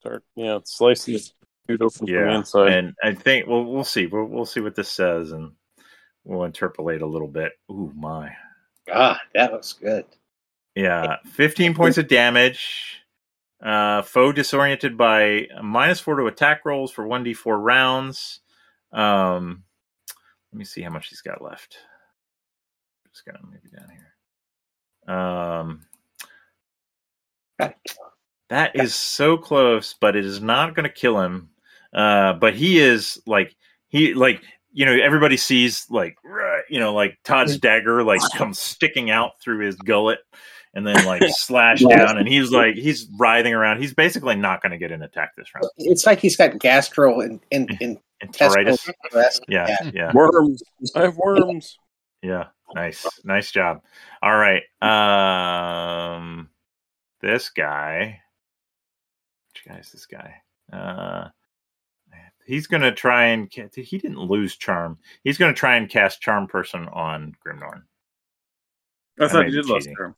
Start, yeah, slicing this dude open from the Yeah. inside. And I think well we'll see. We'll we'll see what this says and we'll interpolate a little bit. Ooh my. God, that looks good. Yeah. Fifteen points of damage. Uh foe disoriented by minus four to attack rolls for one D four rounds. Um let me see how much he's got left. Just gonna move it down here. Um that is so close, but it is not gonna kill him. Uh but he is like he like you know, everybody sees like "Rah," you know, like Todd's dagger like comes sticking out through his gullet and then like slash down and he's like he's writhing around. He's basically not gonna get an attack this round. It's like he's got gastro and and, and And intestinal Toritis. stress. Yeah, yeah. Worms. I have worms. Yeah. Nice. Nice job. All right. Um this guy. Which guy is this guy? Uh he's gonna try and ca- he didn't lose charm. He's gonna try and cast charm person on Grimnorn. I I may thought he be did last cheating. term.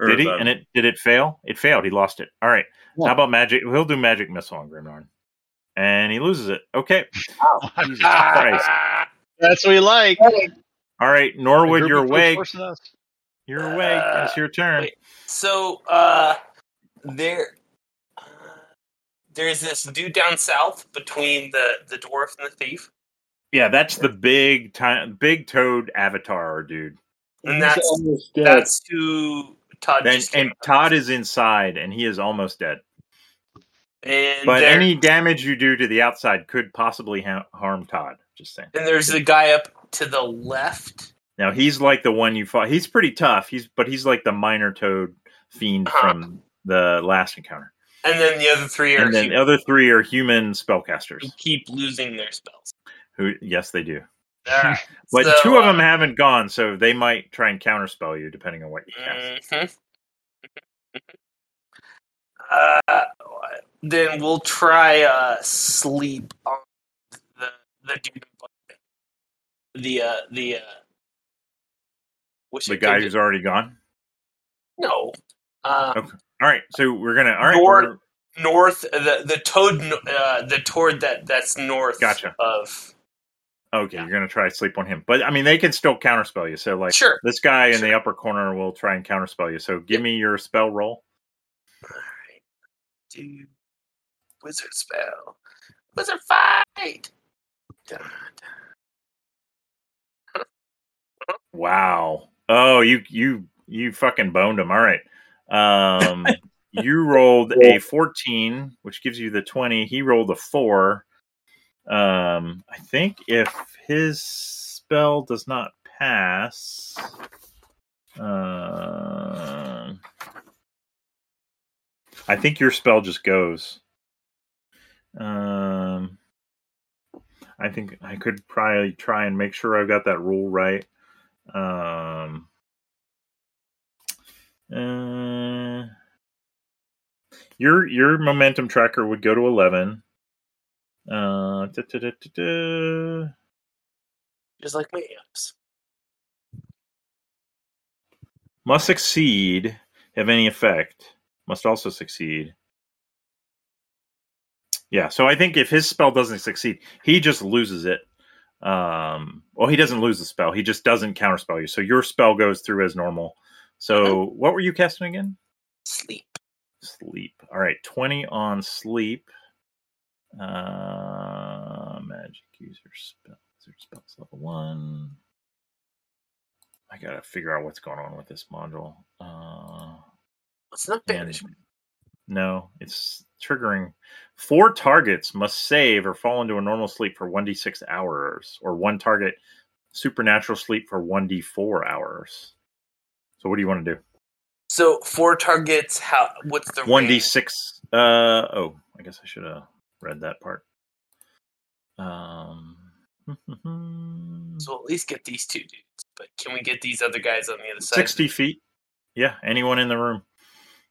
Or Did he? that- And it did it fail? It failed. He lost it. All right. Yeah. How about magic? He'll do magic missile on Grimnorn. And he loses it. Okay. Jesus Ah. Christ. That's what we like. All right, The Norwood, group you're of folks awake. worse than us. You're awake. It's your turn. wait. So uh, there, uh, there's this dude down south between the the dwarf and the thief, Yeah, that's the big time, big toad avatar dude. and that's almost that's who Todd Then, just came and Todd is inside, and he is almost dead. up. and But there- any damage you do to the outside could possibly ha- harm Todd. Just saying. and there's a guy up to the left. Now he's like the one you fought. He's pretty tough. He's but he's like the minor toad fiend Uh-huh. from the last encounter. And then the other three And are then the human. other three are human spellcasters. who keep losing their spells. Who? Yes, they do. Alright, But so, two of uh, them haven't gone, so they might try and counterspell you, depending on what you cast. mhm. Mm-hmm. uh, then we'll try uh, sleep on the the dude. in black. The uh, the uh, Which The it guy could who's be- already gone. no. Uh, All right, so we're gonna. All right, Nor- we're gonna- north the the toad uh, the toad that that's north Gotcha. of okay, you're gonna try to sleep on him, but I mean they can still counterspell you. So like sure this guy in Sure. the upper corner will try and counterspell you. So give me your spell roll. do wizard spell wizard fight Dun, Wow. Oh, you you you fucking boned him. All right. Um, you rolled a fourteen, which gives you the twenty. He rolled a four. Um, I think if his spell does not pass, um, I think your spell just goes. Um, I think I could probably try and make sure I've got that rule right. Um, uh, your your momentum tracker would go to eleven. Uh, da, da, da, da, da. just like my amps must succeed have any effect. Must also succeed. Yeah, so I think if his spell doesn't succeed, he just loses it. Um, well, he doesn't lose the spell; he just doesn't counterspell you. So your spell goes through as normal. So what were you casting again? sleep Sleep. All right, 20 on sleep. Uh, magic user spell. User spells level one. I gotta figure out what's going on with this module. Uh, it's not and- banishment no, it's triggering. Four targets must save or fall into a normal sleep for 1d6 hours, or one target supernatural sleep for 1d4 hours. So what do you want to do? so four targets how what's the one d range? six. Uh oh, I guess I should have read that part. Um, so we'll at least get these two dudes but can we get these other guys on the other side sixty feet. Yeah, anyone in the room.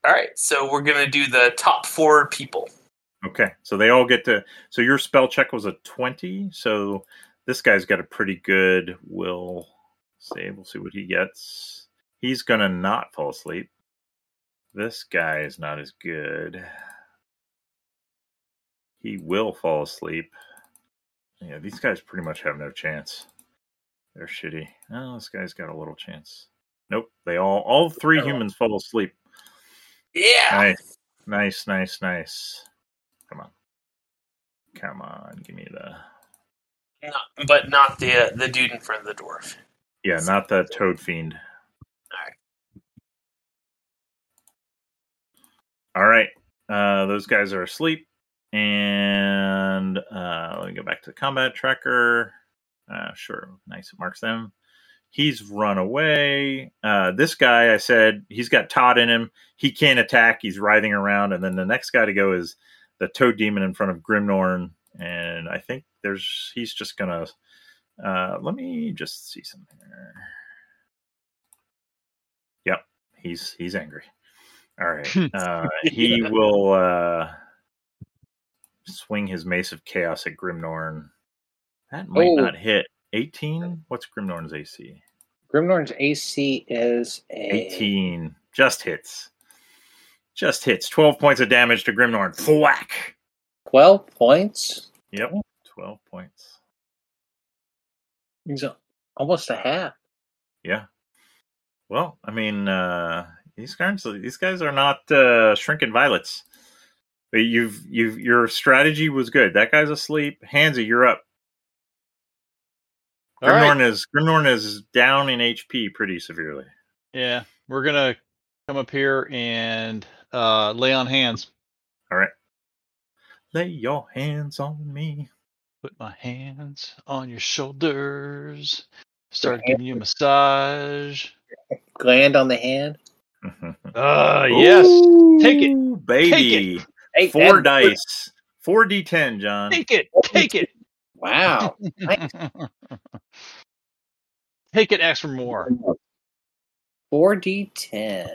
all right so we're gonna do the top four people Okay, so they all get to. So your spell check was a twenty. So this guy's got a pretty good will save. We'll see what he gets. He's gonna not fall asleep. This guy is not as good. He will fall asleep. Yeah, these guys pretty much have no chance. They're shitty. Oh, this guy's got a little chance. Nope. They all all three humans fall asleep. yeah Nice, nice, nice, nice. Come on, come on, give me the Not- but not the uh, the dude in front of the dwarf yeah, not the toad fiend. Alright. All right, uh, those guys are asleep, and uh, let me go back to the combat tracker. Uh, sure, nice, it marks them. He's run away. Uh, this guy, I said, he's got Todd in him. He can't attack. He's writhing around, and then the next guy to go is the toad demon in front of Grimnorn, and I think there's he's just gonna. Uh, let me just see something here. Yep, he's he's angry. All right, uh, he will uh, swing his mace of chaos at Grimnorn. That might Oh. not hit. 18? What's Grimnorn's AC? Grimnorn's AC is a 18. Just hits. Just hits. 12 points of damage to Grimnorn. Thwack! twelve points. Yep. 12 points. He's a- almost a half. Yeah. Well, I mean, uh, these guys these guys are not uh, shrinking violets. But you've you've your strategy was good. That guy's asleep. Hansi, you're up. All right. Grimnorn is Grimnorn is down in HP pretty severely. Yeah, we're gonna come up here and uh, lay on hands. Lay your hands on me. Put my hands on your shoulders. Start giving you a massage. Gland on the hand. Uh, yes. Take it. Ooh, baby. Hey, Four that- dice. Four D10, John. Take it. Take it. Wow. Take it. Ask for more. Four D ten.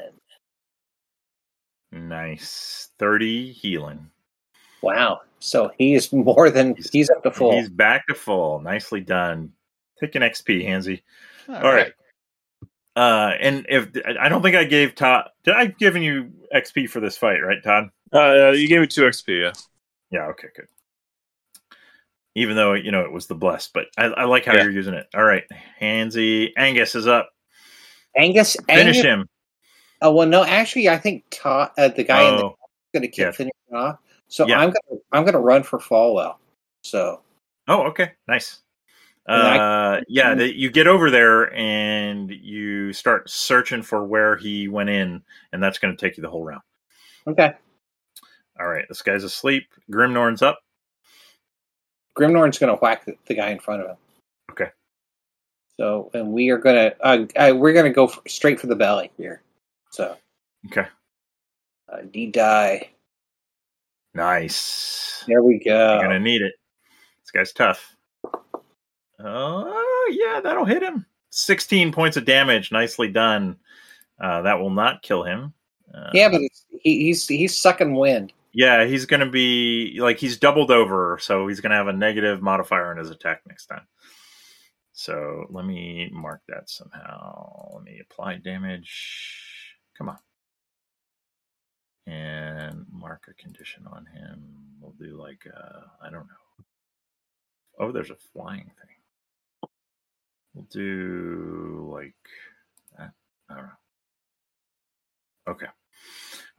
Nice. 30 healing. Wow. So he's more than he's up to full. He's back to full. Nicely done. Take an XP, Hansy. All right. Uh, and if I don't think I gave Todd, did I given you XP for this fight, right, Todd? Uh, you gave me two XP. Yeah. Yeah. Okay. Good. Even though you know it was the bless, but I, I like how Yeah. you're using it. All right, Hansy Angus is up. Angus, Finish Angus, him. Oh well, no, actually, I think Todd, uh, the guy in the Oh, going to keep yeah. finishing off. So Yeah. I'm gonna I'm gonna run for Falwell. So oh, okay, nice. And Uh, yeah, the, you get over there and you start searching for where he went in, and that's going to take you the whole round. okay, All right, this guy's asleep. Grimnorn's up. Grimnorn's going to whack the, the guy in front of him. Okay. So and we are gonna uh, uh, we're gonna go for, straight for the belly here. So Okay. uh, D die. Nice. There we go. You're gonna need it. This guy's tough. Oh yeah, that'll hit him. Sixteen points of damage. Nicely done. Uh, that will not kill him. Uh, yeah, but it's, he, he's he's sucking wind. yeah, he's gonna be like he's doubled over, so he's gonna have a negative modifier in his attack next time. So let me mark that somehow. Let me apply damage. Come on. And mark a condition on him. We'll do like uh I don't know. Oh, there's a flying thing. We'll do like that. I don't know. Okay.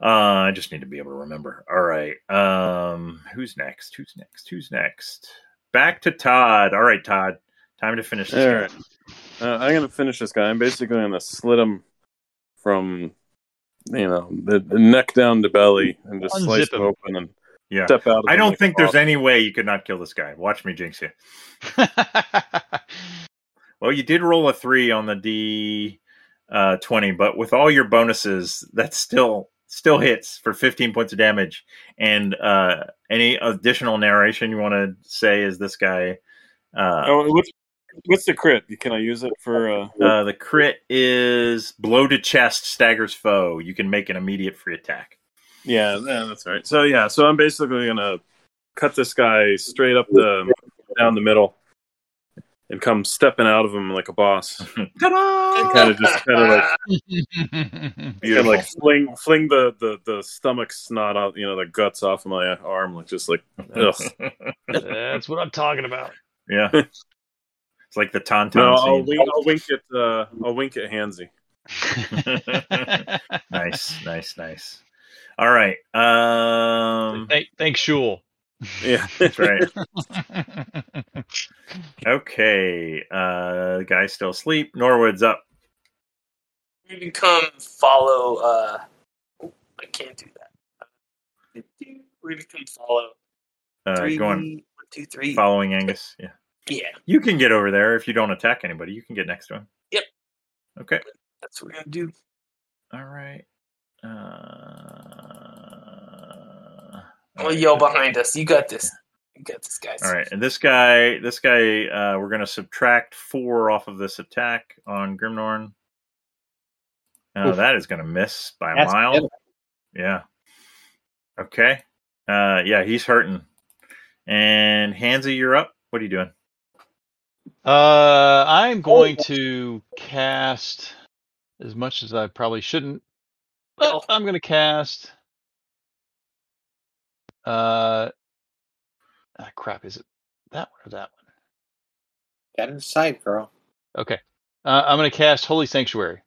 Uh, I just need to be able to remember. All right. Um, who's next? Who's next? Who's next? Back to Todd. All right, Todd. Time to finish this. All guy. right. Uh, I'm gonna finish this guy. I'm basically gonna slit him from, you know, the, the neck down to belly, and just Unzip slice him him. open and Yeah. step out. of I him don't like think a there's boss. any way you could not kill this guy. Watch me jinx you. Well, you did roll a three on the D uh, twenty, but with all your bonuses, that still still hits for fifteen points of damage. And uh, any additional narration you want to say is this guy? Uh, Oh, what's, what's the crit? Can I use it for? Uh... Uh, the crit is blow to chest, staggers foe. You can make an immediate free attack. Yeah, yeah, that's right. So yeah, so I'm basically gonna cut this guy straight up the down the middle, and come stepping out of him like a boss. Ta-da! kind of just kind of like and Beautiful. like fling fling the, the the stomach snot out, you know, the guts off of my arm, like just like ugh. That's what I'm talking about. yeah. It's like the tauntaun No, I'll scene. wink, I'll wink at uh, I'll wink at Hansy. nice, nice, nice. All right. Um, Thank, thank Shul. Yeah, that's right. Okay. Uh, the guy's still asleep. Norwood's up. You can come follow. Uh, oh, I can't do that. We're gonna come follow. Uh, Three, going one, two, three. following Angus. Yeah. Yeah, You can get over there if you don't attack anybody. You can get next to him. Yep. Okay. that's what we're gonna do. All right. Uh, I'm gonna yell behind us. You got this. You got this, guys. All right, and this guy, this guy, uh, we're gonna subtract four off of this attack on Grimnorn. Oh, Oof. that is gonna miss by a That's mile. good. Yeah. Okay. Uh, yeah, he's hurting. And Hansi, you're up. What are you doing? Uh, I'm going to cast as much as I probably shouldn't, but I'm going to cast. Uh, ah, crap! Is it that one or that one? Got inside, girl. Okay, uh, I'm going to cast Holy Sanctuary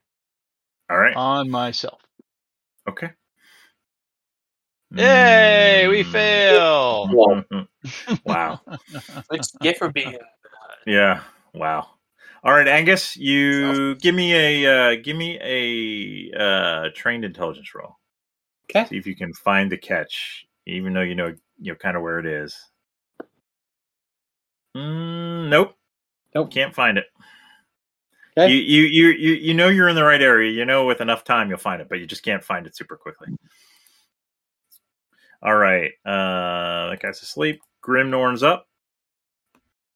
All right. on myself. Okay. Yay! We Mm. fail. wow. What you get for being Yeah. Wow. All right, Angus, you give me a uh, give me a uh, trained intelligence roll. Okay. See if you can find the catch, even though you know you know kind of where it is. Mm, nope. Nope. Can't find it. Okay. You, you you you you know you're in the right area. You know with enough time you'll find it, but you just can't find it super quickly. All right. Uh that guy's asleep. Grimnorn's up.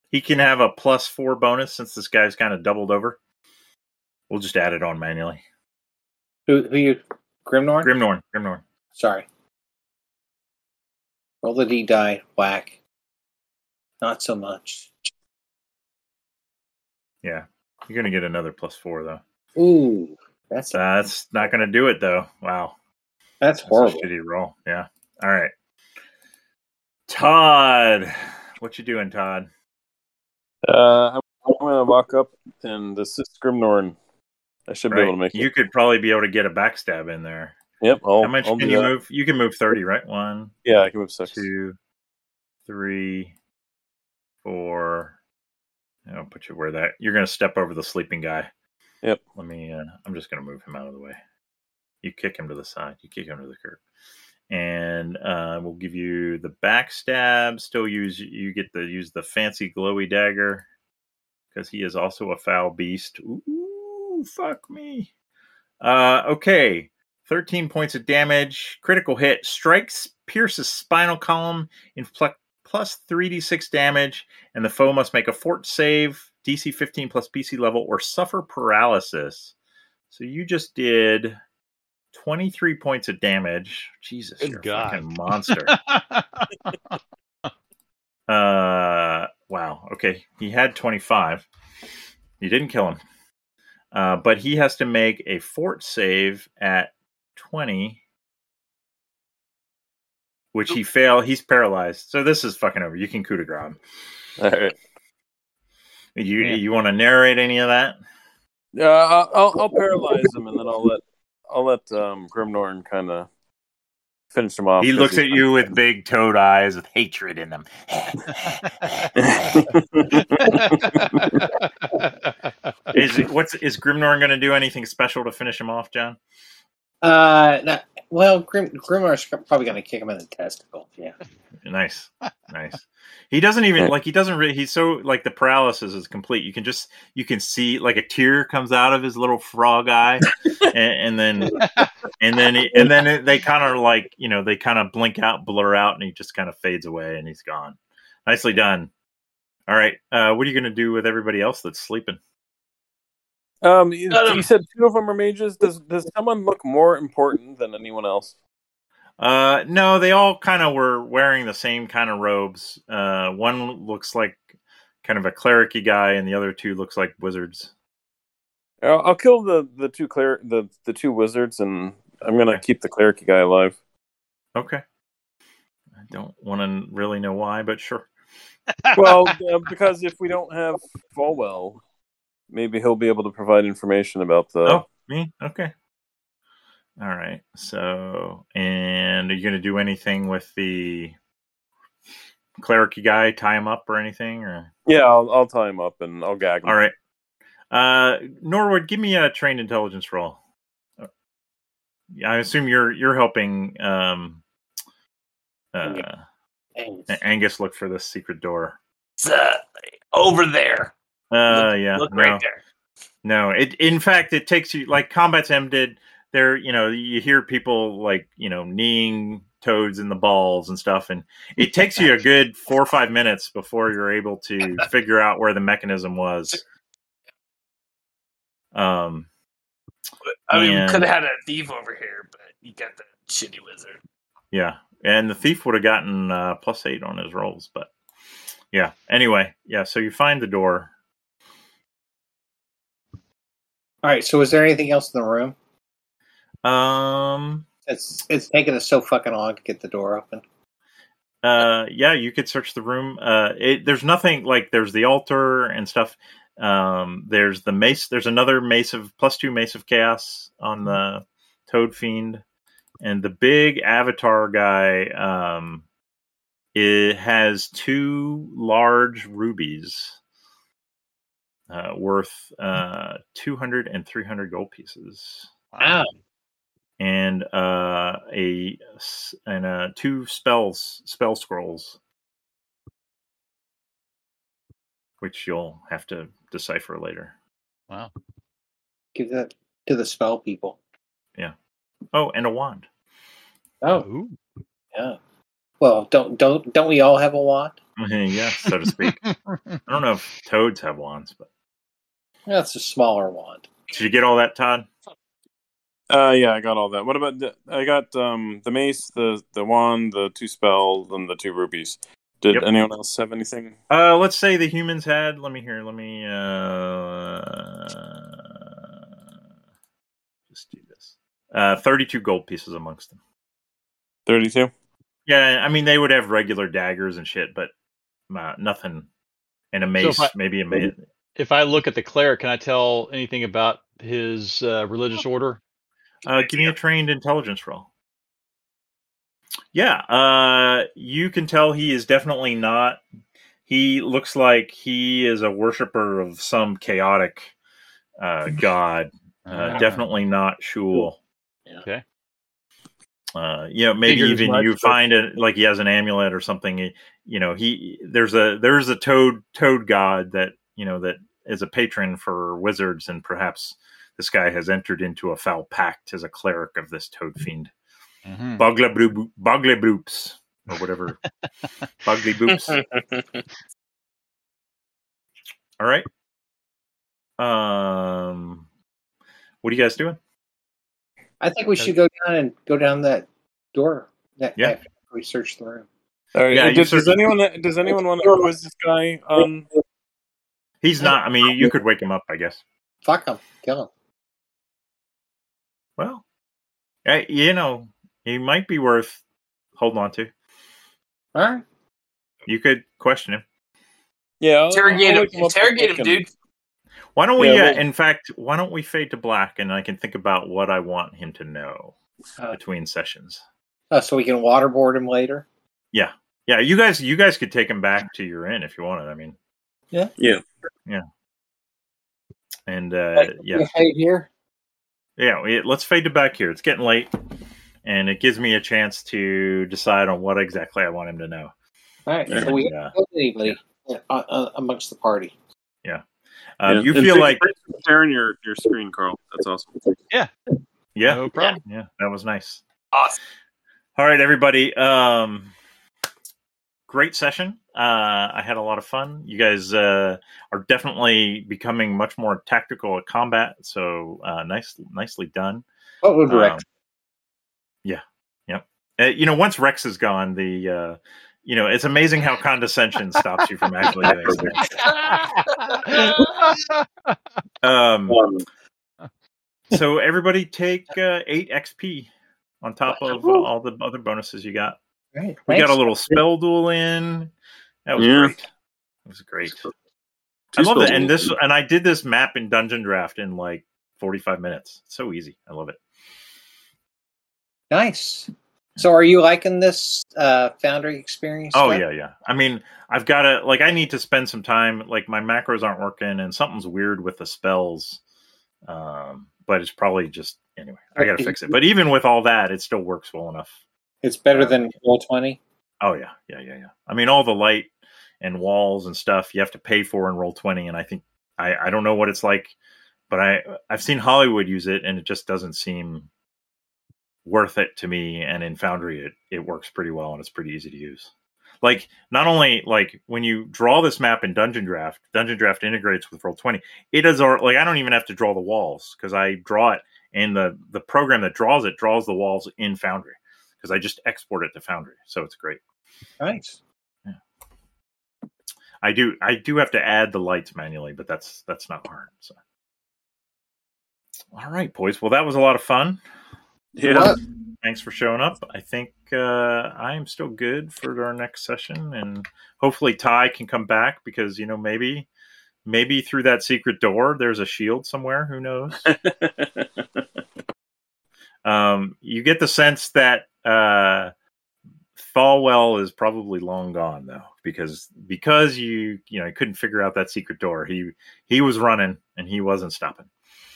He can have a plus four bonus since this guy's kind of doubled over. We'll just add it on manually. Who who you? Grimnorn. Grimnorn. Grimnorn. Sorry. Roll the D die. Whack. Not so much. Yeah. You're gonna get another plus four though. Ooh, that's That's not going to do it, though. Wow. that's That's horrible. a shitty roll. Yeah. All right. Todd, what you doing, Todd? Uh, I'm going to walk up and assist Grimnorn. I should be Right. able to make you it. could probably be able to get a backstab in there. Yep. I'll, How much I'll can do you that. move? You can move thirty, right? One, Yeah, I can move six. two, three, four. I'll put you where that. You're going to step over the sleeping guy. Yep. Let me. Uh, I'm just going to move him out of the way. You kick him to the side. You kick him to the curb, and uh, we'll give you the backstab. Still use. You get to use the fancy glowy dagger because he is also a foul beast. Ooh, fuck me. Uh, okay. 13 points of damage. Critical hit. Strikes, pierces spinal column, inflict plus 3d6 damage, and the foe must make a fort save, DC 15 plus PC level, or suffer paralysis. So you just did 23 points of damage. Jesus, Good you're a God. fucking monster. I Uh, wow. Okay, he had twenty-five. You didn't kill him, uh, but he has to make a fort save at twenty, which he failed. He's paralyzed, so this is fucking over. You can coup de grace. him. All right. You Yeah. you want to narrate any of that? Yeah, I'll, I'll, I'll paralyze him and then I'll let I'll let um, Grimnorn kind of finish him off. He 'cause looks at he's- you with big toad eyes, with hatred in them. is what's is Grimnorn going to do anything special to finish him off, John? Uh, no, well, Grim Grimmar's probably going to kick him in the testicle. Yeah. Nice, nice. He doesn't even Yeah. like. He doesn't. Re- he's so like the paralysis is complete. You can just you can see like a tear comes out of his little frog eye, and, and then and then he, and then it, they kind of like you know they kind of blink out, blur out, and he just kind of fades away and he's gone. Nicely done. All right, uh, what are you going to do with everybody else that's sleeping? Um, you, Got him. you said two of them are mages. Does does someone look more important than anyone else? Uh, no, they all kind of were wearing the same kind of robes. Uh, one looks like kind of a clericy guy, and the other two looks like wizards. I'll, I'll kill the the two clear the the two wizards, and I'm gonna keep the cleric guy alive. Okay. I don't want to really know why, but sure. Well, uh, because if we don't have Falwell, maybe he'll be able to provide information about the. Oh, me? Okay. All right. So, and are you going to do anything with the clericy guy? Tie him up or anything? Or Yeah, I'll, I'll tie him up and I'll gag him. all right. Uh, Norwood, give me a trained intelligence roll. Uh, I assume you're you're helping um, uh, Thanks. Angus look for this secret door. It's uh, over there. Uh, yeah. Look no. right there. No, it in fact it takes you like Combat's ended. There, you know, you hear people like you know kneeing toads in the balls and stuff, and it takes you a good four or five minutes before you're able to figure out where the mechanism was. Um, I mean, Yeah. we could have had a thief over here, but you got the shitty wizard. yeah, and the thief would have gotten uh, plus eight on his rolls, but yeah. Anyway, yeah. So you find the door. All right. So, was there anything else in the room? Um, It's it's taking us so fucking long to get the door open. uh yeah you could search the room uh it, there's nothing like there's the altar and stuff um there's the mace there's another mace of plus two mace of chaos on the toad fiend and the big avatar guy um it has two large rubies uh worth uh 200 and 300 gold pieces Wow. and uh, a s- and uh, two spells spell scrolls, which you'll have to decipher later. Wow. Give that to the spell people. Oh, and a wand. Oh, Ooh. yeah. Well, don't don't don't we all have a wand? yeah, so to speak. I don't know if toads have wands, but That's a smaller wand. did you get all that, Todd? Uh, yeah, I got all that. What about the, I got um the mace, the the wand, the two spells, and the two rubies. Did Yep. anyone else have anything? Uh, let's say the humans had. Let me hear. Let me. Uh, uh, 32 gold pieces amongst them. 32? Yeah, I mean they would have regular daggers and shit, but uh, nothing. And a mace, I- maybe a mace. If I look at the cleric, can I tell anything about his uh, religious order? Uh, give me a trained intelligence roll. Yeah, uh, you can tell he is definitely not. He looks like he is a worshiper of some chaotic uh, god. Uh, definitely not Shul. Okay. Uh, you know, maybe Figured as even much, you but- find it like he has an amulet or something. You know, he there's a there's a toad toad god that you know that is a patron for wizards, and perhaps this guy has entered into a foul pact as a cleric of this toad fiend. Mhm. Bogleboops Bogleboops, or whatever. Bogleboops. All right. Um, what are you guys doing? I think we should go down and go down that door. That Yeah. that- we search the room. All right. Yeah, you does, does certainly- anyone does anyone want to quiz this guy Um, on He's not. I mean, you could wake him up, I guess. Fuck him, kill him. Well, I, you know, he might be worth holding on to. All right. You could question him. Yeah, I'll- I'll Interrogate him. wake up Interrogate him, and- dude. Why don't we? Yeah, uh, well- in fact, why don't we fade to black, and I can think about what I want him to know Uh. between sessions. Uh, so we can waterboard him later. Yeah, you guys, you guys could take him back to your inn if you wanted. I mean, Yeah. Yeah. yeah, and uh, yeah, You hide here. yeah we, let's fade to back here it's getting late and it gives me a chance to decide on what exactly i want him to know All right. Yeah. So we Yeah. haven't killed anybody uh, uh, amongst the party. um, Yeah. you And feel thanks- like thanks for sharing your your screen, Carl. That's awesome. yeah No problem. yeah that was nice Awesome. all right everybody um great session uh i had a lot of fun you guys uh are definitely becoming much more tactical at combat so uh nice nicely done What would Um, Rex? yeah. Yep. Uh, you know, once Rex is gone, the uh, you know, it's amazing how condescension stops you from actually doing something. Um, so everybody take uh, eight XP on top of uh, Wow. all the other bonuses you got. Right, We thanks. got a little spell duel in. That was Yeah. great. That was great. I love it. And this and I did this map in Dungeon Draft in like 45 minutes. So easy. I love it. nice. So are you liking this uh, Foundry experience? Oh stuff? yeah, yeah. I mean, I've got to like I need to spend some time. Like my macros aren't working, and something's weird with the spells. Um, but it's probably just anyway. I got to fix it. But even with all that, it still works well enough. It's better than roll twenty. Oh yeah, yeah, yeah, yeah. I mean, all the light and walls and stuff you have to pay for in roll twenty, and I think I I don't know what it's like, but I I've seen Hollywood use it, and it just doesn't seem worth it to me. And in Foundry, it it works pretty well, and it's pretty easy to use. Like not only like when you draw this map in Dungeon Draft, Dungeon Draft integrates with Roll Twenty. It does our like I don't even have to draw the walls because I draw it, and the the program that draws it draws the walls in Foundry because I just export it to Foundry, so it's great. Nice. I do I do have to add the lights manually, but that's that's not hard. So all right, boys. Well that was a lot of fun. Yeah. Thanks for showing up. I think uh, I am still good for our next session and hopefully Ty can come back because you know maybe maybe through that secret door there's a shield somewhere, who knows? um, you get the sense that uh, Falwell is probably long gone though, because because you you know you couldn't figure out that secret door. He he was running and he wasn't stopping.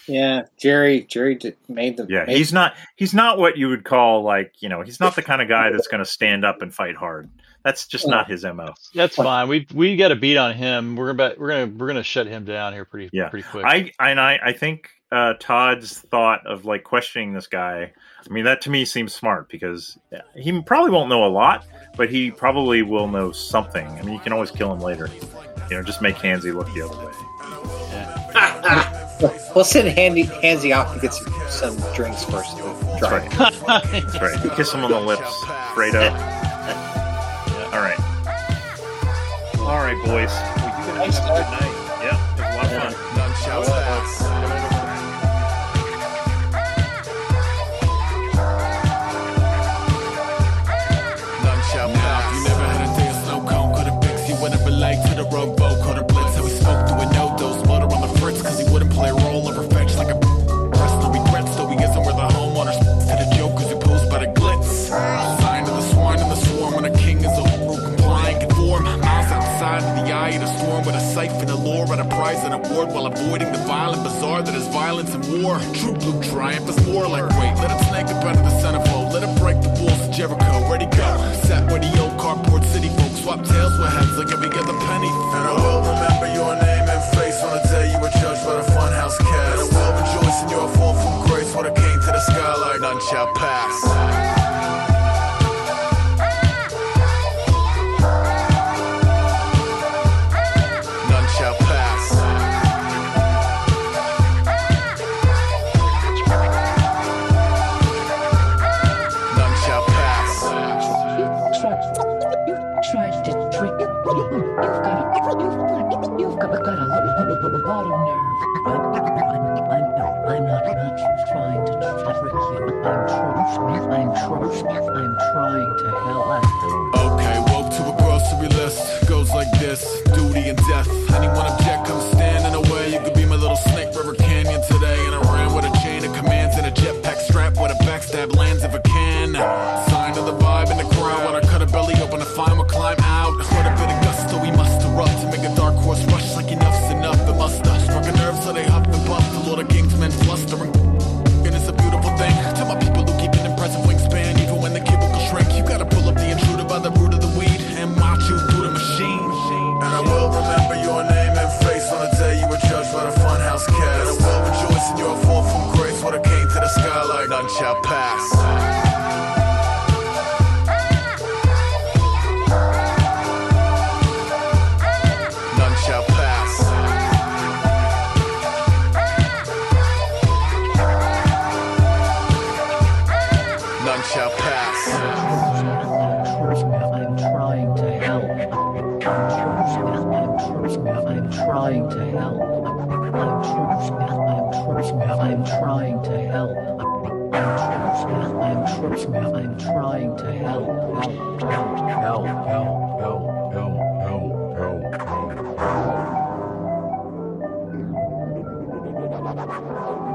Yeah, Jerry. Jerry did, made the. Yeah, made- he's not he's not what you would call like you know he's not the kind of guy that's going to stand up and fight hard. That's just not his mo. That's fine. We we got a beat on him. We're about we're gonna we're gonna shut him down here pretty Yeah. pretty quick. I and I I think uh, Todd's thought of like questioning this guy. I mean, that to me seems smart because he probably won't know a lot, but he probably will know something. I mean, you can always kill him later. You know, just make Hansy look the other way. We'll send Handy Hansy off to get some, some drinks first. To That's try. right. That's right. Kiss him on the lips, Fredo. All right. All right, boys. Well, you guys have a good night. Yeah, it was a lot of fun. None shall pass. at a prize and award while avoiding the violent bazaar that is violence and war. True blue triumph is more like wait. Let it snake up out of the centerfold. Let it break the walls of Jericho. Ready go. Sat where the old cardboard city folks swap tails with heads like every other penny. And I will remember your name and face on the day you were judged by the funhouse cast. And I will rejoice in your fall from grace when it came to the skylight. None shall pass. None shall pass. None shall pass. Tries to trick you. You've got, you've got, you've got, got a lot of bottom nerve. I'm, I'm, I'm, no, I'm not, not trying to trick you. I'm trying, I'm trying, I'm trying to help. I'm Okay, woke to a grocery list. Goes like this duty and death. Anyone object, come stand in the way. You could be my little snake river canyon today. And I ran with a chain of commands and a jetpack strap with a backstab lands if I can. Sign of the vibe in the crowd. When I cut a belly open, a fine will climb out. What a bit of gusto we muster up to make a dark horse rush like enough's enough. It must have struck a nerve, so they huff and puff. The Lord of Kings men flustering. And it's a beautiful thing. To my people who keep an impressive wingspan, even when the cubicle shrink, you gotta pull up the intruder by the root of the weed and march you through the machine. And I will remember your name and face on the day you were judged by the funhouse cast. And I will rejoice in your fall from grace when it came to the skylight. None shall pass. None shall pass. None shall pass. I'm trying to help. I'm trying to help. I'm trying to help. I'm trying to help. Help, help, help, help, help, help, help, help, help.